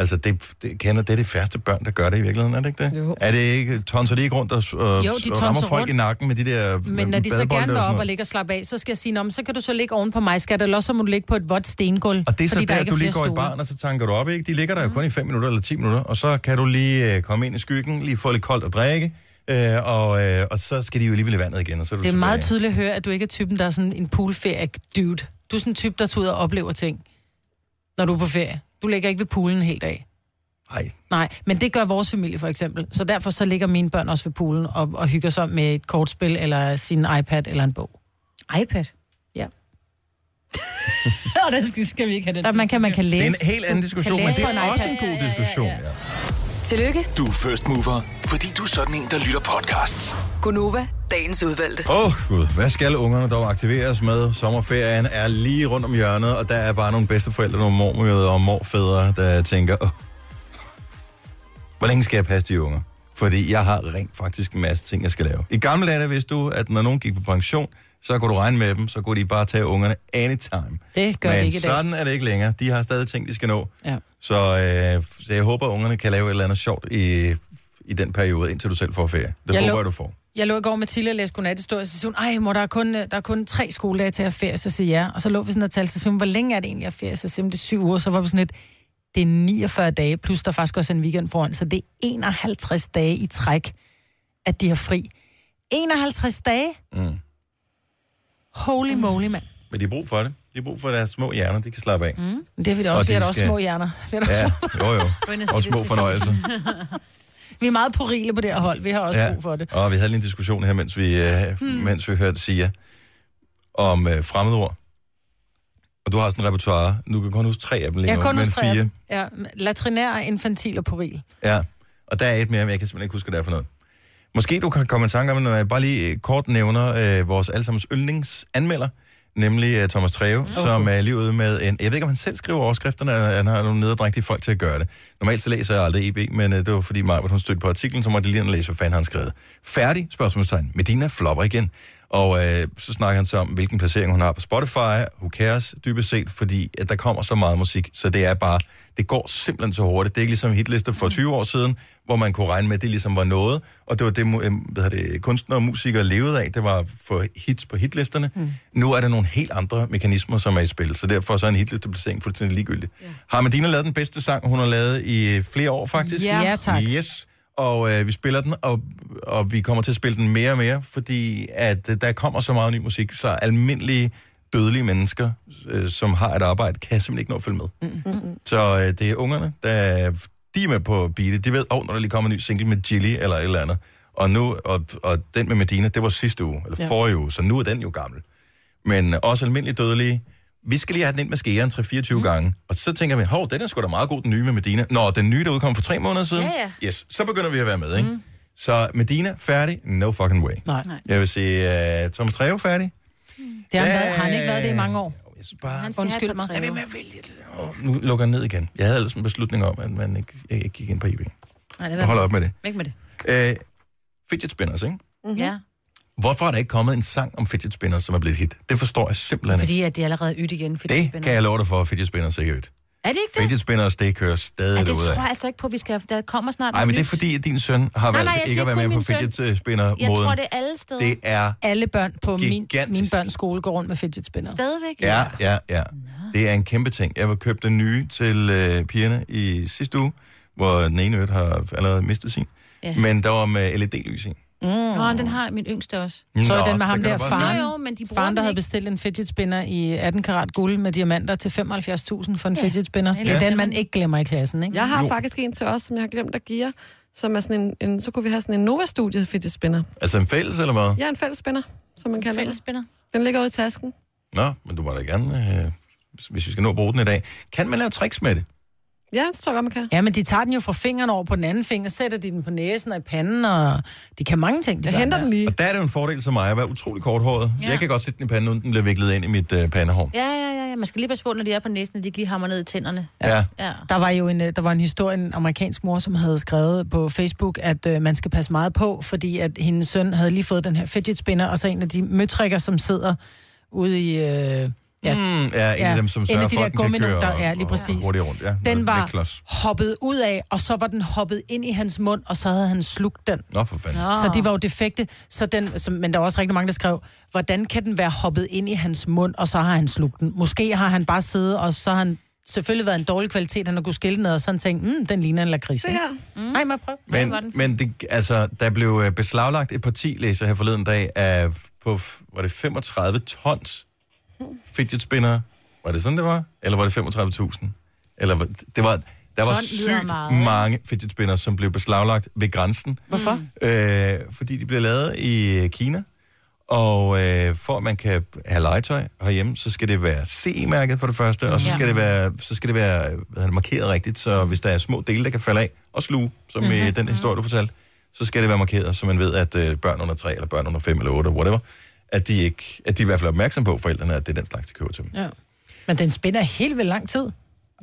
A: Altså, det, det, kender, det er det færreste børn, der gør det i virkeligheden, er det ikke det? Jo. Er det ikke, tonser de ikke rundt og, og,
B: Jo,
A: jo,
B: de
A: og rammer
B: tonser
A: folk
B: rundt.
A: i nakken med de der
B: Men når de så
A: badebolde
B: gerne
A: sådan
B: vil op
A: noget?
B: og ligge og slappe af, så skal jeg sige, "Nå, men så kan du så ligge oven på mig, skat, eller også så må du ligge på et vådt stengulv,
A: Og det er så
B: fordi
A: der,
B: der ikke
A: du
B: er
A: lige
B: flere
A: går i
B: stole. Mm.
A: barn, og så tanker du op, ikke? De ligger der jo kun i 5 minutter eller 10 minutter, og så kan du lige øh, komme ind i skyggen, lige få lidt koldt at drikke, øh, og, øh, og så skal de jo alligevel i vandet igen, og så er du
B: Det er
A: tilbage.
B: meget tydeligt at høre, at du ikke er typen, der er sådan en poolferie-dude. Du er sådan en type, der tager ud og oplever ting, når du er på ferie. Du ligger ikke ved poolen helt af.
A: Nej.
B: Nej, men det gør vores familie for eksempel. Så derfor så ligger mine børn også ved poolen og, og hygger sig med et kortspil, eller sin iPad, eller en bog.
C: iPad?
B: Ja.
C: Og den skal, skal vi ikke have den.
B: Der, man, kan, man kan
A: Det
B: læse.
A: er en helt anden diskussion,
B: Kan
A: men
B: læse
A: det
B: på en
A: er også
B: iPad.
A: en god diskussion. Ja, ja, ja.
E: Tillykke,
F: Du er first mover, fordi du er sådan en, der lytter podcasts.
E: Gunova, dagens udvalgte.
A: Åh oh, gud, hvad skal ungerne dog aktiveres med? Sommerferien er lige rundt om hjørnet, og der er bare nogle bedsteforældre, nogle mormøder og morfædre, der tænker, oh, hvor længe skal jeg passe de unger? Fordi jeg har rent faktisk en masse ting, jeg skal lave. I gamle dage, der vidste du, at når nogen gik på pension, så kunne du regne med dem, så kunne de bare tage ungerne anytime.
B: Det gør
A: Men
B: det ikke i dag.
A: sådan er det ikke længere. De har stadig ting, de skal nå.
B: Ja.
A: Så, øh, så jeg håber, at ungerne kan lave et eller andet sjovt i, i den periode, indtil du selv får ferie. Det jeg
B: Jeg
A: håber
B: lå-
A: jeg, du får.
B: Jeg lå i går med Tille og læste godnathistorie, så siger hun, ej mor, der er kun, der er kun tre skoledage til at have ferie, så siger jeg. ja. Og så lå vi sådan og talte, så siger hun, hvor længe er det egentlig, jeg har ferie? Så siger hun, det er syv uger, så var vi sådan lidt, det er 49 dage, plus der er faktisk også en weekend foran, så det er 51 dage i træk, at de har fri. 51 dage?
A: Mm.
B: Holy moly, mand.
A: Men de har brug for det. De har brug for deres små hjerner, de kan slappe af. Mm.
B: Men det er vi da
A: Og
B: også, vi
A: de
B: har da også
A: skal-
B: små hjerner. Vi har da også-
A: Ja, jo jo.
B: Gå ind og sig
A: Og
B: det
A: små
B: til
A: fornøjelser.
B: Vi er meget porile på det her hold, vi har også
A: ja.
B: brug for det.
A: Og vi havde lige en diskussion her, mens vi, øh, mm. mens vi hørte Sia, om øh, fremmedord. Og du har sådan en repertoire. Nu kan kun huske tre af dem lige
B: Jeg
A: nu,
B: kun
A: men
B: hos tre. af
A: fire.
B: dem. Ja, latrinær, infantil og poril.
A: Ja, og der er et mere, men jeg kan simpelthen ikke huske, hvad det er for noget. Måske du kan komme i tanke om, når jeg bare lige øh, kort nævner øh, vores allesammens yndlingsanmelder, nemlig øh, Thomas Treve, okay. som er lige ude med en... Jeg ved ikke, om han selv skriver overskrifterne, eller han har nogle nederdrægtige folk til at gøre det. Normalt så læser jeg aldrig EB, men øh, det var fordi Maja, hun stødte på artiklen, så måtte jeg lige ind og læse, hvad fanden han skrev. Færdig, spørgsmålstegn. Medina flopper igen. Og øh, så snakker han så om, hvilken placering hun har på Spotify, who cares, dybest set, fordi at der kommer så meget musik, så det er bare, det går simpelthen så hurtigt. Det er ikke ligesom hitlister for 20 år siden, hvor man kunne regne med, at det ligesom var noget, og det var det, mu- øh, hvad hedder det kunstnere og musikere levede af, det var for hits på hitlisterne. Mm. Nu er der nogle helt andre mekanismer, som er i spil, så derfor så er en hitlisteplacering fuldstændig ligegyldig. Yeah. Har Medina lavet den bedste sang, hun har lavet i øh, flere år faktisk?
B: Ja. Ja, tak.
A: Yes. Og øh, vi spiller den, og, og vi kommer til at spille den mere og mere, fordi at øh, der kommer så meget ny musik, så almindelige dødelige mennesker, øh, som har et arbejde, kan simpelthen ikke nå at følge med.
K: Mm-hmm.
A: Så øh, det er ungerne, der de er med på beatet. De ved, åh, oh, når der lige kommer en ny single med Jilly eller et eller andet. Og, nu, og, og den med Medina, det var sidste uge, eller
K: Ja.
A: ja. forrige uge, så nu er den jo gammel. Men også almindelig dødelige. Vi skal lige have den ind med skæren 3-24 mm. gange. Og så tænker vi, hov, den er sgu da meget god, den nye med Medina. Nå, den nye, der udkom for tre måneder siden.
K: Ja,
A: ja. Yes, så begynder vi at være med, ikke? Mm. Så Medina, færdig? No fucking way.
B: Nej.
A: Jeg vil sige, uh, Thomas Treve færdig?
B: Det har, han
A: Ja.
B: været, har han ikke været det i mange år.
A: Jeg synes bare,
B: han Undskyld mig.
A: Er det med vilje? Og nu lukker jeg ned igen. Jeg havde ellers en beslutning om, at man ikke, jeg ikke gik ind på IB.
C: Nej,
A: var- Hold op med det.
C: Væk med det.
A: Øh, fidget spinners, ikke?
M: Mhm.
C: Mm-hmm. Ja.
A: Hvorfor er der ikke kommet en sang om fidget spinners, som er blevet et hit? Det forstår jeg simpelthen ikke.
C: Fordi at de allerede ydt igen. Fordi
A: Det kan jeg love dig for, at fidget spinners ikke er et.
C: Er det ikke det?
A: Fidget spinners, det kører stadig
C: Ej, det
A: derude
C: tror jeg
A: af.
C: altså ikke på, vi skal... Der kommer snart
A: Nej,
C: noget
A: men det er
C: nyt.
A: fordi, at din søn har
C: Nej,
A: valgt
C: nej, jeg
A: ikke
C: siger
A: at være
C: kun
A: med på
C: min søn.
A: fidget spinner
C: Jeg tror, det er alle steder.
A: Det er...
B: Alle børn på min,
A: Gigantisk.
B: min børns skole går rundt med fidget spinner.
C: Stadigvæk?
A: Ja, ja, ja. Det er en kæmpe ting. Jeg var købt den nye til øh, pigerne i sidste uge, hvor den ene øvrigt har allerede mistet sin.
C: Ja.
A: Men der var med LED-lys i.
C: Mm. Nå, den har min yngste også.
A: Nå,
B: Så er den
A: så
B: med ham
A: kan du
B: der
A: bare
B: faren,
A: se.
C: Jo, jo, men de bruger
B: faren, der
C: den
B: havde
C: ikke.
B: bestilt en fidget spinner i 18 karat guld med diamanter til 75.000 for en fidget spinner.
D: Ja.
B: Det er den, man ikke glemmer i klassen, ikke?
D: Jeg har jo. faktisk en til os, som jeg har glemt at give jer, som er sådan en, en så kunne vi have sådan en Nova-studie fidget spinner.
A: Altså en fælles, eller hvad?
D: Ja, en fællespinner, som man kalder
C: Fællespinner.
D: Den ligger ude i tasken.
A: Nå, men du må da gerne, øh, hvis vi skal nå at bruge den i dag. Kan man lave tricks med det?
D: Ja, det tror jeg godt, man kan.
B: Ja, men de tager den jo fra fingeren over på den anden finger, sætter de den på næsen og i panden, og de kan mange ting. De børn der.
A: Og der er Mm. det jo en fordel for mig at være utrolig korthåret. Ja. Jeg kan godt sætte den i panden, uden den bliver viklet ind i mit øh, pandehår.
C: Ja, ja, ja, ja. Man skal lige passe på, når de er på næsen, at de ikke lige hammer ned i tænderne.
A: Ja.
C: Ja.
B: Der var jo en, øh, der var en historie, en amerikansk mor, som havde skrevet på Facebook, at øh, man skal passe meget på, fordi at hendes søn havde lige fået den her fidget spinner, og så en af de møtrikker, som sidder ude i... Øh, ja,
A: Mm, ja, en af dem, som sørger
B: en af de
A: for,
B: der
A: at den kan
B: gumminoter,
A: køre og-
B: ja, lige
A: og-
B: præcis.
A: hurtigt rundt, ja. Nå,
B: den
A: det er
B: var
A: klods.
B: hoppet ud af, og så var den hoppet ind i hans mund, og så havde han slugt den.
A: Nå, for fanden.
C: Ah.
B: Så de var jo defekte, så den, som, men der var også rigtig mange, der skrev, hvordan kan den være hoppet ind i hans mund, og så har han slugt den? Måske har han bare siddet, og så har han selvfølgelig været en dårlig kvalitet, han har kunne skille den ad, og så har han tænkt, mm, den ligner en lakrids.
D: Se her.
B: Mm. Ej, må jeg prøve?
A: Men, men det, altså, der blev øh, beslaglagt et partilæser her forleden dag af på, f- var det 35 tons fidget spinner. Var det sådan, det var? Eller var det 35.000? Eller var- det var, der var
K: Ton lyder
A: sygt
K: meget, ikke?
A: mange fidget spinner, som blev beslaglagt ved grænsen.
B: Hvorfor?
A: Øh, fordi de bliver lavet i øh, Kina. Og øh, for at man kan have legetøj herhjemme, så skal det være CE-mærket for det første, og så
K: Ja.
A: skal det være, så skal det være hvad hedder det, markeret rigtigt, så hvis der er små dele, der kan falde af og sluge, som mm-hmm. i den historie, du fortalte, så skal det være markeret, så man ved, at øh, børn under 3, eller børn under 5, eller 8, whatever, at de, ikke, at de i hvert fald er opmærksomme på, forældrene, at det er den slags, de køber til dem.
B: Ja. Men den spænder helt vildt lang tid.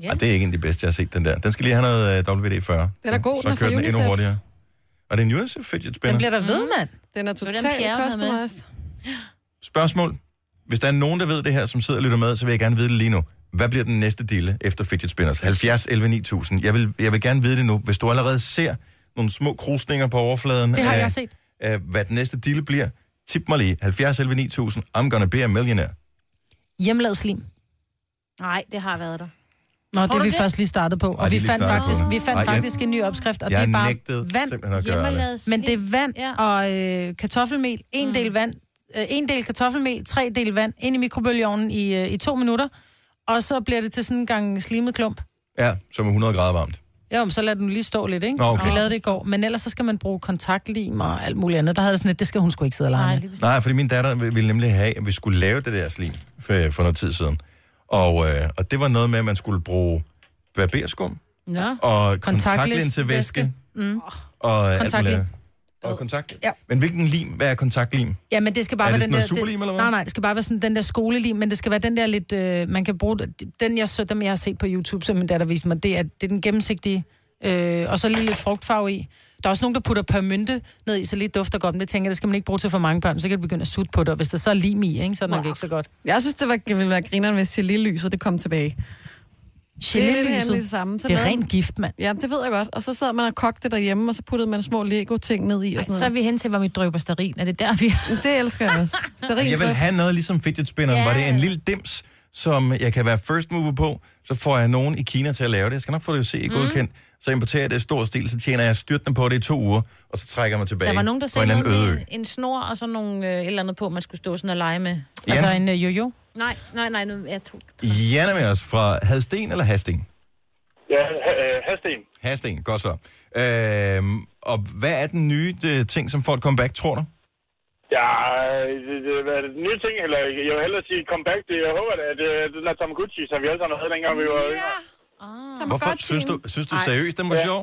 A: Ja. Og det er ikke en af de bedste, jeg har set, den der. Den skal lige have noget øh, WD-40. Den
D: Den er god, den
A: Så
D: er fra
A: kører den endnu
D: UNICEF.
A: hurtigere. Og det er en UNICEF fidget spinner.
B: Den bliver der
A: Mm.
B: ved, mand.
D: Den er
C: var
D: totalt
C: den, Pierre havde med.
D: customized.
A: Spørgsmål. Hvis der er nogen, der ved det her, som sidder og lytter med, så vil jeg gerne vide det lige nu. Hvad bliver den næste dille efter fidget spinners? 70, 11, 9000. Jeg vil, jeg vil gerne vide det nu. Hvis du allerede ser nogle små krusninger på overfladen
B: Det har
A: af,
B: jeg set.
A: af, hvad den næste dille bliver, tip mig lige. 70, 11, 9000. I'm gonna be a millionaire.
B: Hjemlavet slim.
C: Nej, det har været der.
B: Nå,
C: Tror
B: det er
C: du
B: vi
C: det?
B: først lige startet på.
A: Ej,
B: Og
A: det
B: vi
A: er lige
B: fandt
A: startet
B: faktisk,
A: på.
B: vi fandt
A: Ej, jeg-
B: faktisk en ny opskrift, og
A: jeg
B: det er bare
A: nægtede
B: vand.
A: simpelthen at gøre det. Hjemmelavet
B: Men det er vand og øh, kartoffelmel. En del vand, øh, en del kartoffelmel, tre del vand, ind i mikrobølgeovnen i, øh, i to minutter. Og så bliver det til sådan en gang slimet klump.
A: Ja, som er 100 grader varmt.
B: Jo, men så lad den lige stå lidt, ikke?
A: Nå, okay.
B: Vi lavede det i går. Men ellers så skal man bruge kontaktlim og alt muligt andet. Der havde jeg sådan lidt, det skal hun sgu ikke sidde og lege med.
A: Nej, fordi min datter ville nemlig have, at vi skulle lave det der slim for, for noget tid siden. Og, øh, og det var noget med, at man skulle bruge barberskum
B: Nå.
A: og kontaktlinsevæske.
B: Mm.
C: Oh.
A: Og alt
B: Kontaktlim.
A: muligt andet. Og kontakt.
B: Ja.
A: Men hvilken lim? Hvad er kontaktlim?
B: Ja, men det skal bare
A: Er
B: være
A: det
B: den
A: sådan
B: der...
A: noget superlim, eller hvad?
B: Nej, nej, det skal bare være sådan den der skolelim, men det skal være den der lidt... Øh, man kan bruge... Den, jeg, så- dem, jeg har set på YouTube, som min datter viste mig, det er, det er den gennemsigtige, øh, og så lige lidt frugtfarve i. Der er også nogen, der putter permynte ned i, så lidt dufter godt, men det tænker jeg, det skal man ikke bruge til for mange børn, så kan det begynde at sutte på det, og hvis der så er lim i, ikke, så er det nok ikke så godt.
D: Jeg synes, det var, ville være grineren, hvis gelé-lyset det kom tilbage.
B: Gelé-lyset?
D: Det er, det samme.
B: Det er
D: lavede-
B: rent gift, mand.
D: Ja, det ved jeg godt. Og så sad man og kogte det derhjemme, og så puttede man små Lego-ting ned i. Og sådan
C: så er vi hen til, hvor vi drøber sterin. Er det der, vi
B: Uh.
D: Det elsker jeg også. Sterin
A: Jeg vil have noget ligesom fidget spinneren. Yeah. Var det en lille dims, som jeg kan være first mover på, så får jeg nogen i Kina til at lave det. Jeg skal nok få det at
C: Mm.
A: se godkendt. Så importerer jeg det i stor stil, så tjener jeg styrtende på det i to uger, og så trækker jeg mig tilbage
C: Der var nogen, der
A: på en
C: sagde
A: anden
C: noget
A: øde
C: med
A: ø.
C: en, en snor og sådan nogle, øh, et eller andet på, man skulle stå sådan og lege med.
A: Ja. Altså
B: en øh, jojo?
C: Nej, nej, nej, nu, jeg tog.
A: Jan er med os fra Hadsten eller Hasten?
N: Ja, ha- øh, Hasten.
A: Hasten, godt så. Øhm, og hvad er den nye øh, ting, som får et comeback, tror du?
N: Ja, det, det, hvad er det nye ting, eller jeg vil hellere sige comeback. Det, jeg håber, at det, er den der Tamagotchi, som vi alle sammen havde, dengang vi var yngre.
A: Hvorfor synes du, synes du seriøst, den var
N: Ja.
A: sjov?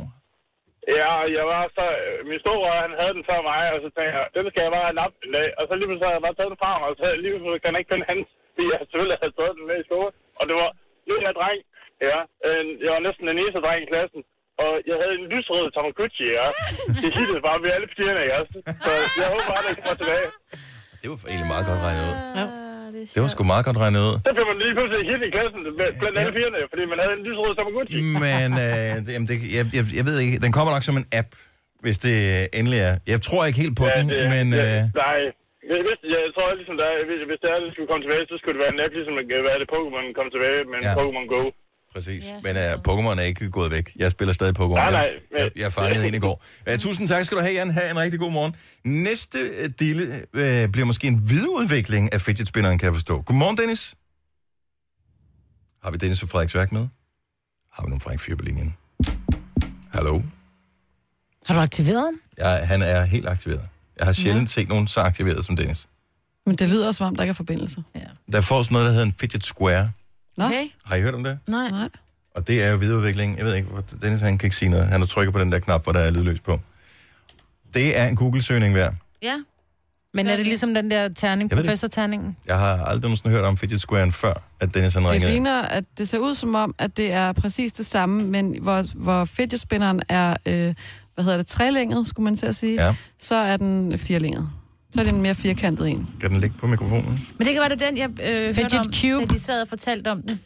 N: Ja, jeg var så... Min store, han havde den før mig, og så tænkte jeg, den skal jeg bare have nappet en dag. Og så lige pludselig havde jeg bare taget den fra mig, og så lige pludselig kan jeg ikke finde hans, fordi jeg selvfølgelig havde stået den med i skole. Og det var, nu er jeg dreng, ja. Øh, Jeg var næsten den eneste dreng i klassen. Og jeg havde en lysrød Tamagotchi, ja. Det hittede bare ved alle pigerne, ikke også? Så jeg håber bare, at den kommer tilbage.
A: Det var egentlig meget godt regnet ud.
N: Ja.
A: Det var sgu meget godt regnet ud.
N: Så blev man lige pludselig hit i klassen bl- blandt alle pigerne, fordi man havde en lysrød Tamagotchi.
A: Mm, Men øh, det, jamen, det, jeg, jeg, jeg ved ikke, den kommer nok som en app, hvis det endelig er. Jeg tror ikke helt på ja, den, det, men...
N: ja,
A: Øh,
N: Nej, hvis, hvis, jeg tror ligesom der, er- hvis, hvis det er, det skulle komme tilbage, så skulle det være en app, ligesom at være det Pokémon kom tilbage, men
A: Ja.
N: ja. Pokémon Go.
A: Præcis. Men uh, Pokémon er ikke gået væk. Jeg spiller stadig Pokémon.
N: Nej, nej,
A: Jeg, jeg, jeg fangede en i går. Uh, tusind tak skal du have, Jan. Ha' en rigtig god morgen. Næste uh, dille uh, bliver måske en videreudvikling af fidget spinneren, kan jeg forstå. Godmorgen, Dennis. Har vi Dennis fra Frederiksværk med? Har vi nogen Frederik Fyr på linjen? Hallo?
B: Har du aktiveret den?
A: Jeg, han er helt aktiveret. Jeg har sjældent set nogen så aktiveret som Dennis.
D: Men det lyder som om, der ikke er forbindelse. Ja.
A: Der får sådan noget, der hedder en fidget square.
D: Nå? Okay.
A: Har I hørt om det?
D: Nej. Nej.
A: Og det er jo videreudvikling. Jeg ved ikke, hvor Dennis han kan ikke sige noget. Han har trykket på den der knap, hvor der er lydløs på. Det er en Google-søgning værd.
C: Ja.
B: Men er det ligesom den der terning,
A: Jeg ved det.
B: professorterningen?
A: Jeg har aldrig nogensinde hørt om Fidget Squaren før, at Dennis han
D: Det
A: ringede. ind.
D: ligner, at det ser ud som om, at det er præcis det samme, men hvor, hvor fidget-spinneren er, øh, hvad hedder det, trelænget, skulle man til at sige,
A: Ja.
D: så er den firlænget. Så er det en mere firkantet en.
A: Kan den ligge på mikrofonen?
C: Men det kan være, det var den, jeg øh, hørte
D: Fidget
C: om, Cube. da de sad og fortalte om den.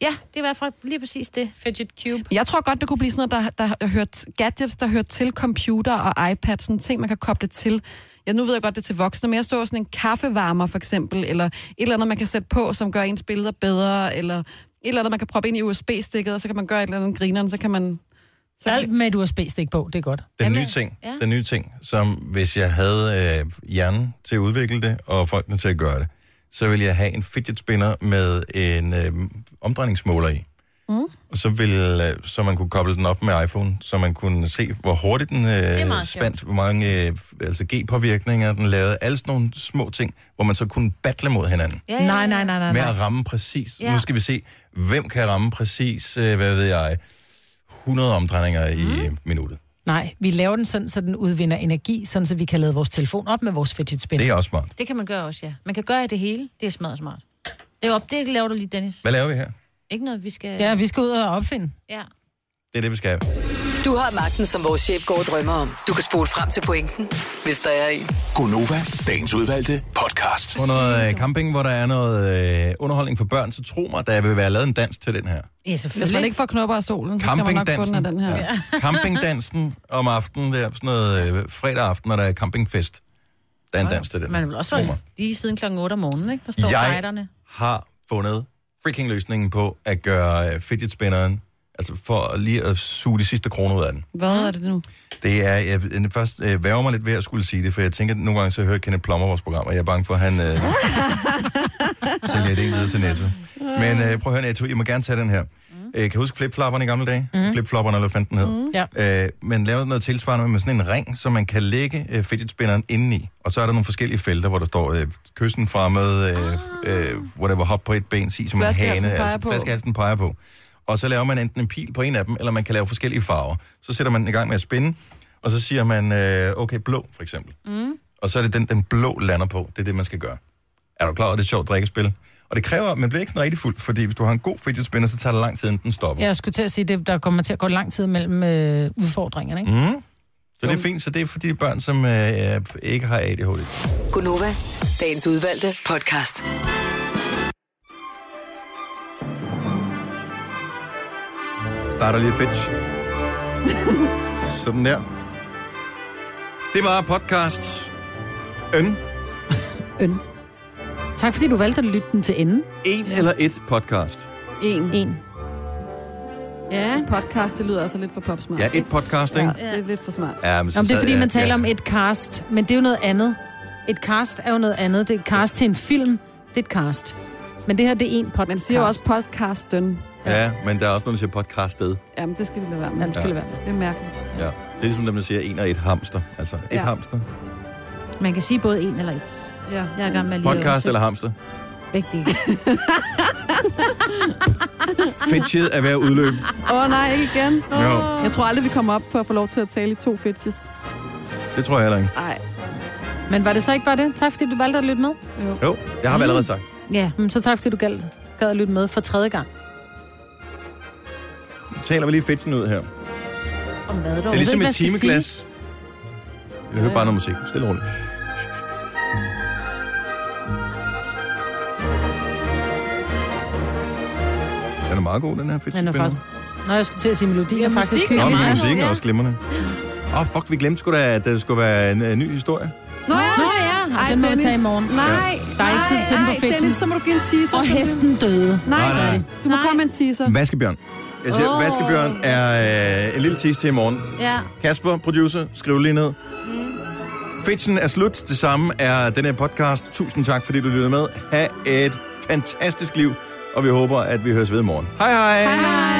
C: Ja, det var fra lige præcis det. Fidget Cube.
D: Jeg tror godt, det kunne blive sådan noget, der, der hørt gadgets, der hører til computer og iPad, sådan ting, man kan koble til. Ja, nu ved jeg godt, det er til voksne, men jeg så sådan en kaffevarmer for eksempel, eller et eller andet, man kan sætte på, som gør ens billeder bedre, eller et eller andet, man kan proppe ind i USB-stikket, og så kan man gøre et eller andet grineren, så kan man... Så
B: Alt med et USB-stik på, det er godt.
A: Den nye ting,
B: ja.
A: den nye ting, som hvis jeg havde øh, hjernen til at udvikle det, og folkene til at gøre det, så ville jeg have en fidget spinner med en øh, omdrejningsmåler i.
K: Mm.
A: Og så, ville, øh, så man kunne koble den op med iPhone, så man kunne se, hvor hurtigt den
K: er
A: øh,
K: meget
A: spandt, hvor mange øh, altså G-påvirkninger den lavede, alle sådan nogle små ting, hvor man så kunne battle mod hinanden.
B: Ja, ja, nej, nej, nej, nej.
A: med at
B: nej.
A: ramme præcis. Ja.
B: Ja.
A: Nu skal vi se, hvem kan ramme præcis, øh, hvad ved jeg, 100 omdrejninger i øh, minuttet.
B: Nej, vi laver den sådan, så den udvinder energi, sådan så vi kan lade vores telefon op med vores fidget spinner.
A: Det er også smart.
C: Det kan man gøre også, ja. Man kan gøre det hele. Det er smadret smart. Det er op, det laver du lige, Dennis.
A: Hvad laver vi her?
C: Ikke noget, vi skal...
B: Ja, vi skal ud og opfinde.
C: Ja.
A: Det er det, vi skal have.
E: Du har magten, som vores chef går og drømmer om. Du kan spole frem til pointen, hvis der er en.
F: Gonova, dagens udvalgte podcast.
A: På noget øh, camping, hvor der er noget øh, underholdning for børn, så tro mig, der vil være lavet en dans til den her.
C: Ja,
D: Hvis man ikke får knopper af solen, så skal man nok få den af
A: Campingdansen.
D: den her.
A: Ja. Campingdansen om aftenen, der er sådan noget øh, fredag aften, når der er campingfest. Der er en dans til den.
C: Man vil også
A: Tro mig.
C: være lige siden klokken 8 om morgenen, ikke? Der står
A: Jeg-
C: guiderne.
A: har fundet freaking løsningen på at gøre øh, fidget spinneren, altså for lige at suge de sidste kroner ud af den.
D: Hvad er det nu?
A: Det er, jeg jeg først øh, værger mig lidt ved at skulle sige det, for jeg tænker, at nogle gange så hører Kenneth Plummer vores program, og jeg er bange for, at han øh, sælger det ikke videre til Netto. Men øh, prøv at høre, Netto, I må gerne tage den her. Mm. Øh, kan du huske flipflopperne i gamle dage? Mm. Flipflopperne, eller hvad fanden den hed? Mm.
B: Ja.
A: Øh, men lave noget tilsvarende med sådan en ring, som man kan lægge øh, fidget spinneren indeni. Og så er der nogle forskellige felter, hvor der står øh, kyssen fremad, øh, øh, whatever, hop på et ben, sig som en
K: Flaskehalsen
A: hane. altså
K: peger på.
A: flaskehalsen peger på. Og så laver man enten en pil på en af dem, eller man kan lave forskellige farver. Så sætter man den i gang med at spinde, og så siger man, øh, okay, blå for eksempel.
K: Mm.
A: Og så er det den, den blå lander på. Det er det, man skal gøre. Er du klar over, at det er et sjovt drikkespil? Og det kræver, at man bliver ikke sådan rigtig fuld, fordi hvis du har en god fidget spinner, så tager det lang tid, inden den stopper.
B: Jeg skulle til at sige, at der kommer til at gå lang tid mellem øh, udfordringerne, ikke?
A: Mm. Så det er fint, så det er for de børn, som øh, ikke har ADHD.
E: Gunova, dagens udvalgte podcast.
A: Starter lige fetch. Sådan der. Det var Øhm, podcast. Øn.
B: Øn. Øhm. Tak fordi du valgte at lytte den til enden.
A: En eller et podcast.
D: En.
B: En.
D: Ja. En podcast, det lyder altså lidt for popsmart.
A: Ja, et podcast, ikke?
D: Ja, det er lidt for smart.
A: Ja,
B: Nå,
A: så
B: men det er
A: sad
B: fordi,
A: jeg-
B: man taler
A: ja.
B: om et cast, men det er jo noget andet. Et cast er jo noget andet. Det er et cast til en film, det er et cast. Men det her, det er en podcast. Man siger jo også
D: podcasten.
A: Ja, men der er også nogen, der siger podcastet.
D: Jamen, det skal vi lade være med.
A: Jamen, det skal vi lade
D: være med. Det er mærkeligt.
A: Ja. Det er ligesom, dem, der siger en og et hamster. Altså, et
C: Ja.
A: hamster.
C: Man kan sige både en eller et.
D: Ja.
C: Jeg er i gang med lige at
A: Podcast
C: oversætte.
A: eller hamster?
C: Begge dele.
A: Fetchet er ved at udløbe.
D: Åh oh, nej, ikke igen.
A: Jo.
D: Jeg tror aldrig, vi kommer op på at få lov til at tale i to fetches.
A: Det tror jeg heller ikke.
D: Nej.
B: Men var det så ikke bare det? Tak fordi du valgte at lytte med.
A: Jo, det har vi allerede sagt.
B: Ja, mm, så tak fordi du gad, gad at lytte med for tredje gang.
A: Nu taler vi lige fedten ud her. Det
B: Om hvad
A: er ligesom et timeglas. Jeg hører bare noget musik. Stille og roligt. Den er meget god, den her fedt.
B: Den er faktisk... Nå, jeg skulle til at sige melodier, ja, faktisk.
A: Nå, men musikken er også glimrende. Åh, oh, fuck, vi glemte sgu da, at der skulle være en, en ny historie.
D: Nå ja,
B: Nå, ja. Ej, den må vi
D: Dennis.
B: tage i morgen.
D: Nej,
B: Der er ikke tid til den på
D: nej,
B: fedten.
D: Dennis, så må du give en teaser.
B: Og
D: som du-
B: hesten døde.
D: Nej,
A: Nej, nej.
D: du må komme med en teaser.
A: Vaskebjørn. Jeg siger,
D: Åh.
A: oh. Vaskebjørn er øh, en lille tease til i morgen.
C: Ja.
A: Kasper, producer, skriv lige ned. Fitchen er slut. Det samme er den her podcast. Tusind tak, fordi du lyttede med. Ha' et fantastisk liv, og vi håber, at vi høres ved i morgen. Hej hej! hej, hej.